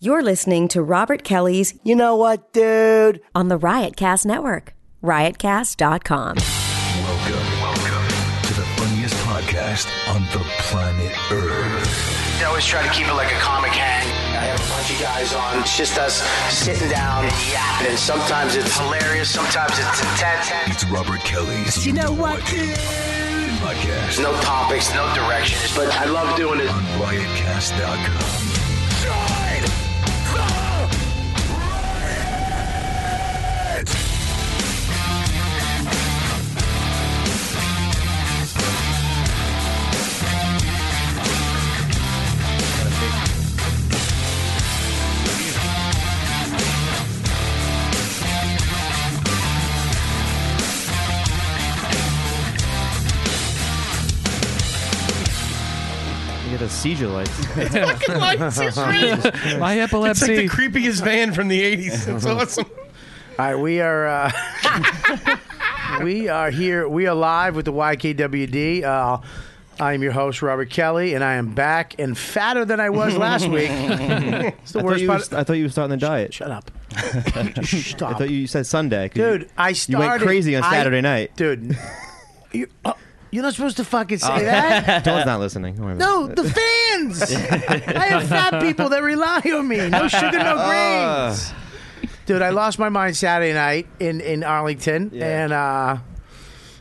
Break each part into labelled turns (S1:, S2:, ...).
S1: You're listening to Robert Kelly's
S2: You know what, dude?
S1: on the Riotcast Network, riotcast.com.
S3: Welcome, welcome to the funniest podcast on the planet Earth.
S4: I always try to keep it like a comic hang. I have a bunch of guys on. It's just us sitting down and yapping. And sometimes it's hilarious, sometimes it's intense.
S3: It's Robert Kelly's
S2: You know what,
S3: podcast
S4: No topics, no directions, but I love doing it.
S3: on riotcast.com.
S5: You get a seizure lights.
S6: My
S7: It's like
S6: epilepsy.
S7: the creepiest band from the 80s. It's awesome.
S2: All right, we are uh, we are here. We are live with the YKWd. Uh, I am your host, Robert Kelly, and I am back and fatter than I was last week. it's the
S5: I, thought
S2: worst
S5: you
S2: part.
S5: was, I thought you were starting the diet.
S2: Shut up.
S5: I
S2: Stop.
S5: thought you said Sunday. 'cause
S2: Dude,
S5: you,
S2: I
S5: you
S2: started.
S5: went crazy on
S2: I-
S5: Saturday night.
S2: Dude, you, uh, you're not supposed to fucking say that.
S5: Dylan's Oh. not listening. Don't worry about
S2: No, the fans. I have fat people that rely on me. No sugar, no
S5: Oh.
S2: grains. Dude, I lost my mind Saturday night in in Arlington,
S5: Yeah.
S2: and uh,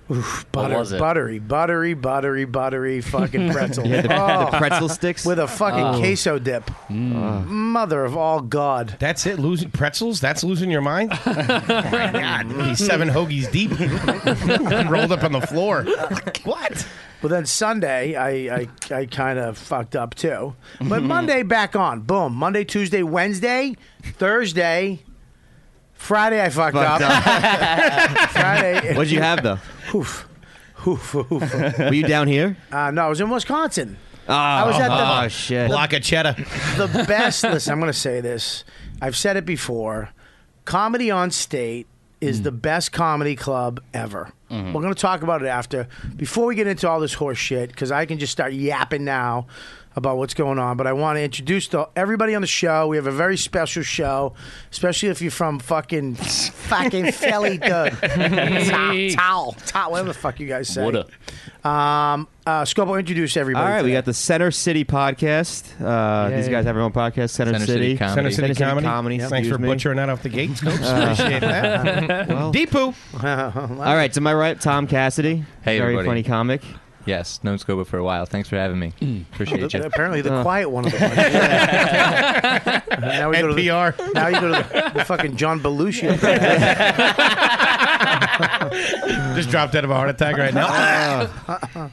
S2: oof, butter,
S8: was it?
S2: buttery, buttery, buttery, buttery, fucking pretzel.
S5: it. Yeah, the,
S2: Oh,
S5: the pretzel sticks. Oh. Mm.
S2: with a fucking queso dip. Mother of all God.
S7: That's it. Losing pretzels? That's losing your mind? Oh my God.
S2: Mm-hmm.
S7: He's seven hoagies deep. Rolled up on the floor. what?
S2: Well, then Sunday, I I, I kind of fucked up too. But Monday, back on. Boom. Monday, Tuesday, Wednesday, Thursday, Friday, I fucked,
S5: Fucked
S2: up. Friday.
S5: What'd you have though?
S2: Oof. Oof, oof, oof.
S5: Were you down here?
S2: Uh, no, I was in Wisconsin.
S5: Oh, I
S2: was at the-
S5: oh shit.
S7: Block of cheddar.
S2: The best. listen, I'm going to say this. I've said it before. Comedy on State is
S5: Mm.
S2: the best comedy club ever.
S5: Mm-hmm.
S2: We're going to talk about it after. Before we get into all this horse shit, because I can just start yapping now about what's going on, but I want to introduce the, everybody on the show. We have a very special show, especially if you're from fucking fucking Philly, dude. Towel, towel, whatever the fuck you guys say.
S8: Woulda.
S2: Um, uh, Scopo, introduce everybody.
S5: All right, we
S2: today.
S5: got the Center City podcast. Uh, these guys have their own podcast, Center,
S8: Center City Comedy.
S7: Center
S8: Center
S7: City Comedy.
S5: Comedy,
S7: Thanks
S5: excuse
S7: for
S5: me.
S7: butchering that off the gate, Scopes. Appreciate that.
S5: Uh, Well,
S7: Deepu.
S5: all right, to my right, Tom Cassidy.
S8: Hey,
S5: very
S8: everybody.
S5: funny comic.
S8: Yes, known Scoba for a while. Thanks for having me.
S7: Mm.
S8: Appreciate you.
S2: Apparently, the
S5: Uh.
S2: quiet one of the bunch. now we go to the-
S7: NPR.
S2: now you go to the, the fucking John Belushi.
S7: Just dropped dead of a heart attack right now.
S5: Ah.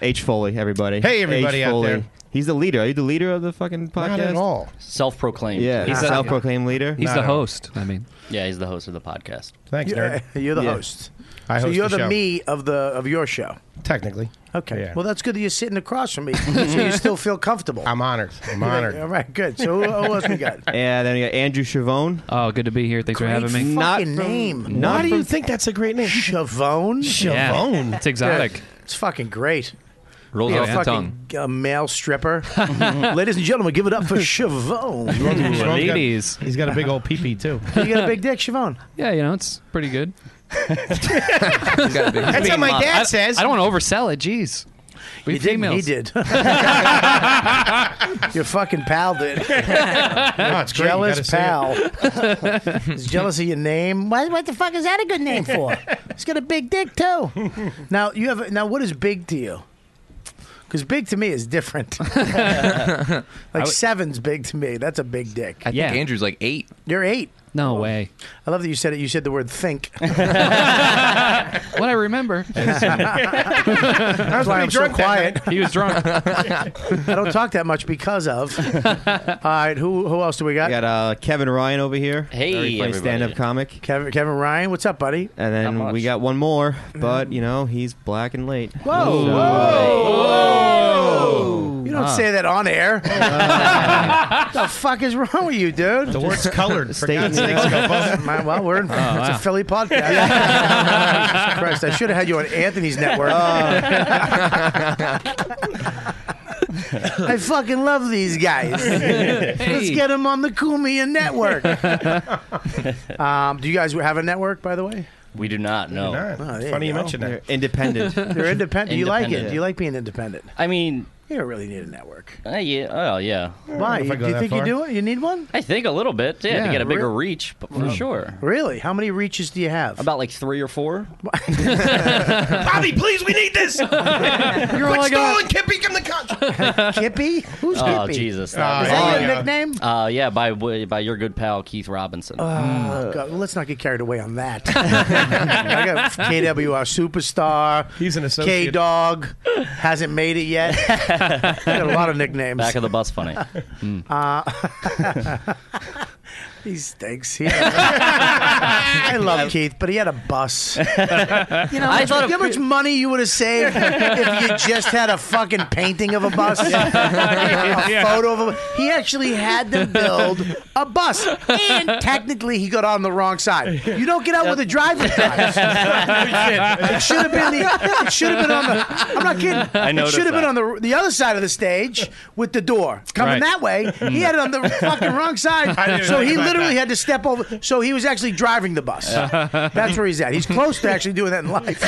S5: H Foley, everybody.
S7: Hey, everybody
S5: H.
S7: out
S5: Foley.
S7: there.
S5: He's the leader. Are you the leader of the fucking podcast?
S7: Not at all.
S8: Self-proclaimed.
S5: Yeah,
S8: He's,
S5: self-proclaimed leader.
S6: He's
S7: No,
S6: the
S7: no.
S6: host. I mean,
S8: yeah, he's the host of the podcast.
S7: Thanks, nerd.
S2: you're the
S5: Yeah.
S2: host.
S7: I
S2: so
S7: host
S2: you're
S7: the
S2: the,
S7: show.
S2: me of the of your show.
S7: Technically.
S2: Okay.
S7: Yeah.
S2: Well, that's good that you're sitting across from me, so you still feel comfortable.
S7: I'm honored. I'm
S2: All
S7: honored.
S2: right. Good. So who, who else we got?
S5: Yeah, then you got Andrew Chavone.
S6: oh, good to be here. Thanks for having
S2: Great
S6: me.
S5: Not
S2: fucking
S5: from-
S2: name.
S5: not
S7: Why do you
S5: from-
S7: think that's a great name?
S2: Chavone.
S6: Yeah.
S7: Chavone.
S6: It's exotic.
S2: It's fucking great.
S8: Rolls
S2: Yeah,
S8: off the tongue.
S2: fucking uh, male stripper. Ladies and gentlemen, give it up for Chavone.
S7: Shavon's got-
S6: Ladies.
S7: He's got a big old pee-pee, too.
S2: You got a big dick, Chavone.
S6: Yeah, you know, it's pretty good.
S7: That's what my dad says.
S6: I don't want to oversell it. Jeez. We
S2: He did.
S6: females.
S2: He did. Your fucking pal did.
S7: No, it's great. You gotta
S2: Jealous
S7: say it.
S2: pal. He's jealous of your name. What, what the fuck is that a good name for? He's got a big dick too. Now you have. Now what is big to you? Because big to me is different. like seven's big to me. That's a big dick.
S8: I think
S6: Yeah.
S8: Andrew's like eight.
S2: You're eight.
S6: No way.
S2: I love that you said it. You said the word think. That's
S6: What I remember.
S2: I was why I'm so
S7: drunk that
S2: quiet.
S6: he was drunk.
S2: I don't talk that much because of. All right. Who who else do we got?
S5: We got uh, Kevin Ryan over here.
S8: Hey,
S5: very funny
S8: everybody.
S5: stand-up comic.
S2: Kevin, Kevin Ryan. What's up, buddy? Mm.
S5: And then
S8: Not
S5: we
S8: much.
S5: got one more, but you know he's black and late.
S2: Whoa,
S5: So-
S2: You don't
S7: Uh-huh.
S2: say that on air. the fuck is wrong with you, dude?
S7: Uh. The word's colored. For
S5: State-
S7: God's sakes, Oh, Scopo.
S2: My- well, we're in, it's a Philly podcast. Jesus Christ,
S7: Oh.
S2: I should have had you on Anthony's network. I fucking love these guys. Let's
S6: Hey.
S2: get them on the Kumia network. um, do you guys have a network, by the way?
S9: We do not know.
S7: Nah,
S2: Oh, there
S7: it's
S2: you
S7: funny you
S2: go.
S7: mentioned that.
S5: Independent.
S2: You're independent. Do you like it?
S9: Independent.
S2: Do you like being independent?
S9: I mean,
S2: You don't really need a network.
S9: uh, yeah, oh yeah.
S2: Why?
S7: if
S2: You,
S7: I go
S2: do you
S7: that
S2: think you
S7: far.
S2: do it? You need one?
S9: I think a little bit, yeah,
S6: Yeah,
S9: to get a bigger
S2: real-
S9: reach, but for sure.
S2: Really? How many reaches do you have?
S9: About like three or four.
S7: Bobby, please, we need this.
S6: You're all I got.
S7: Stalin can't become the country.
S2: Kippy? Who's
S9: Oh
S2: Kippy? Uh,
S9: Jesus!
S7: Oh,
S2: Is
S7: yeah.
S2: that your
S7: yeah.
S2: nickname?
S9: Uh, yeah, by wi- by your good pal Keith Robinson.
S7: Mm.
S9: Mm.
S2: Oh, God. Well, let's not get carried away on that. I got KWR superstar.
S7: He's an
S2: K
S7: associate.
S2: Dog hasn't made it yet. I got a lot of nicknames.
S9: Back of the bus funny. Mm.
S2: Uh, He stinks. He I love Keith, but he had a bus. You know,
S9: I
S2: I
S9: thought
S2: thought
S9: of-
S2: how much money you would have saved if you just had a fucking painting of a bus, a photo of a. He actually had them build a bus, and technically he got on the wrong side. You don't get out with a driver's license. it should have been the. It should have been on the. I'm not kidding.
S9: I
S2: it
S9: noticed
S2: should have been
S9: that.
S2: on the the other side of the stage with the door coming
S6: Right.
S2: that way. He had it on the fucking wrong
S7: Mm. I
S2: side,
S7: didn't
S2: so
S7: think
S2: he
S7: about
S2: literally
S7: that.
S2: had to step over. So he was actually driving the bus. That's where he's at. He's close to actually doing that in life.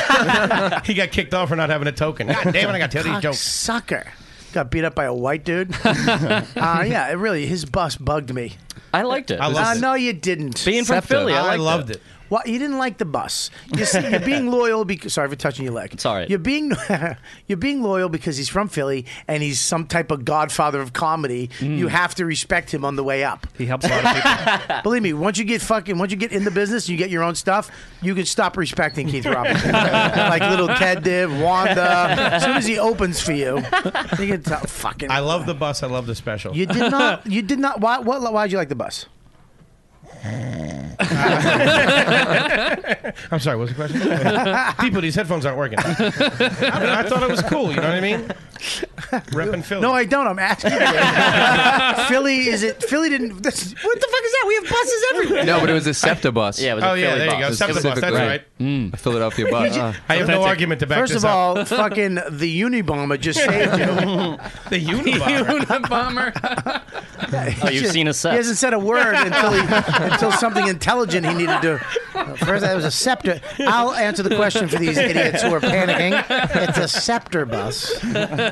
S7: he got kicked off for not having a token. God damn it, I got to tell these
S2: Fuck
S7: jokes.
S2: sucker. Got beat up by a white dude. uh, yeah, it really. His bus bugged me.
S9: I liked it.
S7: I love
S2: Uh,
S7: it.
S2: no, you didn't.
S9: Being from
S6: Accepted.
S9: Philly, I,
S7: I
S9: liked
S7: loved it.
S2: What you didn't like the bus. You see, you're being loyal because sorry for touching your leg.
S9: It's all right.
S2: You're being you're being loyal because he's from Philly and he's some type of godfather of comedy. You have to respect him on the way up.
S6: He helps a lot of people.
S2: Believe me, once you get fucking, once you get in the business, you get your own stuff. You can stop respecting Keith Robinson, like little Ted Div, Wanda. As soon as he opens for you, you can tell. Fucking,
S7: I love the bus. I love the special.
S2: you did not. You did not. Why? What? Why'd you like the bus?
S7: I'm sorry, what was the question? People, these headphones aren't working. I, don't know, I thought it was cool. You know what I mean? Repping Philly.
S2: No, I don't. I'm asking. you. Philly is it? Philly didn't. This, what the fuck is that? We have buses everywhere.
S8: No, but it was a SEPTA bus.
S9: Yeah, it was
S7: Oh
S9: a
S7: yeah,
S9: Philly
S7: there you go.
S9: bus.
S7: Step the bus. That's
S8: Specifically.
S7: right.
S8: A Philadelphia bus. Uh,
S7: I have no argument to back
S2: First
S7: this
S2: of
S7: up.
S2: all, fucking the Unabomber just saved you.
S7: the Unabomber.
S6: Bummer.
S9: Oh, you've seen a set.
S2: He hasn't said a word until he, until something intelligent he needed to. First, that was a scepter. I'll answer the question for these idiots who are panicking. It's a scepter bus.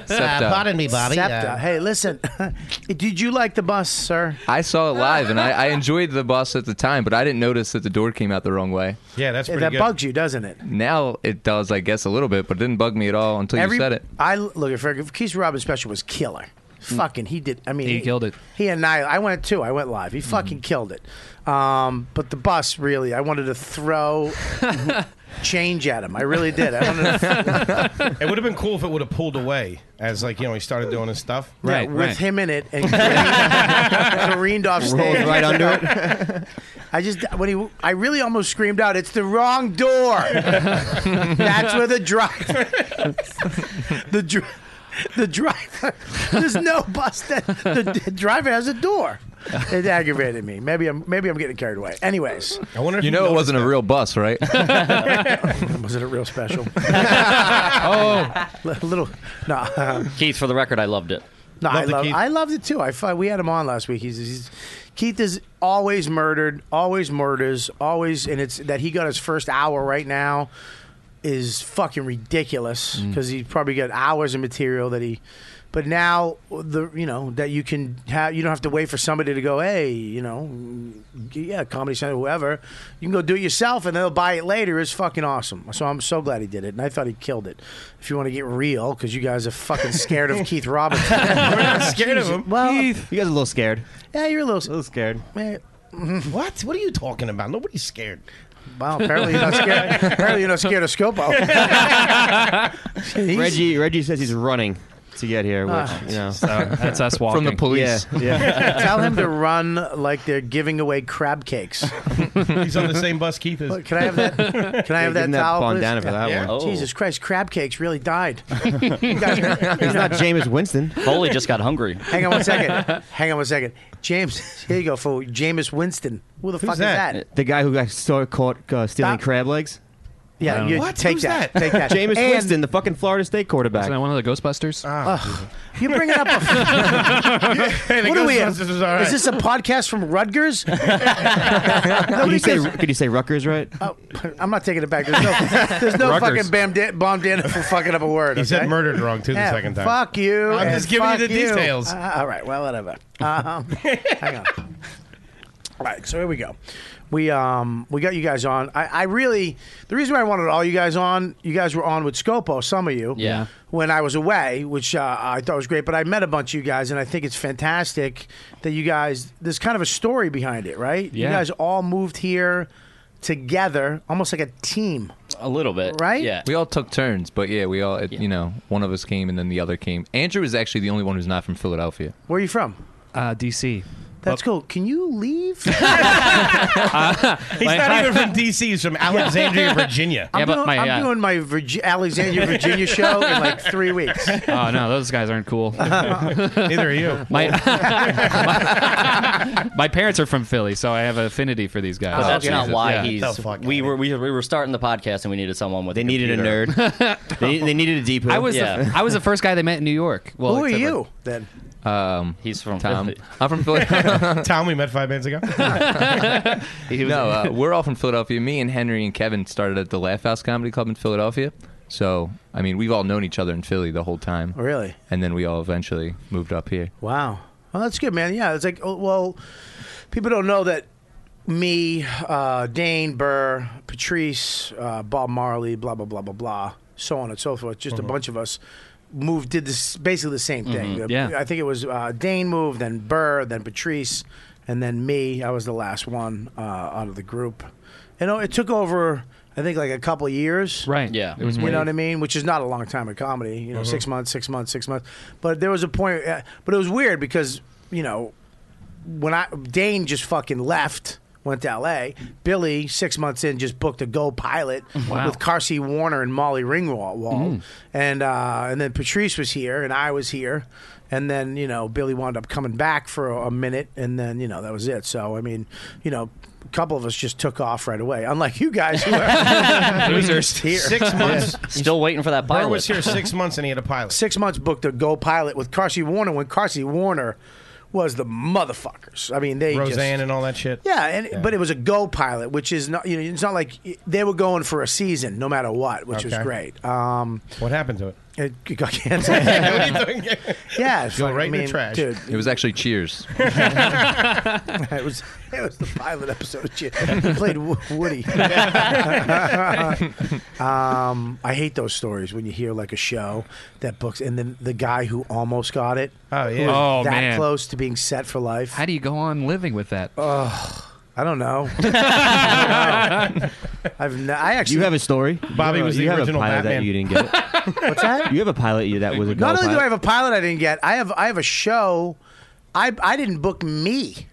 S8: SEPTA.
S7: Uh, me, Bobby. Uh,
S2: Scepter. Hey, listen. Did you like the bus, sir?
S8: I saw it live, and I, I enjoyed the bus at the time, but I didn't notice that the door came out the wrong way.
S7: Yeah, that's pretty
S2: that
S7: good.
S2: bugs you, doesn't it?
S8: Now it does, I guess, a little bit, but it didn't bug me at all until you said it.
S2: I look at Frank. Keith Robbins special was killer. Fucking, he did. I mean,
S6: He killed it.
S2: He and I, I went too. I went live. He fucking killed it. Um, but the bus, really, I wanted to throw change at him. I really did. I wanted to
S7: It would have been cool if it would have pulled away as like you know he started doing his stuff.
S2: Yeah,
S6: Right,
S2: with
S6: right.
S2: him in it and careened, careened off stage.
S8: Rolled right under it.
S2: I just when he I really almost screamed out, "It's the wrong door." That's where the driver, the dri- the driver. There's no bus. That, the, the driver has a door. It aggravated me. Maybe I'm maybe I'm getting carried away. Anyways,
S7: I wonder if
S8: You know it wasn't a real bus, right?
S2: was it a real special?
S6: Oh,
S2: L- little no.
S9: Keith, for the record, I loved it.
S2: No, I
S7: Loved it,
S2: love.
S7: Keith.
S2: I loved it too. I fi- we had him on last week. He's, he's Keith is always murdered, always murders, always, and it's that he got his first hour right now is fucking ridiculous because he probably got hours of material that he. But now the you know that you can have you don't have to wait for somebody to go hey you know yeah Comedy Central whoever you can go do it yourself and they'll buy it later is fucking awesome so I'm so glad he did it and I thought he killed it if you want to get real because you guys are fucking scared of Keith Robinson
S7: We're not scared of him.
S2: well,
S5: You guys are a little scared.
S2: yeah, you're a
S5: A
S2: little.
S5: little scared.
S2: eh,
S7: What? What are you talking about? Nobody's scared.
S2: Wow, apparently you're not scared. apparently you're not scared of Scopo. He's-
S5: Reggie Reggie says he's running to get here, which
S2: Ah.
S5: you know.
S6: that's us walking.
S8: From the
S5: Yeah,
S8: police.
S5: yeah.
S2: Tell him to run like they're giving away crab cakes.
S7: He's on the same bus Keith is.
S2: Look, Can I have that? Can I have
S5: Give
S2: that
S5: him that
S2: towel,
S5: bandana
S2: please?
S5: for that
S7: Yeah.
S5: one.
S9: Oh,
S2: Jesus Christ, crab cakes really died. You guys-
S5: He's not Jameis Winston.
S9: Foley just got hungry.
S2: hang on one second. Hang on one second. James, here you go for Jameis Winston. Who the fuck
S7: that?
S2: is that?
S5: The guy who got so caught uh, stealing
S2: Stop.
S5: crab legs.
S2: Yeah,
S6: No.
S2: you
S7: What?
S2: take
S7: Who's that?
S2: Take that.
S5: Jameis
S2: And Ah.
S5: Winston, the fucking Florida State quarterback.
S6: Isn't that one of the Ghostbusters?
S2: You bringing up a what are we? in?
S7: Ghostbusters is all right.
S2: this a podcast from Rutgers?
S5: Could
S2: Nobody
S5: you say
S2: goes-
S5: could you say Rutgers right?
S2: Oh, I'm not taking it back. There's no, there's no
S5: Rutgers.
S2: fucking Bam Dan, Bomb Dan for fucking up a word.
S7: He said
S2: okay?
S7: murdered wrong too the
S2: Yeah,
S7: second time.
S2: Fuck you.
S7: I'm
S2: and
S7: just giving you
S2: fuck
S7: the details.
S2: Uh, all right. Well, whatever. Um, hang on. All right. So here we go. We um we got you guys on. I, I really the reason why I wanted all you guys on. You guys were on with Scopo. Some of you.
S9: Yeah.
S2: When I was away, which uh, I thought was great, but I met a bunch of you guys, and I think it's fantastic that you guys. There's kind of a story behind it, right? You
S6: Yeah.
S2: guys all moved here together, almost like a team.
S9: A little bit,
S2: Right?
S9: Yeah.
S8: We all took turns, but yeah, we all, it- you know, one of us came and then the other came. Andrew is actually the only one who's not from Philadelphia.
S2: Where are you from?
S6: Uh, DC.
S2: That's cool. Can you leave?
S7: He's not even from DC. He's from Alexandria, Virginia.
S2: I'm,
S6: Yeah, but
S2: doing,
S6: my,
S2: I'm
S6: uh,
S2: doing my Virgi- Alexandria, Virginia show in like three weeks.
S6: Oh no, those guys aren't cool.
S7: Neither are
S10: Oh.
S7: you.
S6: My, my parents are from Philly, so I have an affinity for these guys.
S7: Oh,
S9: But that's
S10: Oh,
S2: okay.
S9: not why
S6: Yeah.
S7: The
S9: he's.
S7: fuck
S9: We
S7: outta
S9: were we, we were starting the podcast and we needed someone with.
S5: They needed a
S9: computer.
S5: nerd. they, they needed a deep.
S6: I was
S9: Yeah.
S6: the, I was the first guy they met in New York. Well,
S2: Who are
S6: except for-
S2: you then?
S9: He's from
S8: Um, Tom.
S9: Philly.
S8: I'm from Philadelphia.
S7: Tom, we met five minutes ago.
S8: no, uh, we're all from Philadelphia. Me and Henry and Kevin started at the Laugh House Comedy Club in Philadelphia. So, I mean, we've all known each other in Philly the whole time.
S2: Oh, Really?
S8: And then we all eventually moved up here.
S2: Wow. Well, that's good, man. Yeah, it's like, oh, well, people don't know that me, uh, Dane, Burr, Patrice, uh, Bob Marley, blah, blah, blah, blah, blah, so on and so forth. Just
S6: Uh-huh.
S2: a bunch of us moved, did this basically the same thing.
S6: Mm-hmm. yeah.
S2: I think it was uh, Dane moved, then Burr, then Patrice, and then me. I was the last one uh, out of the group. You know, it took over, I think, like a couple of years.
S6: Right.
S9: Yeah.
S6: It was
S2: You know what I mean? Which is not a long time in comedy. You know, six months, six months, six months. But there was a point. Uh, but it was weird because you know when I Dane just fucking left, went to L.A. Billy six months in just booked a Go pilot
S6: Wow.
S2: with Carsey Warner and Molly Ringwald, and uh, and then Patrice was here and I was here. And then you know Billy wound up coming back for a, a minute, and then you know that was it. So I mean, you know, a couple of us just took off right away, unlike you guys who are losers here.
S7: Six months.
S9: Still waiting for that
S7: Burr
S9: pilot.
S7: was here six months and he had a pilot.
S2: six months booked a go pilot with Carsey Warner when Carsey Warner was the motherfuckers. I mean, they just,
S7: Roseanne and all that shit.
S2: yeah, and but it was a go pilot, which is not you know it's not like they were going for a season no matter what, which was
S7: Okay.
S2: great. Um,
S7: What happened to it?
S2: it, it got canceled.
S7: what are you doing?
S2: yeah, it's
S7: Go
S2: like,
S7: right
S2: I
S7: in the
S2: mean,
S7: trash.
S2: dude.
S8: It was actually Cheers.
S2: It was it was the pilot episode of shit. He played Wo- Woody. um, I hate those stories when you hear like a show that books and then the guy who almost got it.
S7: Oh, yeah.
S2: who was
S6: Oh,
S2: that
S6: man.
S2: close to being set for life.
S6: How do you go on living with that?
S2: I don't know. I've n- I actually
S5: You have a story.
S7: Bobby
S5: You have a-
S7: was the
S5: you have
S7: original
S5: a pilot
S7: Batman.
S5: that you didn't get. It.
S2: what's that?
S5: You have a pilot you that was a.
S2: Not only
S5: go
S2: do
S5: pilot.
S2: I have a pilot I didn't get, I have I have a show. I I didn't book me.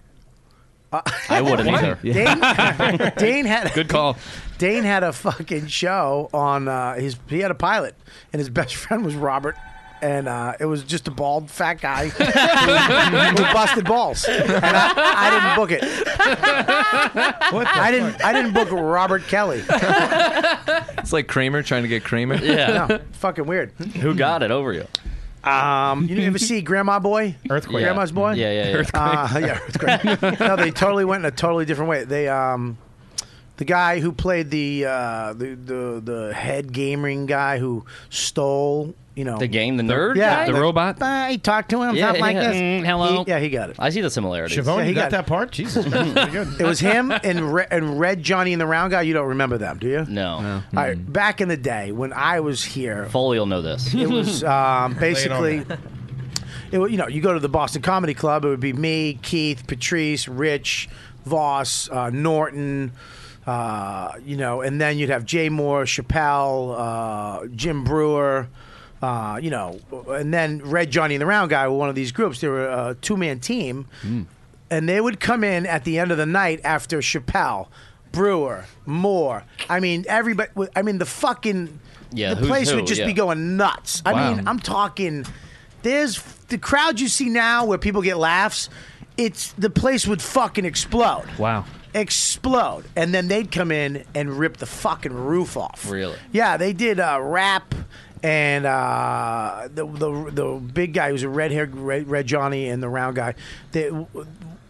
S9: I wouldn't either.
S2: Dane, Dane had
S6: Good call.
S2: Dane had a fucking show on uh, his. He had a pilot, and his best friend was Robert, and uh, it was just a bald fat guy who, who busted balls, and I, I didn't book it.
S7: What the
S2: I didn't I didn't book Robert Kelly.
S8: It's like Kramer trying to get Kramer.
S9: Yeah.
S2: No, fucking weird.
S9: Who got it over you?
S2: Um, you ever see Grandma Boy?
S7: Earthquake.
S9: Yeah.
S2: Grandma's boy.
S9: Yeah, yeah, yeah.
S2: Uh, yeah, earthquake. no, they totally went in a totally different way. They, um, the guy who played the uh, the, the the head gaming guy who stole, you know,
S9: The game, the nerd.
S2: Yeah,
S6: The
S9: guy?
S6: robot?
S2: Uh, he talked to him,
S9: Yeah,
S2: something like
S9: yeah.
S2: this.
S6: Mm, hello.
S2: He- yeah, he got it.
S9: I see the similarities. Mm-hmm.
S7: Siobhan,
S2: Yeah, he
S7: you
S2: got
S7: got,
S2: it.
S7: that part? Jesus, man. Pretty good.
S2: It was him and Re- and Red Johnny and the Round Guy. You don't remember them, do you? All
S9: No.
S2: right, back in the day when I was here,
S9: Foley will know this.
S2: It was um, basically,
S7: on
S2: it, wa- you know, you go to the Boston Comedy Club. It would be me, Keith, Patrice, Rich, Voss, uh, Norton. Uh, you know, and then you'd have Jay Moore, Chappelle, uh, Jim Brewer. Uh, you know, and then Red Johnny and the Round Guy were one of these groups. They were a two man team, and they would come in at the end of the night after Chappelle, Brewer, Moore. I mean, everybody. I mean, the fucking
S9: Yeah,
S2: the
S9: who's
S2: place
S9: who,
S2: would just
S9: yeah.
S2: be going nuts. I
S6: Wow.
S2: mean, I'm talking. There's f- the crowd you see now where people get laughs. It's the place would fucking explode.
S6: Wow.
S2: explode, and then they'd come in and rip the fucking roof off.
S9: Really?
S2: Yeah, they did uh, rap. And uh, the, the the big guy who's a red haired red, red Johnny and the round guy, they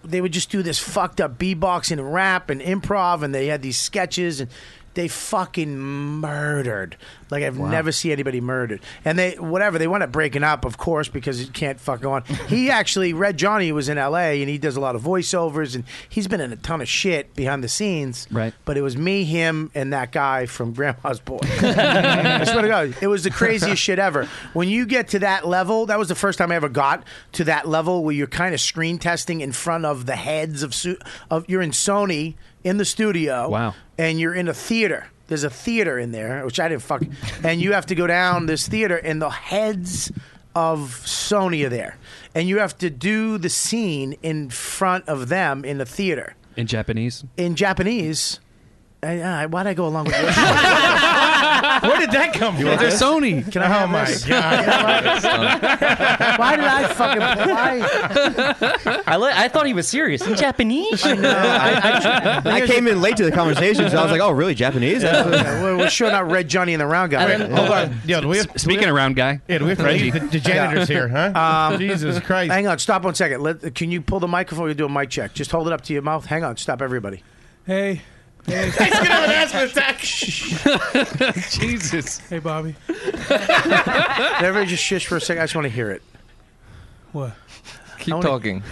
S2: they would just do this fucked up beatboxing and rap and improv, and they had these sketches and they fucking murdered. Like I've never seen anybody murdered. And they whatever they wound up breaking up, of course, because it can't fuck go on. He actually Red Johnny was in L.A. and he does a lot of voiceovers and he's been in a ton of shit behind the scenes.
S6: Right.
S2: But it was me, him, and that guy from Grandma's Boy. I swear to God, it was the craziest shit ever. When you get to that level, that was the first time I ever got to that level where you're kind of screen testing in front of the heads of su- of you're in Sony in the studio.
S6: Wow.
S2: And you're in a theater. There's a theater in there, which I didn't fuck. And you have to go down this theater, and the heads of Sony are there, and you have to do the scene in front of them in the theater
S6: in Japanese.
S2: in Japanese. I, Uh, I, why'd I go along with this?
S7: Where did that come from?
S6: They're Sony.
S2: Can I
S7: Oh
S2: have
S7: my
S2: this?
S7: god!
S2: Why did I fucking why?
S9: I, li- I thought he was serious. In Japanese?
S5: I came in late to the conversation, so I was like, "Oh, really? Japanese?" That's-
S2: Yeah, we're, we're sure not Red Johnny and the Round Guy.
S9: And then-
S7: Hold on. Yo, do we have,
S6: Speaking around guy.
S7: yeah, do we have to leave the, the janitors here, huh?
S10: Um,
S7: Jesus Christ!
S2: Um, Hang on, stop one second. Let, can you pull the microphone? You do a mic check. Just hold it up to your mouth. Hang on, stop everybody.
S11: Hey,
S7: He's gonna have an asthma attack.
S6: Jesus.
S11: hey, Bobby.
S2: Everybody, just shush for a second. I just want to hear it.
S11: What?
S8: Keep
S2: wanna-
S8: talking.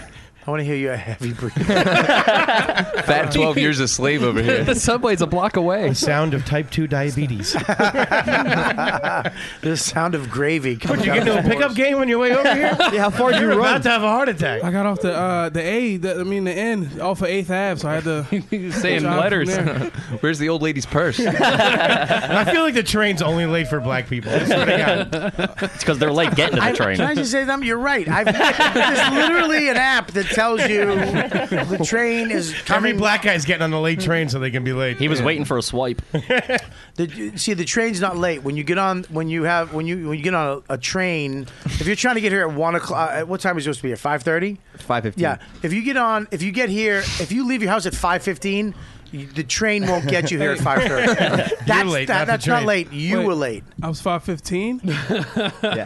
S2: I want to hear you a heavy breath.
S8: Fat 12 years a slave over here.
S6: The subway's a block away.
S7: Sound of type two diabetes.
S2: the sound of gravy. Coming
S7: Did you get
S2: out
S7: to
S2: of
S7: a
S2: the
S7: pickup game on your way over here?
S5: yeah, how far do you run?
S7: have a heart attack.
S11: I got off the uh, the A. The, I mean the N off of Eighth Ave, so I had to.
S6: He's saying
S11: Job from
S6: letters.
S11: there.
S8: Where's the old lady's purse?
S7: I feel like the train's only late for black people. I swear to God.
S9: It's because they're late getting to the
S2: I,
S9: train.
S2: can I just say something? You're right. I've, there's literally an app that tells you the train is
S7: Every
S2: coming.
S7: black guy's getting on the late train so they can be late.
S9: He was waiting for a swipe.
S2: The, see, the train's not late. When you get on, when you have, when you when you get on a, a train, if you're trying to get here at one o'clock, at what time is it supposed to be? At five thirty?
S5: Five fifteen.
S2: Yeah. If you get on, if you get here, if you leave your house at five fifteen, the train won't get you here at five thirty. That's
S7: late, not
S2: that-
S7: the
S2: that's not
S7: train.
S2: late. You
S11: Wait.
S2: were late.
S11: I was five fifteen.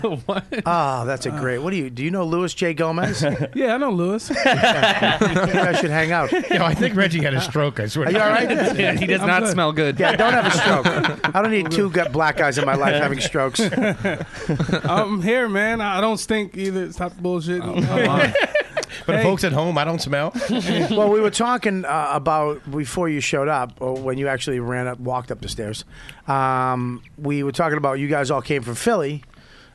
S2: Oh, that's a great. What do you do? You know Louis J. Gomez? Maybe
S11: Yeah, I know Lewis.
S2: I should hang out. Are
S7: Yo, I think Reggie had a stroke. I swear.
S2: you all right?
S6: Yeah, he does
S11: I'm
S6: not
S11: good.
S6: smell good.
S2: Yeah, don't have a stroke. I don't need two gut black guys in my life having strokes.
S11: I'm here, man. I don't stink either. Stop the bullshit.
S7: But
S11: Hey.
S7: folks at home, I don't smell.
S2: Well, we were talking uh, about before you showed up, or when you actually ran up, walked up the stairs. Um, we were talking about you guys all came from Philly,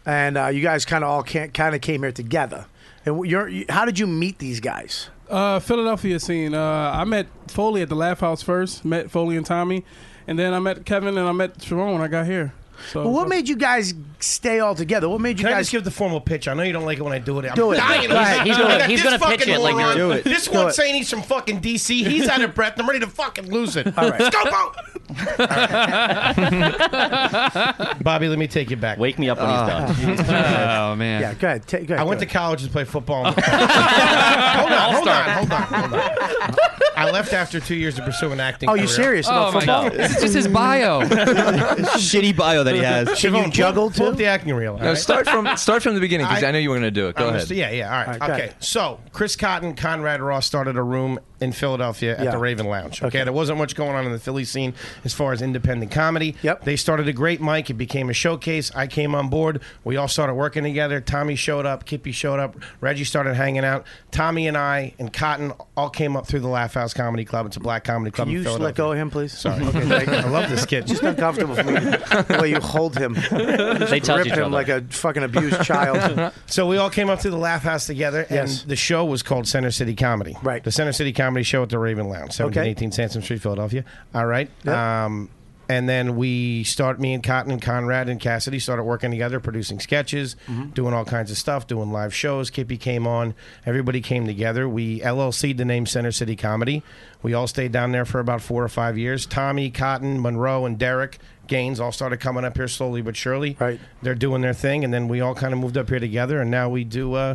S2: and uh, you guys kind of all kind of came here together. And you're, you, how did you meet these guys?
S11: Uh, Philadelphia scene. Uh, I met Foley at the Laugh House first. Met Foley and Tommy, and then I met Kevin and I met Sharon when I got here. So
S2: Well, what made you guys stay all together? What made you
S7: Can I
S2: guys?
S7: just give the formal pitch? I know you don't like it when I do it. I'm
S2: Do it.
S7: dying.
S2: Go ahead.
S9: He's
S7: I
S9: gonna-
S7: got
S9: he's
S7: this
S9: gonna pitch
S7: fucking
S9: it like
S7: moron.
S5: you're- Do it.
S7: This
S2: Do
S7: one
S2: it.
S7: saying he's from fucking DC. He's out of breath. I'm ready to fucking lose it. All
S2: right.
S7: Let's go, Bo.
S5: Mm-hmm.
S7: Bobby, let me take you back.
S9: Wake me up when he's done.
S6: Oh man.
S2: yeah, go ahead. Ta- go ahead
S7: I went
S2: go
S7: to
S2: ahead.
S7: college to play football.
S2: Oh.
S7: hold on, hold on, hold on, hold on. I left after two years to pursue an acting.
S2: Oh, you
S7: career.
S2: serious?
S6: Oh
S2: about
S6: my
S2: football?
S6: god. This is just his bio.
S5: Shitty bio that he has.
S7: Siobhan, pull-
S2: juggle
S7: pull up
S2: too?
S7: the acting reel. all
S8: No,
S7: right?
S8: start from start from the beginning because I,
S7: I-
S8: know you were going to do it. Go
S7: I'm
S8: ahead.
S7: just- Um, yeah, yeah. All right.
S2: All right, go
S7: okay.
S2: ahead.
S7: So Chris Cotton, Conrad Ross started a room in Philadelphia at
S2: Yeah.
S7: the Raven Lounge. Okay?
S2: Okay.
S7: There wasn't much going on in the Philly scene as far as independent comedy.
S2: Yep.
S7: They started a great mic. It became a showcase. I came on board. We all started working together. Tommy showed up. Kippy showed up. Reggie started hanging out. Tommy and I and Cotton all came up through the Laugh House Comedy Club. It's a black comedy club
S2: Can
S7: in
S2: you just
S7: Philadelphia.
S2: let go of him, please? Sorry.
S7: I love this kid.
S2: Just uncomfortable for me the way you hold him,
S9: They touch
S2: ripping
S9: each
S2: him
S9: other.
S2: like a fucking abused child.
S7: So we all came up to the Laugh House together,
S2: Yes.
S7: and the show was called Center City Comedy.
S2: Right.
S7: The Center City Comedy Show at the Raven Lounge, 1718 Sansom Street, Philadelphia. All right.
S2: Yep.
S7: Um, and then we start, me and Cotton and Conrad and Cassidy started working together, producing sketches, Mm-hmm. doing all kinds of stuff, doing live shows. Kippy came on. Everybody came together. We LLC'd the name Center City Comedy. We all stayed down there for about four or five years. Tommy, Cotton, Monroe, and Derek Gaines all started coming up here slowly but surely
S2: Right.
S7: they're doing their thing, and then we all kind of moved up here together, and now we do. Uh,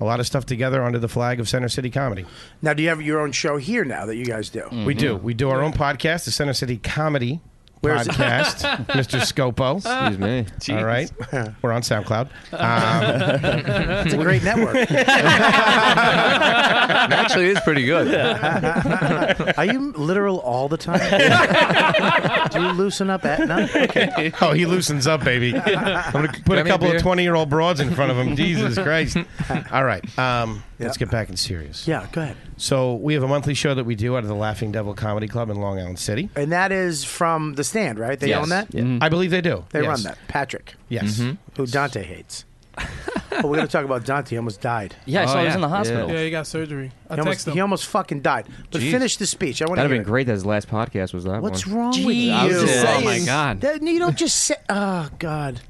S7: a lot of stuff together under the flag of Center City Comedy.
S2: Now, do you have your own show here now that you guys do?
S7: We do. We do our own podcast, the Center City Comedy
S2: Mm-hmm. Where is it?
S7: Podcast. Mr. Scopo.
S2: Excuse
S7: me. All right. We're on SoundCloud. Um,
S2: it's a great network.
S8: Actually, it is pretty good.
S2: Are you literal all the time? do you loosen up at night?
S7: oh, he loosens up, baby. I'm going to put a
S2: Got me a
S7: couple
S2: beer?
S7: of 20 year old broads in front of him. Jesus Christ. All right. Um, Let's get back in serious.
S2: Yeah, go ahead.
S7: So, we have a monthly show that we do out of the Laughing Devil Comedy Club in Long Island City.
S2: And that is from the stand, right? They
S7: Yes. Mm-hmm.
S2: own that.
S7: Yeah. I believe they do.
S2: They
S7: Yes.
S2: run that. Patrick.
S7: Yes. Mhm.
S2: Who Dante hates. oh, we're gonna talk about Dante. He almost died.
S11: Yeah, I
S8: Oh,
S7: Oh,
S11: saw he was in the
S10: hospital.
S11: Yeah, he got surgery. I
S2: he, almost,
S11: texted him.
S2: he almost fucking died. But
S11: Jeez.
S2: finish the speech. I want to
S10: That'd
S2: hear
S10: have been
S2: it.
S10: great. That his last podcast was that one.
S2: What's wrong with
S10: Jeez.
S2: you?
S10: I was just
S2: Oh
S10: saying.
S2: my god! you don't just say. Oh god!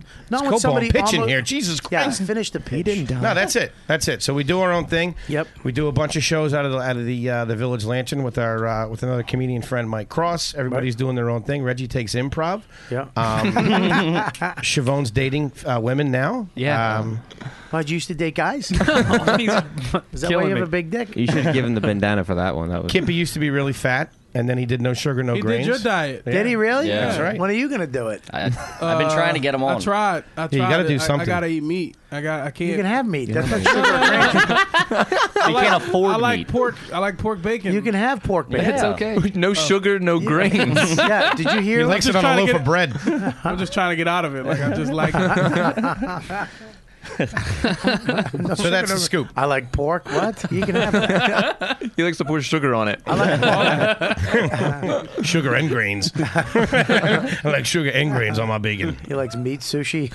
S7: It's
S2: Not when
S7: Cobo, I'm
S2: somebody
S7: pitching
S2: almost-
S7: here. Jesus Christ.
S2: Yeah, finish the pitch. He didn't die.
S7: No, that's it. That's it. So we do our own thing. Yep. We do a bunch of shows out of the out of the uh, the Village Lantern with our uh, with another comedian friend Mike Cross. Everybody's doing their own thing. Reggie takes improv.
S2: Yeah.
S7: Um, Siobhan's dating uh, women now.
S2: Yeah.
S7: Um,
S2: Why'd you used to date guys? Is that why
S7: killing
S2: you have
S7: me.
S2: a big dick?
S10: You should have given the bandana for that one. That was.
S7: Kippy used to be really fat, and then he did no sugar, no
S11: He did
S7: grains.
S11: your diet.
S7: Yeah.
S2: Did he really?
S7: Yeah. That's right.
S2: When are you gonna do it?
S9: I've been trying to
S11: Uh,
S9: get him on.
S11: I tried. I tried.
S7: you gotta
S11: it.
S7: do
S11: I-
S7: something.
S11: I, gotta eat meat. I got. I can't.
S2: You can have meat. That's not sugar.
S11: I like,
S9: can't afford
S11: I like
S9: meat.
S11: pork. I like pork bacon. Oh.
S2: You can have pork bacon.
S11: It's okay.
S8: No sugar, no grains.
S2: yeah. Did you hear?
S7: He likes it on a loaf of bread.
S11: I'm just trying to get out of it. Like I just like. it.
S7: so that's the scoop.
S2: I like pork. What? You can have.
S8: He likes to pour sugar on it.
S7: sugar and grains. I like sugar and grains on my bacon.
S2: He likes meat sushi.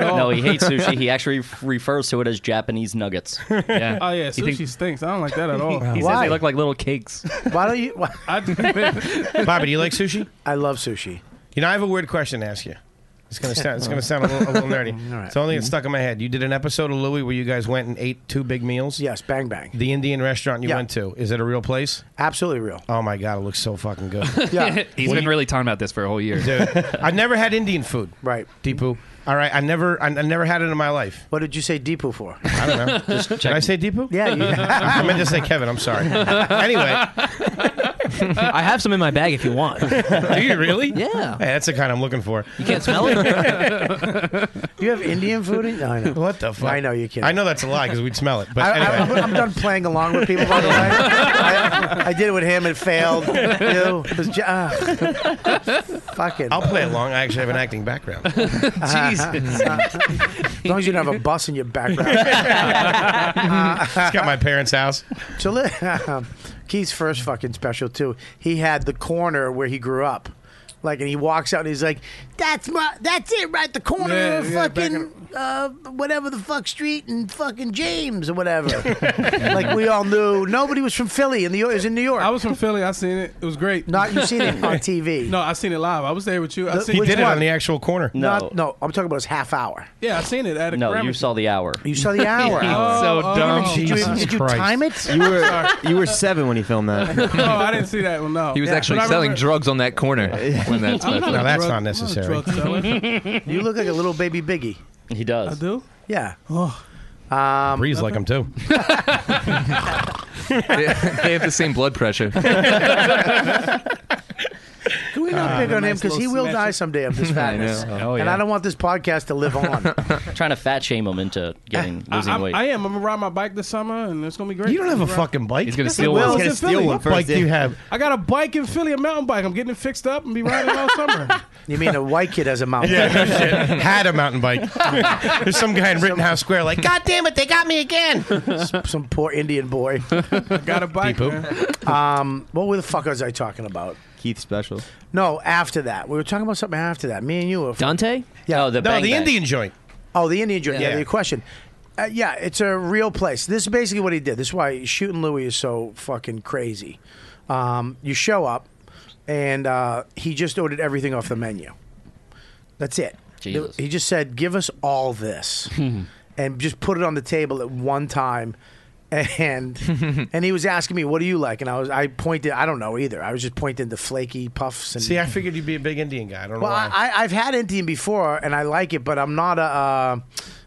S9: no, he hates sushi. He actually f- refers to it as Japanese nuggets.
S6: Yeah.
S11: Oh yeah,
S9: He
S11: sushi
S9: thinks-
S11: stinks. I don't like that at all.
S9: He says
S2: Why?
S9: they look like little cakes.
S2: Why don't you? Why?
S7: Bobby, do you like sushi?
S2: I love sushi.
S7: You know, I have a weird question to ask you. It's gonna sound it's gonna sound a little, a little nerdy.
S2: All right. Mm-hmm.
S7: It's the only thing that stuck in my head. You did an episode of Louie where you guys went and ate two big meals.
S2: Yes, bang bang.
S7: The Indian restaurant you
S2: Yeah.
S7: went to is it a real place?
S2: Absolutely real.
S7: Oh my god, it looks so fucking good.
S2: Yeah.
S6: He's
S7: What
S6: been
S7: do
S6: really talking about this for a whole year.
S7: Dude, I've never had Indian food.
S2: Right.
S7: Deepu. All right, I never I, I never had it in my life.
S2: What did you say Deepu for?
S7: I don't know. did I say Deepu?
S2: Yeah. You,
S7: I meant to say Kevin. I'm sorry. anyway,
S10: I have some in my bag if you want.
S7: do you really?
S10: Yeah.
S7: Hey, that's the kind I'm looking for.
S10: You can't smell it.
S2: you have Indian food? In? I know.
S7: What the fuck?
S2: I know you kidding.
S7: I know that's a lie because we'd smell it. But
S2: I,
S7: anyway.
S2: I, I'm done playing along with people. By the way, I, I did it with him. It failed. You know, it was ju- ah. fucking.
S7: I'll play along. I actually have an acting background.
S6: Jesus.
S2: As long as you don't have a bus in your background.
S7: It's got my parents' house.
S2: So, li- Keith's first fucking special too. He had the corner where he grew up, like, and he walks out and he's like, "That's my, that's it, right? The corner
S11: Yeah,
S2: of
S11: yeah, back
S2: fucking uh, whatever the fuck street and fucking James or whatever." like we all knew nobody was from Philly, and the it was in New York.
S11: I was from Philly. I seen it. It was great.
S2: Not you seen it on TV.
S11: No, I seen it live. I was there with you. I
S2: The-
S11: seen
S7: He
S2: Which
S7: did it
S2: one?
S7: on the actual corner.
S9: No,
S2: Not- no, I'm talking about his half hour.
S11: Yeah, I seen it at a Oh,
S9: no, you
S11: Gramercy.
S9: saw the hour.
S2: You saw the hour.
S6: so dumb.
S2: did you,
S7: Jesus
S2: did you
S7: Christ.
S2: time it?
S10: You were you were seven when you filmed that.
S11: No, Oh, I didn't see that one. No,
S8: He was
S11: Yeah.
S8: actually
S11: But I
S8: selling
S11: remember-
S8: drugs on that corner when that
S11: I'm
S8: special.
S11: a
S7: Now, that's
S11: drug-
S7: not
S11: I'm a
S7: necessary.
S11: drug seller.
S2: You look like a little baby Biggie.
S9: He
S11: I
S9: does.
S11: do.
S2: Yeah.
S8: Um,
S7: Breeze like him too.
S8: they, they have the same blood pressure.
S2: Can we not pick on him
S11: nice
S2: because he
S11: little
S2: will
S11: smash
S2: die
S11: it.
S2: someday of this fatness,
S6: Oh,
S2: and
S6: yeah.
S2: I don't want this podcast to live on.
S9: Trying to fat shame him into getting losing
S11: I, I'm-
S9: weight.
S11: I am. I'm gonna ride my bike this summer, and it's gonna be great.
S7: You don't have a
S11: Ride-
S7: fucking bike.
S6: He's gonna
S11: Yes,
S6: steal
S11: I will.
S6: one.
S11: He's gonna steal one
S7: What bike do you have?
S11: I got a bike in Philly, a mountain bike. I'm getting it fixed up and be riding all summer.
S2: you mean a white kid has a mouth?
S7: Yeah, no shit. Had a mountain bike. There's some guy in Rittenhouse Square like, God damn it, they got me again.
S2: Some poor Indian boy.
S11: I got a bike.
S7: Deep poop.
S11: man.
S2: Um, what were the fuck was I talking about?
S10: Keith special.
S2: No, after that we were talking about something after that. Me and you were.
S9: Dante? Yeah. Oh, the,
S7: No,
S9: bang
S7: the
S9: bang.
S7: Indian joint.
S2: Oh, the Indian joint. Yeah,
S7: Yeah.
S2: the question. Uh, yeah, it's a real place. This is basically what he did. This is why shooting Louis is so fucking crazy. Um, you show up, and uh, he just ordered everything off the menu. That's it.
S9: Jesus.
S2: He just said, "Give us all this," and just put it on the table at one time. And and he was asking me, "What do you like?" And I was I pointed. I don't know either. I was just pointing to flaky puffs and
S7: See, I figured you'd be a big Indian guy. I don't know
S2: well,
S7: why.
S2: I, I- I've had Indian before, and I like it, but I'm not a. Uh,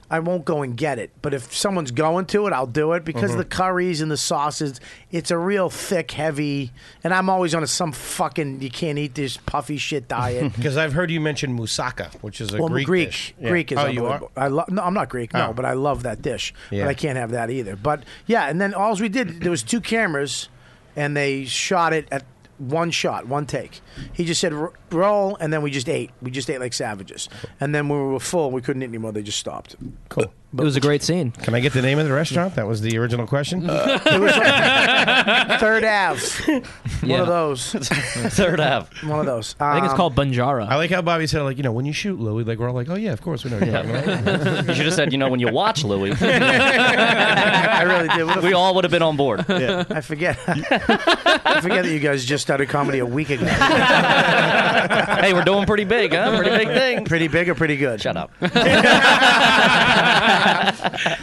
S2: I won't go and get it. But if someone's going to it, I'll do it because
S7: Mhm.
S2: the curries and the sauces, it's a real thick, heavy. And I'm always on a some fucking you can't eat this puffy shit diet.
S7: Because I've heard you mention moussaka, which is a
S2: well,
S7: Greek
S2: Greek,
S7: dish.
S2: Greek
S7: Yeah.
S2: is
S7: oh, you are.
S2: unbelievable. I love. No, I'm not Greek. No,
S7: Oh.
S2: but I love that dish.
S7: Yeah.
S2: But I can't have that either. But yeah, and then all we did there was two cameras, and they shot it at one shot, one take. He just said "Ro- roll, and then we just ate. We just ate like savages. And then when we were full, we couldn't eat anymore. They just stopped.
S7: Cool.
S2: It was a
S7: great scene. Can I get the name of the restaurant? That was the original question.
S2: Uh, Third Ave. One of those.
S7: Third Ave.
S2: One of those. Um,
S7: Banjara. I like how Bobby said, like, you know, when you shoot Louis, like, we're all like, oh, yeah, of course, we know what you're talking about.
S9: you should have said, you know, when you watch Louis.
S2: I really did. What a-
S9: We all would have been on board.
S2: I forget. I forget that you guys just started comedy a week ago.
S9: hey, we're doing pretty big, huh? Pretty big thing.
S2: Pretty big or pretty good? Shut
S9: up.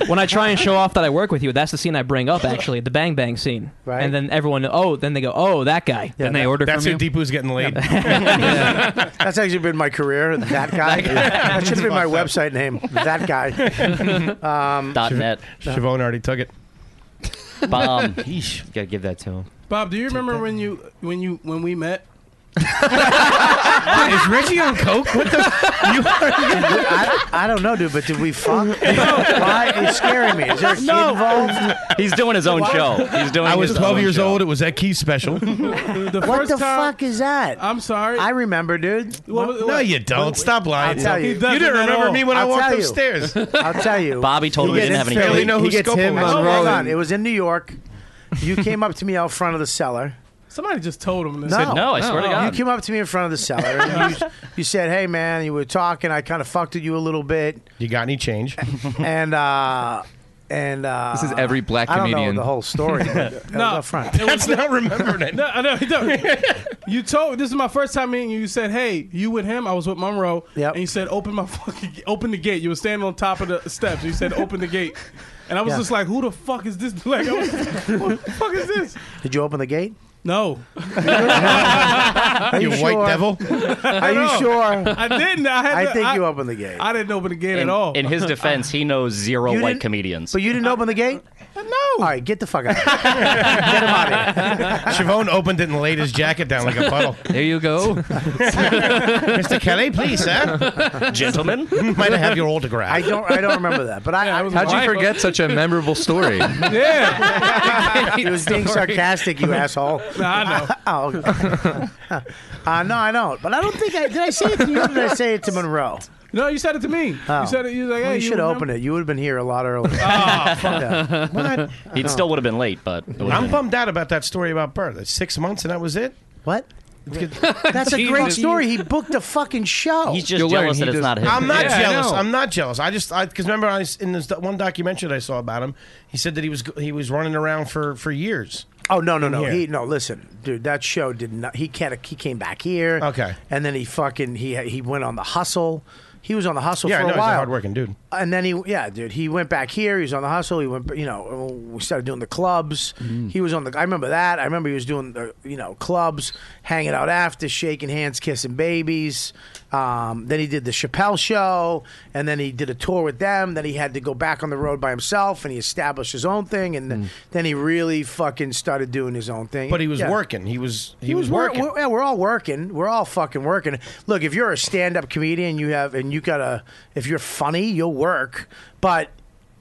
S10: when I try and show off that I work with you, that's the scene I bring up. Actually, the bang bang scene.
S2: Right.
S10: And then everyone, oh, then they go, oh, that guy. then they order
S7: That's
S10: from
S7: who
S10: you.
S7: Deepu's getting laid.
S2: That's actually been my career. That guy. that should have been my website name. That guy. Um,
S9: Dot net.
S7: Siobhan already took it.
S9: Bomb.
S10: Yeesh. Gotta give that to him.
S11: Bob, do you remember when you when you when we met?
S7: is Reggie on coke? What the? You
S2: I, I don't know, dude. But did we fuck? Why is scaring me? Is there a kid
S11: No.
S2: involved?
S9: He's doing his own
S2: Why-
S9: show. He's doing.
S7: I was
S9: his own
S7: 12 years
S9: show.
S7: old. It was that Keith special.
S11: The
S2: what
S11: first
S2: the
S11: time-
S2: fuck is that?
S11: I'm sorry.
S2: I remember, dude.
S11: was-
S7: No, you don't. Stop lying.
S2: I'll tell you.
S7: You didn't remember me when I
S2: I'll
S7: walked
S2: tell you.
S7: upstairs.
S2: I'll tell you.
S9: Bobby told him he didn't have any.
S7: Philly.
S9: money.
S7: know who Scopo was.
S2: Oh,
S7: Monroe
S2: hold on.
S7: and-
S2: It was in New York. You came up to me out front of the cellar.
S11: Somebody just told him this.
S2: No,
S9: no, I swear to God.
S2: You came up to me in front of the cellar. And you, you said, "Hey, man, you were talking. I kind of fucked at you a little bit."
S7: You got any change?
S2: And uh, and uh,
S8: This is every black
S2: I don't
S8: comedian.
S2: know the whole story. uh, no, up front.
S11: It was
S7: not remembering it.
S11: No, no, no. You told this is my first time meeting you. You said, "Hey, you with him?" I was with Monroe. Yeah. And you said, "Open my fucking open the gate." You were standing on top of the steps. You said, "Open the gate," and I was
S2: Yeah.
S11: just like, "Who the fuck is this?" Like, I was, what the fuck is this?
S2: Did you open the gate?
S11: No.
S2: Are
S7: You white
S2: sure?
S7: devil.
S2: Are you
S11: No.
S2: sure?
S11: I didn't. I had.
S2: I
S11: to-
S2: think you opened the gate.
S11: I didn't open the gate at
S9: In,
S11: all.
S9: in his defense, he knows zero
S2: You
S9: white
S2: didn't-
S9: comedians.
S2: But you didn't open the gate?
S11: No.
S2: All right, get the fuck out. Of Oh,
S7: Siobhan opened it and laid his jacket down like a puddle.
S8: There you go.
S7: Mr. Kelly, please, sir.
S9: Gentlemen,
S7: might I have your autograph?
S2: I don't. I don't remember that. But I. I was
S8: How'd you forget such a memorable story?
S2: He was being sarcastic, you asshole.
S11: No, I know.
S2: Oh, okay. uh, no, I don't. But I don't think I did. I say it to you. or Did I say it to Monroe?
S11: No, you said it to me.
S2: Oh.
S11: You said it. You were like,
S2: Well,
S11: "Hey,
S2: you should
S11: with him?"
S2: open it. You would have been here a lot earlier.
S11: Oh, fuck.
S2: Yeah.
S7: What?
S2: Uh-huh.
S9: he still would have been late, but it would've
S7: I'm
S9: been-
S7: bummed out about that story about Bert. That's six months and that was it.
S2: What? That's a great story. He booked a fucking show.
S9: he's just
S8: You'll learn
S9: jealous
S8: he
S9: that it's
S8: does-
S9: not him.
S7: I'm not
S8: Yeah, I
S7: jealous.
S8: know.
S7: I'm not jealous. I just because remember I, s- in this do- one documentary that I saw about him, he said that he was he was running around for for years.
S2: Oh no no no
S7: here.
S2: he no listen dude that show did not he can't he came back here
S7: Okay.
S2: and then he fucking he he went on the hustle he was on the hustle
S7: yeah, I
S2: for
S7: know
S2: a
S7: he's a
S2: while
S7: hardworking dude.
S2: and then he yeah dude he went back here he was on the hustle he went you know we started doing the clubs
S7: Mm-hmm.
S2: he was on the I remember that I remember he was doing the you know clubs hanging out after shaking hands kissing babies um, then he did the Chappelle show and then he did a tour with them then he had to go back on the road by himself and he established his own thing and then then he really fucking started doing his own thing
S7: Mm. But he was
S2: Yeah.
S7: working. He was he,
S2: He
S7: was,
S2: was wor-
S7: working.
S2: We're, yeah, we're all working. We're all fucking working. Look, if you're a stand-up comedian, you have and you gotta. If you're funny, you'll work. But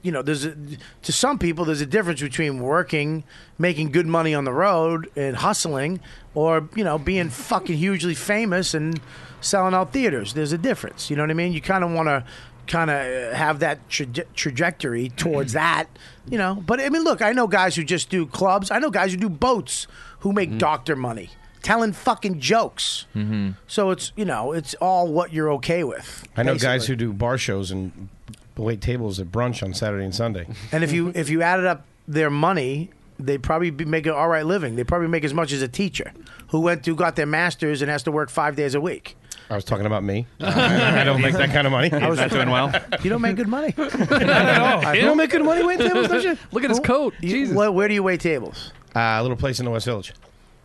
S2: you know, there's a, to some people, there's a difference between working, making good money on the road, and hustling, or you know, being fucking hugely famous and selling out theaters. There's a difference. You know what I mean? You kind of want to kind of have that traje- trajectory towards that, you know. But I mean, look, I know guys who just do clubs. I know guys who do boats who make doctor money, telling fucking jokes. Mm-hmm. So it's you know, it's all what you're okay with.
S7: I know guys
S2: basically.
S7: who do bar shows and wait tables at brunch on Saturday and Sunday.
S2: And if you if you added up their money, they probably be make an all right living. They probably make as much as a teacher who went to got their masters and has to work five days a week.
S7: I was talking about me. I don't make that kind of money.
S2: was
S6: not doing well.
S2: You don't make good money.
S7: You don't make good money waiting tables, don't you?
S6: Look at his coat.
S2: You-
S6: Jesus.
S2: where, where do you wait tables?
S7: Uh, a little place in the West Village.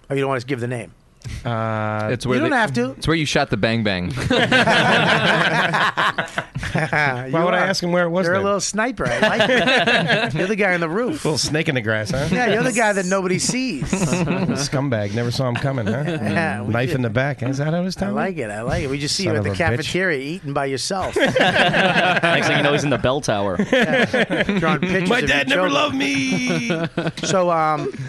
S2: Oh, you don't want to give the name.
S7: Uh,
S8: It's where
S2: you don't
S8: they-
S2: have to.
S8: It's where you shot the bang bang.
S2: Why
S7: would I ask him where it was
S2: You're a
S7: then?
S2: little sniper. I like it. you're the guy on the roof.
S7: Little snake in the grass, huh?
S2: Yeah, you're the guy that nobody sees.
S7: Scumbag. Never saw him coming, huh? Mm.
S2: Yeah, we
S7: Knife
S2: did.
S7: in the back. Is that how it was
S2: I
S7: telling?
S2: like it. I like it. We just see
S7: Son
S2: you at
S7: of
S2: the
S7: a bitch.
S2: cafeteria eating by yourself.
S9: Next thing you know, he's in the bell tower.
S2: drawing pictures.
S9: My
S2: of
S9: dad
S2: your
S9: never loved
S2: children. so, um,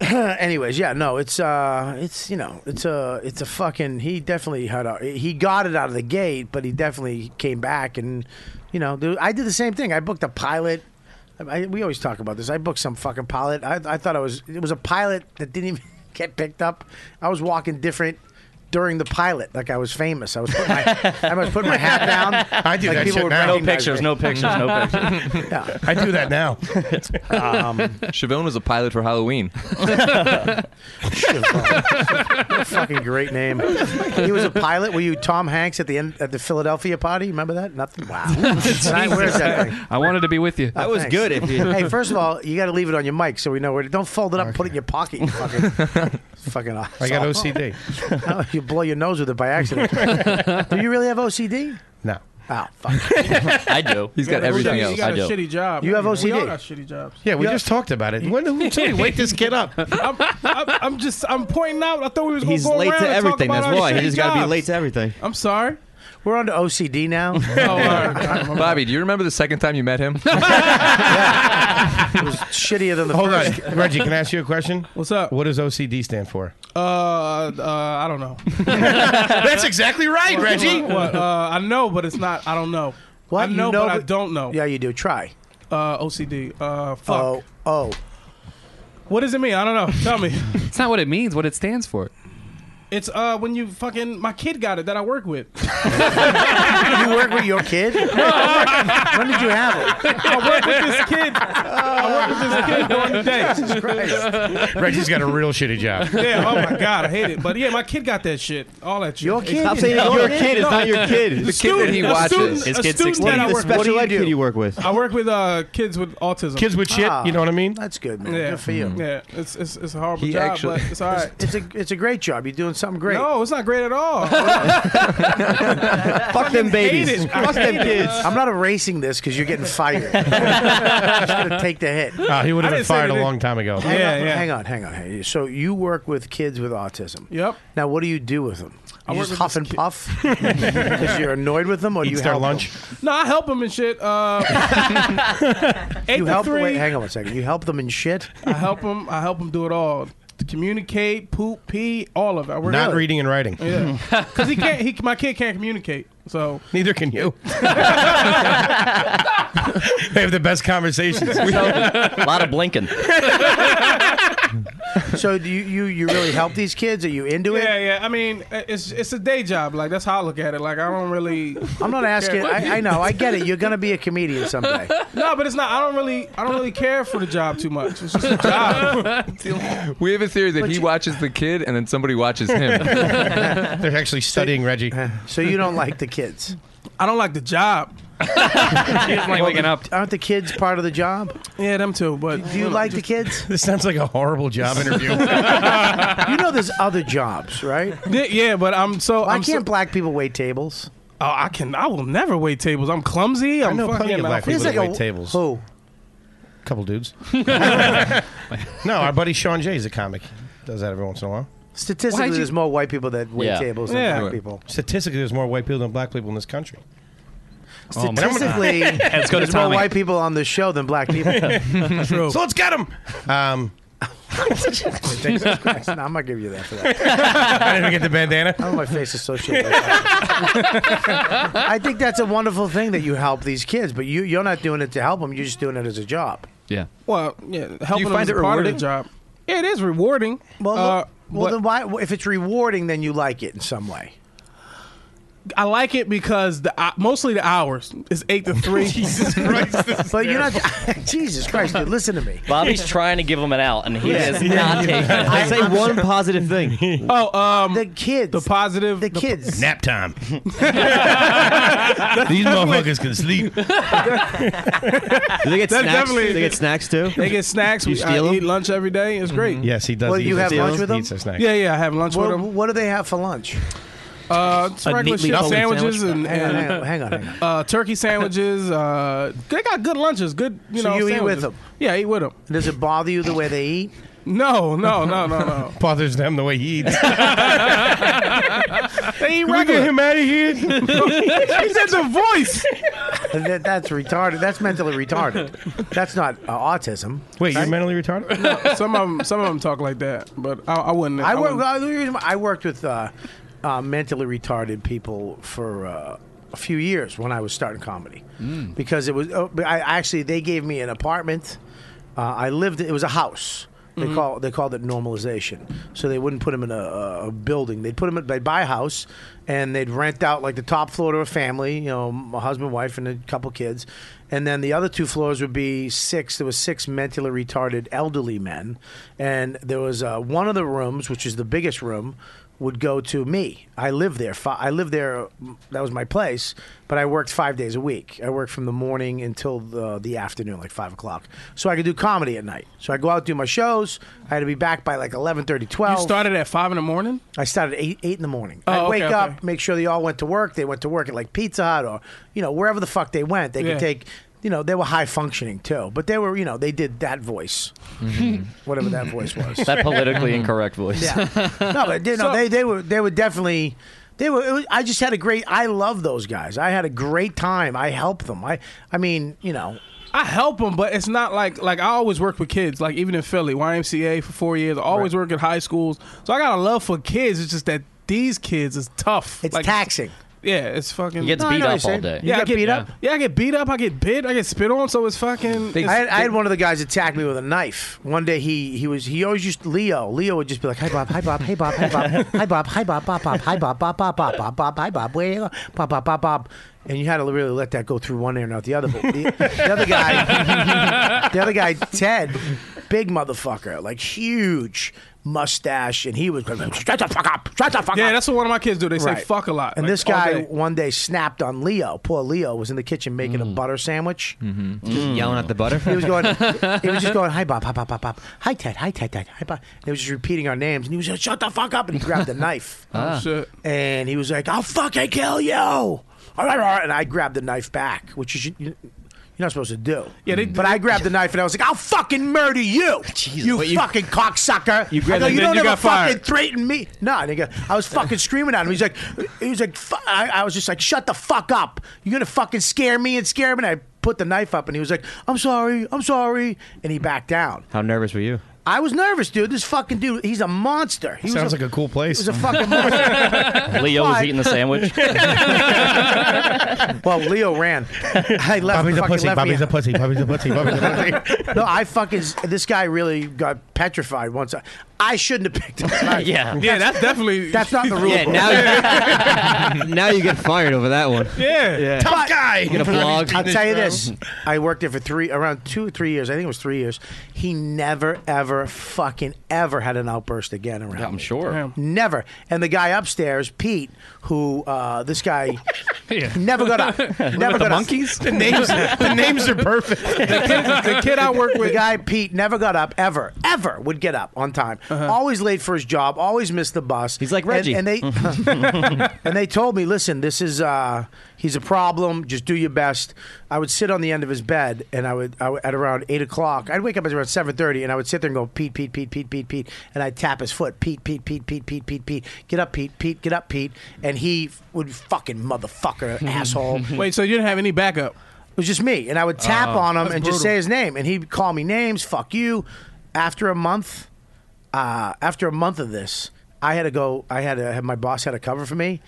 S2: anyways, yeah, no, it's uh, it's you know, it's a, it's a fucking. He definitely had a, he got it out of the gate, but he definitely came back, and you know, dude, I did the same thing. I booked a pilot. I, we always talk about this. I booked some fucking pilot. I, I thought I was it was a pilot that didn't even get picked up. I was walking different. During the pilot, like I was famous, I was putting my, I was putting my hat down.
S7: I do
S2: like
S7: that
S2: people
S7: shit
S2: would
S7: now.
S9: No
S2: recognize
S9: pictures,
S2: me.
S9: no pictures, no pictures.
S2: Yeah.
S7: I do that now.
S2: Um,
S8: Siobhan was a pilot for Halloween.
S2: fucking great name. He was a pilot. Were you Tom Hanks at the end at the Philadelphia party? Remember that? Nothing. Wow. Tonight, where's that thing?
S6: I wanted to be with you.
S2: Oh, thanks. hey, first of all, you got to leave it on your mic so we know where. to- Don't fold it up. Put it in your pocket. You fucking, fucking.
S7: I got
S2: asshole.
S7: OCD.
S2: Oh, you blow your nose with it by accident. Do you really have OCD?
S7: No.
S2: Oh fuck.
S9: I do.
S8: He's got
S11: Yeah,
S8: everything
S11: you
S8: else.
S11: got
S8: I
S11: a
S8: do.
S11: shitty job.
S2: You have
S11: We all
S2: OCD.
S11: got shitty jobs.
S7: Yeah, we
S2: Yeah.
S7: just talked about it. When who somebody wake this kid up?
S11: I'm, I'm, I'm just I'm pointing out. I thought we was going
S5: He's
S11: to go
S5: late
S11: around
S5: to
S11: and talk
S5: everything.
S11: about
S5: That's
S11: our
S5: why.
S11: shitty
S5: He just got to be
S11: jobs.
S5: late to everything.
S11: I'm sorry.
S2: We're on to OCD now.
S11: Oh, all right, all right, my bad.
S8: Bobby, do you remember the second time you met him?
S2: It was shittier than the
S7: Hold
S2: first.
S7: on, Reggie. Can I ask you a question?
S11: What's up?
S7: What does OCD stand for?
S11: Uh, uh, I don't know.
S7: That's exactly right, Reggie.
S11: What? Uh, I know, but it's not. I don't know.
S2: What?
S11: I
S2: You
S11: know,
S2: know,
S11: but I
S2: but-
S11: don't know.
S2: Yeah, you do. Try.
S11: Uh, OCD. Uh, fuck.
S2: Oh, oh.
S11: What does it mean? I don't know. Tell me.
S6: It's not what it means. What it stands for.
S11: It's uh when you fucking my kid got it that I work with.
S2: You work with your kid? when did you have it?
S11: I work with this kid. I work with this kid during the day.
S7: Reggie's got a real shitty job.
S11: Yeah. Oh my god, I hate it. But yeah, my kid got that shit. All that shit.
S2: Your kid?
S5: Stop saying it's your kid. It's not your kid.
S11: The
S5: It's
S11: student,
S8: he
S11: a
S8: watches.
S11: student-
S9: His
S11: a
S9: kid's
S11: student
S9: 16.
S11: that I
S5: the
S11: work with.
S5: special
S2: do you
S5: ed
S2: do?
S5: kid you work with.
S11: I work with uh, kids with autism.
S7: Kids with shit.
S2: Ah.
S7: You know what I mean?
S2: That's good, man.
S11: Yeah.
S2: Good for you.
S11: Yeah, it's it's, it's a horrible
S8: He
S11: job,
S8: actually-
S11: but it's all right.
S2: It's a it's a great job. You're doing something great.
S11: No, it's not great at all.
S5: Fuck them
S11: hate
S5: babies.
S11: it. I
S5: Fuck them
S11: hate it.
S5: kids.
S2: I'm not erasing this because you're getting fired. I'm just gonna take the hit.
S7: Ah, he would
S11: I
S7: have been
S11: didn't say
S7: fired a
S11: anything.
S7: long time ago.
S2: Hang
S11: Yeah,
S2: on,
S11: yeah.
S2: Hang on, hang on, hang on. So you work with kids with autism.
S11: Yep.
S2: Now, what do you do with them? You
S11: work
S2: just
S11: with
S2: huff
S11: this
S2: and puff because you're annoyed with them, or do
S7: Eats
S2: you
S7: their
S2: help
S7: lunch.
S2: Them?
S11: No, I help them and shit. Uh, eight
S2: You
S11: to
S2: help.
S11: three.
S2: Wait, hang on one second. You help them in shit.
S11: I help them. I help them do it all. To communicate, poop, pee, all of it. I work
S7: Not
S11: with-
S7: reading and writing.
S11: Yeah, because he can't. He, my kid can't communicate. So
S7: Neither can you. they have the best conversations.
S9: a lot of blinking.
S2: So do you, you you really help these kids? Are you into
S11: yeah,
S2: it?
S11: yeah. I mean, it's it's a day job. Like that's how I look at it. Like I don't really.
S2: I'm not asking. I, I know. I get it. You're gonna be a comedian someday.
S11: No, but it's not. I don't really. I don't really care for the job too much. It's just a job.
S8: we have a theory that he watches the kid and then somebody watches him.
S7: They're actually studying Reggie.
S2: So you don't like the kids?
S11: I don't like the job.
S6: He doesn't like waking up.
S2: Aren't the kids part of the job?
S11: Yeah, them too. But
S2: Do you like the kids?
S7: This sounds like a horrible job interview.
S2: You know, there's other jobs, right?
S11: Yeah, yeah, but I'm so.
S2: Why
S11: I'm so-
S2: can't black people wait tables?
S11: Oh, I can. I will never wait tables. I'm clumsy. I'm
S7: know
S11: fucking.
S7: plenty of black
S11: I'm-
S7: People that wait tables.
S2: Who?
S7: Couple dudes. no, our buddy Sean Jay is a comic. Does that every once in a while.
S2: Statistically,
S6: Why'd you-
S2: there's more white people that wait
S9: Yeah.
S2: tables than
S11: Yeah.
S2: black people.
S7: Statistically, there's more white people than black people in this country.
S6: Oh, my God.
S2: Statistically,
S9: Let's go to
S2: there's more
S9: Tommy.
S2: white people on this show than black people.
S7: So let's get him. Um,
S2: No, I'm gonna give you that for that.
S7: I didn't even get the bandana.
S2: I don't want my face associated. With that. I think that's a wonderful thing that you help these kids, but you you're not doing it to help them. You're just doing it as a job.
S6: Yeah.
S11: Well, yeah, helping
S9: you
S11: them is part of
S9: find it
S11: the
S9: rewarding?
S11: job. Yeah, it is rewarding.
S2: Well,
S11: Uh,
S2: look- well,
S11: but
S2: then why? If it's rewarding, then you like it in some way.
S11: I like it because the uh, mostly the hours is eight to three. Jesus Christ!
S2: But you're not. Jesus Christ, dude! Listen to me.
S9: Bobby's trying to give him an out, and he is not taking it.
S5: I say one positive thing.
S11: Oh, um,
S2: The kids.
S11: the positive.
S2: The kids.
S7: Nap time. These motherfuckers can sleep.
S5: Do they
S11: That
S5: get snacks?
S11: definitely-
S5: Do they get snacks too?
S11: they get snacks.
S2: uh,
S5: You
S11: we
S5: steal
S11: I
S5: 'em?
S11: eat lunch every day. It's great.
S7: Mm-hmm. Yes, he does.
S2: Well,
S7: eat
S2: you
S7: his
S2: have lunch
S7: steals.
S2: with
S7: He
S2: him?
S7: eats his snacks.
S11: Yeah, yeah. I have lunch with
S2: What,
S11: them.
S2: what do they have for lunch?
S11: Uh, just
S2: A
S11: regular
S2: neatly
S11: shit,
S2: folded
S11: sandwiches
S2: sandwich.
S11: and,
S2: Hang on,
S11: and
S2: hang on, hang on, hang
S11: Uh, turkey sandwiches. Uh, they got good lunches. Good, you
S2: So
S11: know.
S2: you eat with
S11: sandwiches.
S2: them?
S11: Yeah, I eat with them.
S2: Does it bother you the way they eat?
S11: No, no, no, no, no.
S7: Bothers them the way he eats.
S11: they eat
S7: Can we get
S11: regular.
S7: him out of here? he
S11: said the voice.
S2: That- that's retarded. That's mentally retarded. That's not uh, autism.
S7: Wait,
S2: Right?
S7: you're mentally retarded?
S11: some of them, some of them talk like that, but I, I wouldn't.
S2: I, work,
S11: wouldn't-
S2: I, the reason why- I worked with uh, uh, mentally retarded people for uh, a few years when I was starting comedy
S11: Mm.
S2: because it was oh, but I actually they gave me an apartment. Uh, I lived it was a house. They
S12: Mhm.
S2: call they called it normalization. So they wouldn't put them in a, a a building. They'd put them in, they'd buy a house and they'd rent out like the top floor to a family, you know, a husband, wife, and a couple kids. And then the other two floors would be six. There was six mentally retarded elderly men, and there was uh, one of the rooms, which is the biggest room, would go to me. I lived there. Fi- I lived there. mm, That was my place. But I worked five days a week. I worked from the morning until the, the afternoon, like five o'clock, so I could do comedy at night. So I go out do my shows. I had to be back by like 11:30, 12.
S11: You started at five in the morning.
S2: I started at eight eight in the morning.
S11: Oh,
S2: I'd
S11: okay,
S2: wake
S11: okay.
S2: up, make sure they all went to work. They went to work at like Pizza Hut or you know wherever the fuck they went. They
S11: Yeah.
S2: could take. You know they were high functioning too, but they were you know they did that voice,
S8: Mm-hmm.
S2: whatever that voice was.
S9: That politically incorrect voice.
S2: Yeah. no, but they, no, they they were they were definitely they were. It was, I just had a great. I love those guys. I had a great time. I helped them. I I mean, you know,
S11: I help them, but it's not like like I always work with kids. Like even in Philly, YMCA for four years, I always work at high schools. So I got a love for kids. It's just that these kids is tough. It's
S2: taxing.
S11: Yeah, it's fucking.
S9: He gets No, I beat know what up you're all saying. day. You
S11: Yeah, I
S2: get beat up?
S11: Yeah, I get beat up. I get bit. I get spit on. So it's fucking.
S2: I had, I had one of the guys attack me with a knife. One day he he was he always used Leo. Leo would just be like, "Hi Bob, hi Bob, hey Bob, hi Bob, hi Bob, hi Bob, Bob, Bob, hi Bob, Bob, Bob, Bob, Bob, Bob, hi Bob, where you go, Bob, Bob, Bob, Bob." And you had to really let that go through one ear and out the other. But the, the other guy, the other guy, Ted, big motherfucker, like huge mustache, and he was like, "Shut the fuck up, shut the fuck
S11: Yeah,
S2: up."
S11: that's what one of my kids do. They say
S2: Right.
S11: fuck a lot.
S2: And
S11: like,
S2: this
S11: all
S2: guy
S11: day.
S2: one day snapped on Leo. Poor Leo was in the kitchen making a butter sandwich.
S5: Mm-hmm. Mm.
S11: Mm.
S5: Yelling at the butter.
S2: He was going. He was just going. Hi, Bob. Hi, Bob. Bob. Bob. Hi, Ted. Hi, Ted. Ted. Hi, Bob. And he was just repeating our names, and he was like, "Shut the fuck up!" And he grabbed a knife.
S11: Oh, Ah. shit.
S2: And he was like, "I'll fucking kill you!" And I grabbed the knife back, which you should, you're not supposed to do. Yeah,
S5: Mm.
S11: they-
S2: but I grabbed the knife and I was like, "I'll fucking murder you, you
S11: But you-
S2: fucking cocksucker!"
S11: You grabbed
S2: I
S11: it,
S2: go, you
S11: then
S2: don't
S11: you
S2: ever
S11: got
S2: fucking
S11: fired."
S2: threaten me. No, nigga, I was fucking screaming at him. He's like, he was like, fu- I, I was just like, shut the fuck up. You're gonna fucking scare me and scare him. And I put the knife up, and he was like, I'm sorry, I'm sorry, and he backed down.
S5: How nervous were you?
S2: I was nervous, dude. This fucking dude, he's a monster. He
S7: Sounds
S2: was
S7: like a cool place.
S2: He was a fucking monster.
S9: Leo was
S2: Why?
S9: eating the sandwich.
S2: well, Leo ran. I left.
S7: Bobby's a
S2: fucking
S7: pussy.
S2: left me
S7: Bobby's a pussy. Bobby's a pussy. Bobby's a pussy.
S2: no, I fucking. This guy really got petrified once. I, I shouldn't have picked him.
S5: Yeah.
S11: Yeah, that's definitely.
S2: That's not the rule.
S5: Yeah,
S2: book.
S5: now you, now you get fired over that one.
S11: Yeah.
S2: But-
S5: You get a blog.
S2: I'll tell you this: I worked there for three, around two, three years. I think it was three years. He never, ever, fucking ever had an outburst again around. I'm
S9: sure. Damn.
S2: Never. And the guy upstairs, Pete, who uh, this guy he never got up. Never got
S11: the
S2: up.
S11: monkeys? The names- the names are perfect.
S2: The
S11: kid- the kid I work with-
S2: the guy Pete, never got up ever, ever would get up on time.
S11: Uh-huh.
S2: Always late for his job. Always missed the bus. He's like
S5: Reggie.
S2: And, and they and they told me, listen, this is uh, he's a problem. Just do your best. I would sit on the end of his bed, and I would, I would at around eight o'clock. I'd wake up at around seven thirty, and I would sit there and go, Pete, Pete, Pete, Pete, Pete, Pete, and I'd tap his foot, Pete, Pete, Pete, Pete, Pete, Pete, Pete, get up, Pete, Pete, get up, Pete, and he would fucking motherfucker, asshole.
S11: Wait, so you didn't have any backup?
S2: It was just me, and I would tap
S11: Oh.
S2: on him
S11: That's
S2: and just
S11: brutal.
S2: say his name, and he'd call me names. Fuck you. After a month, uh, after a month of this, I had to go. I had to have my boss had a cover for me.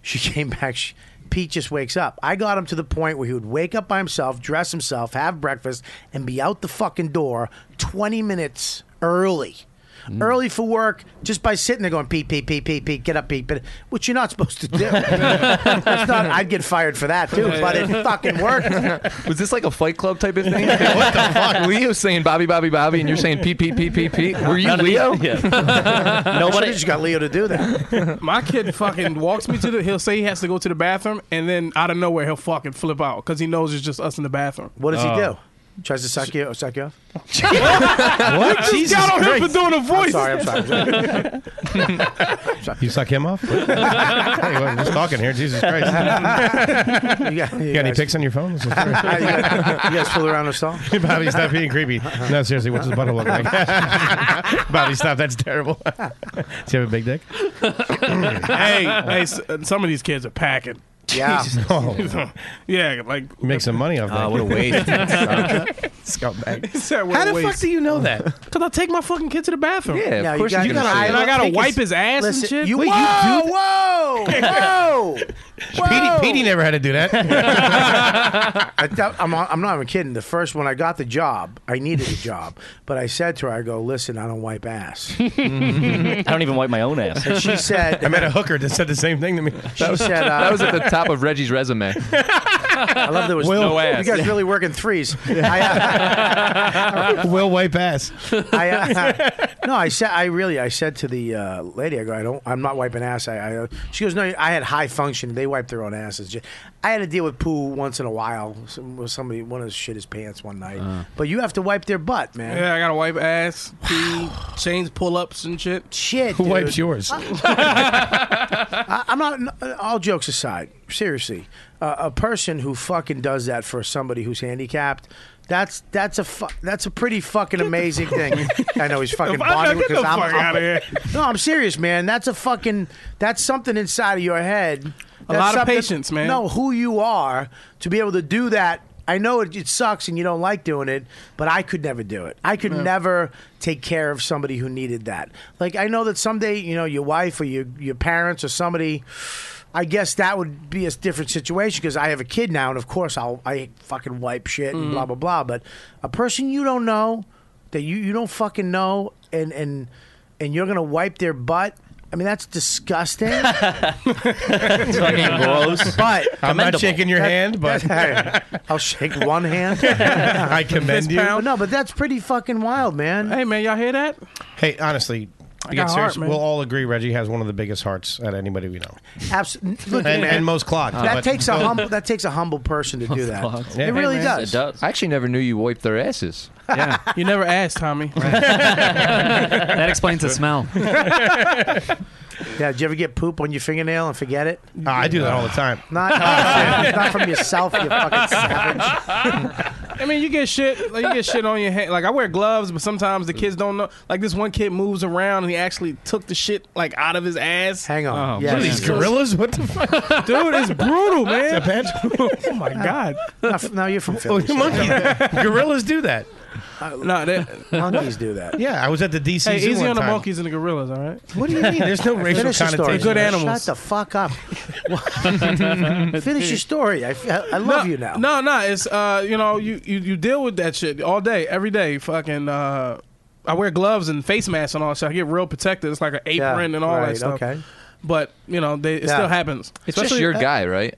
S2: She came back. She, Pete just wakes up. I got him to the point where he would wake up by himself, dress himself, have breakfast, and be out the fucking door twenty minutes early.
S11: Mm.
S2: Early for work, just by sitting there going, Pete, Pete, Pete, Pete, Pete, get up, Pete, Pete, which you're not supposed to do. That's not, I'd get fired for that, too, but it fucking worked.
S8: Was this like a Fight Club type of thing? what the fuck? Leo's saying Bobby, Bobby, Bobby, and you're saying Pete, Pete, Pete, Pete, Pete. Were you
S9: None of these-
S8: Leo?
S2: Nobody just got Leo to do that.
S11: My kid fucking walks me to the. He'll say he has to go to the bathroom, and then out of nowhere he'll fucking flip out because he knows it's just us in the bathroom.
S7: Oh.
S2: What does he do? Tries to suck you, suck you off.
S11: What? Just Jesus got on him Christ. for doing a voice.
S2: I'm sorry, I'm sorry.
S7: You suck him off? hey, well, I'm just talking here. Jesus Christ.
S2: you got,
S7: You got any pics on your phone? This is
S2: you,
S7: great.
S2: guys, you guys fool around with song?
S7: Bobby, stop being creepy. No, seriously, what's his butthole look like? Bobby, stop. That's terrible. Does he have a big dick?
S11: hey, hey, s- uh, some of these kids are packing.
S7: Yeah.
S11: Oh. yeah, like
S7: Make some money
S9: Uh,
S7: off that.
S11: Ah, what a waste.
S7: Scumbag.
S11: How
S7: the fuck do you know that?
S11: Because I take my fucking kid to the bathroom.
S7: Yeah, of No, you course gotta- you gotta-
S11: and I gotta
S7: Take
S11: wipe
S7: his-
S11: his ass
S2: listen,
S11: and shit.
S2: you- Wait, you whoa, do- whoa, whoa,
S7: Petey, Petey never had to do that.
S2: I thought- I'm, I'm not even kidding. The first when I got the job, I needed a job, but I said to her, "I go, listen, I don't wipe ass."
S9: I don't even wipe my own ass.
S2: And she said-
S7: I met a hooker that said the same thing to me.
S2: She said, uh,
S8: that was at the top of Reggie's resume.
S2: I love there was
S8: Will- No ass.
S2: You guys really working threes. I,
S7: Will wipe ass.
S2: I, uh, no, I said I really I said to the uh, lady I go I don't I'm not wiping ass. I, I uh," she goes no I had high function. They wipe their own asses. Ju- I had to deal with poo once in a while. Some, with somebody one of us shit his pants one night.
S7: Uh.
S2: But you have to wipe their butt, man.
S11: Yeah, I gotta wipe ass, pee, chains, pull ups, and shit.
S2: Shit.
S7: Who
S2: dude.
S7: wipes yours?
S2: I, I'm not. n- All jokes aside, seriously, uh, a person who fucking does that for somebody who's handicapped. That's that's a fu- that's a pretty fucking amazing thing. I know he's fucking
S11: If I-
S2: bonding
S11: get the
S2: because I'm,
S11: fuck
S2: I'm-
S11: outta here.
S2: No, I'm serious, man. That's a fucking that's something inside of your head.
S11: A
S2: That's
S11: lot of
S2: something-
S11: patience, man.
S2: No, who you are to be able to do that. I know it, it sucks and you don't like doing it, but I could never do it. I could never take care of somebody who needed that. Like I know that someday, you know, your wife or your your parents or somebody. I guess that would be a different situation because I have a kid now, and of course I'll I fucking wipe shit and blah blah blah. But a person you don't know that you you don't fucking know, and and and you're gonna wipe their butt. I mean that's disgusting.
S9: fucking gross.
S2: But
S7: I'm not shaking your
S2: That-
S7: hand, but
S2: that- I'll shake one hand.
S7: I commend you.
S2: But no, but that's pretty fucking wild, man.
S11: Hey man, y'all hear that?
S7: Hey, honestly, to
S11: got
S7: get serious,
S11: heart, man.
S7: we'll all agree Reggie has one of the biggest hearts out of anybody we know.
S2: Absolutely, look,
S7: And,
S2: man,
S7: and most clogged.
S2: that
S7: but-
S2: takes a
S7: but-
S2: humble that takes a humble person to do that.
S7: Yeah.
S2: It really
S11: man.
S2: does.
S8: I actually never knew you wiped their asses.
S6: Yeah,
S11: You never asked, Tommy.
S6: that explains the smell.
S2: Yeah, did you ever get poop on your fingernail and forget it?
S7: Ah, I do that all the time.
S2: Not, oh, shit. not from yourself, you fucking savage.
S11: I mean, you get shit. Like, you get shit on your hand. Like I wear gloves, but sometimes the kids don't know. Like this one kid moves around and he actually took the shit like out of his ass.
S2: Hang on.
S6: Oh,
S2: yeah,
S7: What are these gorillas? What the fuck?
S11: Dude, it's brutal, man.
S7: Bad-
S11: oh my god.
S2: now you're from
S7: Oh,
S2: Philly.
S7: you
S2: so
S7: monkey. gorillas do that.
S11: No, that,
S2: monkeys Uh, do that.
S7: Yeah, I was at the DC
S11: hey,
S7: Zoo
S11: easy
S7: one
S11: on the
S7: time.
S11: monkeys and the gorillas. All right.
S7: What do you mean? There's no racial
S2: Finish your story.
S7: connotation.
S11: They're good
S2: man.
S11: animals.
S2: Shut the fuck up. Finish your story. I, I
S11: no,
S2: love you now.
S11: No, no, it's uh, you know, you, you you deal with that shit all day, every day. Fucking, uh, I wear gloves and face masks and all that. shit. I get real protected. It's like an
S2: Yeah,
S11: apron and all
S2: right,
S11: that stuff.
S2: Okay.
S11: But you know, they, it
S2: Yeah.
S11: still happens. uh,
S8: It's just your guy, right?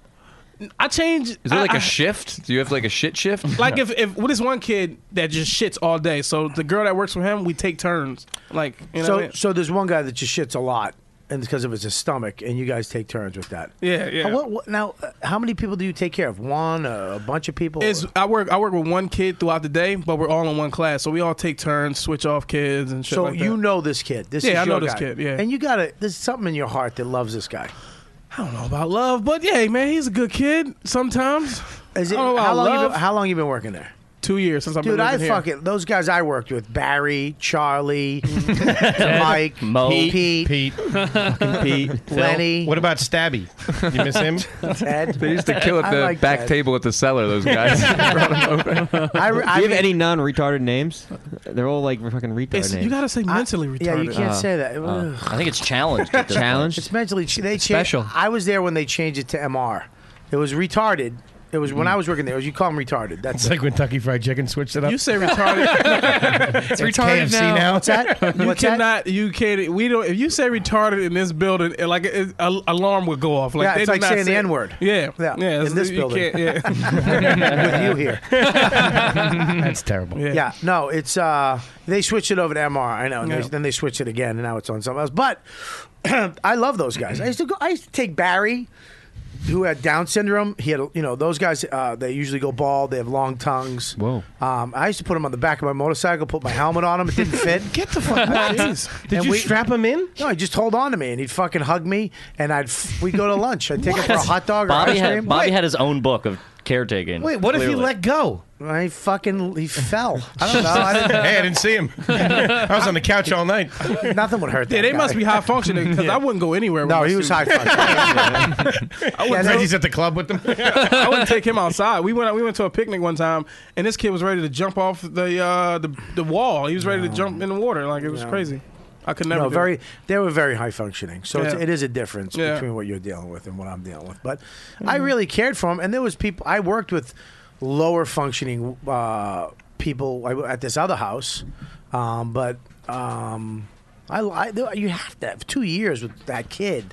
S11: I change.
S8: Is there like
S11: a
S8: a shift? Do you have like a shit shift?
S11: like if if what is one kid that just shits all day? So the girl that works for him, we take turns. Like you know,
S2: so
S11: what I mean?
S2: so there's one guy that just shits a lot, and it's because of his stomach, and you guys take turns with that.
S11: yeah, yeah.
S2: Now, what, what, now, uh, how many people do you take care of? One, uh, a bunch of people?
S11: It's,
S2: or-
S11: I work. I work with one kid throughout the day, but we're all in one class, so we all take turns, switch off kids and shit.
S2: so
S11: like that.
S2: you know this kid. This
S11: Yeah,
S2: is
S11: I know
S2: your
S11: this
S2: guy.
S11: kid, yeah.
S2: and you got to There's something in your heart that loves this guy.
S11: I don't know about love, but yeah, man, he's a good kid. Sometimes.
S2: Is it
S11: I don't know about
S2: how long? You
S11: love.
S2: been, how long you been working there?
S11: Two years since I've
S2: Dude,
S11: been
S2: I
S11: living here.
S2: fucking those guys I worked with: Barry, Charlie, Mike,
S9: Mo.
S2: Pete,
S7: Pete,
S9: Pete,
S2: Lenny,
S7: what about Stabby? You miss him?
S2: Ted.
S8: They used to kill at
S2: I
S8: the
S2: like
S8: back
S2: that.
S8: table at the cellar. Those guys. Brought 'em over.
S2: I, re- I
S5: Do you have
S2: mean-
S5: any non-retarded names? They're all like fucking retarded
S11: It's-
S5: names.
S11: you gotta say mentally retarded.
S2: Yeah, you can't
S5: Uh,
S2: say that.
S9: Uh,
S2: Ugh.
S9: I think it's challenged. at this point.
S5: Challenged?
S2: It's mentally ch- they
S6: Special.
S2: Changed. I was there when they changed it to MR. It was retarded. It was when I was working there. It was, you call them retarded. That's
S7: It's like Kentucky Fried Chicken switched it up.
S11: You say retarded.
S6: It's retarded
S7: KFC
S6: now.
S7: now.
S2: what's that?
S11: you
S2: what's
S11: cannot.
S2: that?
S11: You can't. We don't. If you say retarded in this building, it, like it, a, alarm would go off. Like
S2: Yeah,
S11: they
S2: it's
S11: do
S2: like
S11: not
S2: saying the
S11: say-
S2: N-word.
S11: Yeah,
S2: Yeah,
S11: yeah.
S2: in this
S11: you
S2: building.
S11: can't- yeah.
S2: With you here.
S7: That's terrible.
S11: Yeah.
S2: Yeah, no, it's uh they switched it over to MR. I know. And they,
S11: Yeah.
S2: then they switched it again, and now it's on something else. But I love those guys. I used to go. I used to take Barry. who had Down syndrome. He had, you know, those guys. Uh, they usually go bald. They have long tongues. Whoa. Um, I used to put them on the back of my motorcycle. Put my helmet on them. It didn't fit.
S7: Get the fuck out of this. Did you strap him in?
S2: No, he just hold on to me, and he'd fucking hug me, and I'd f- we'd go to lunch. I'd take him for a hot dog or
S9: Bobby
S2: ice
S9: had,
S2: cream.
S9: Bobby
S2: Wait.
S9: had his own book of caretaking.
S2: Wait, what if he
S9: clearly.
S2: let
S7: go?
S2: I fucking he fell. I don't know. I didn't,
S7: hey, I didn't see him. I was on the couch all night.
S2: Nothing would hurt.
S11: Yeah, they must be high functioning because I wouldn't go anywhere.
S7: No,
S11: with
S7: he
S11: my
S7: was
S11: suit.
S7: high functioning.
S11: I wouldn't
S7: Reggie's at the club with them.
S11: I wouldn't take him outside. We went we went to a picnic one time, and this kid was ready to jump off the uh, the, the wall. He was ready to jump in the water. Like it was crazy. I could never.
S2: No,
S11: do
S2: very.
S11: it.
S2: They were very high functioning, so it's,
S11: Yeah.
S2: it is a difference
S11: Yeah.
S2: between what you're dealing with and what I'm dealing with. But I really cared for them, and there was people I worked with, lower functioning uh, people I- at this other house, um, but um, I, I you have to have two years with that kid.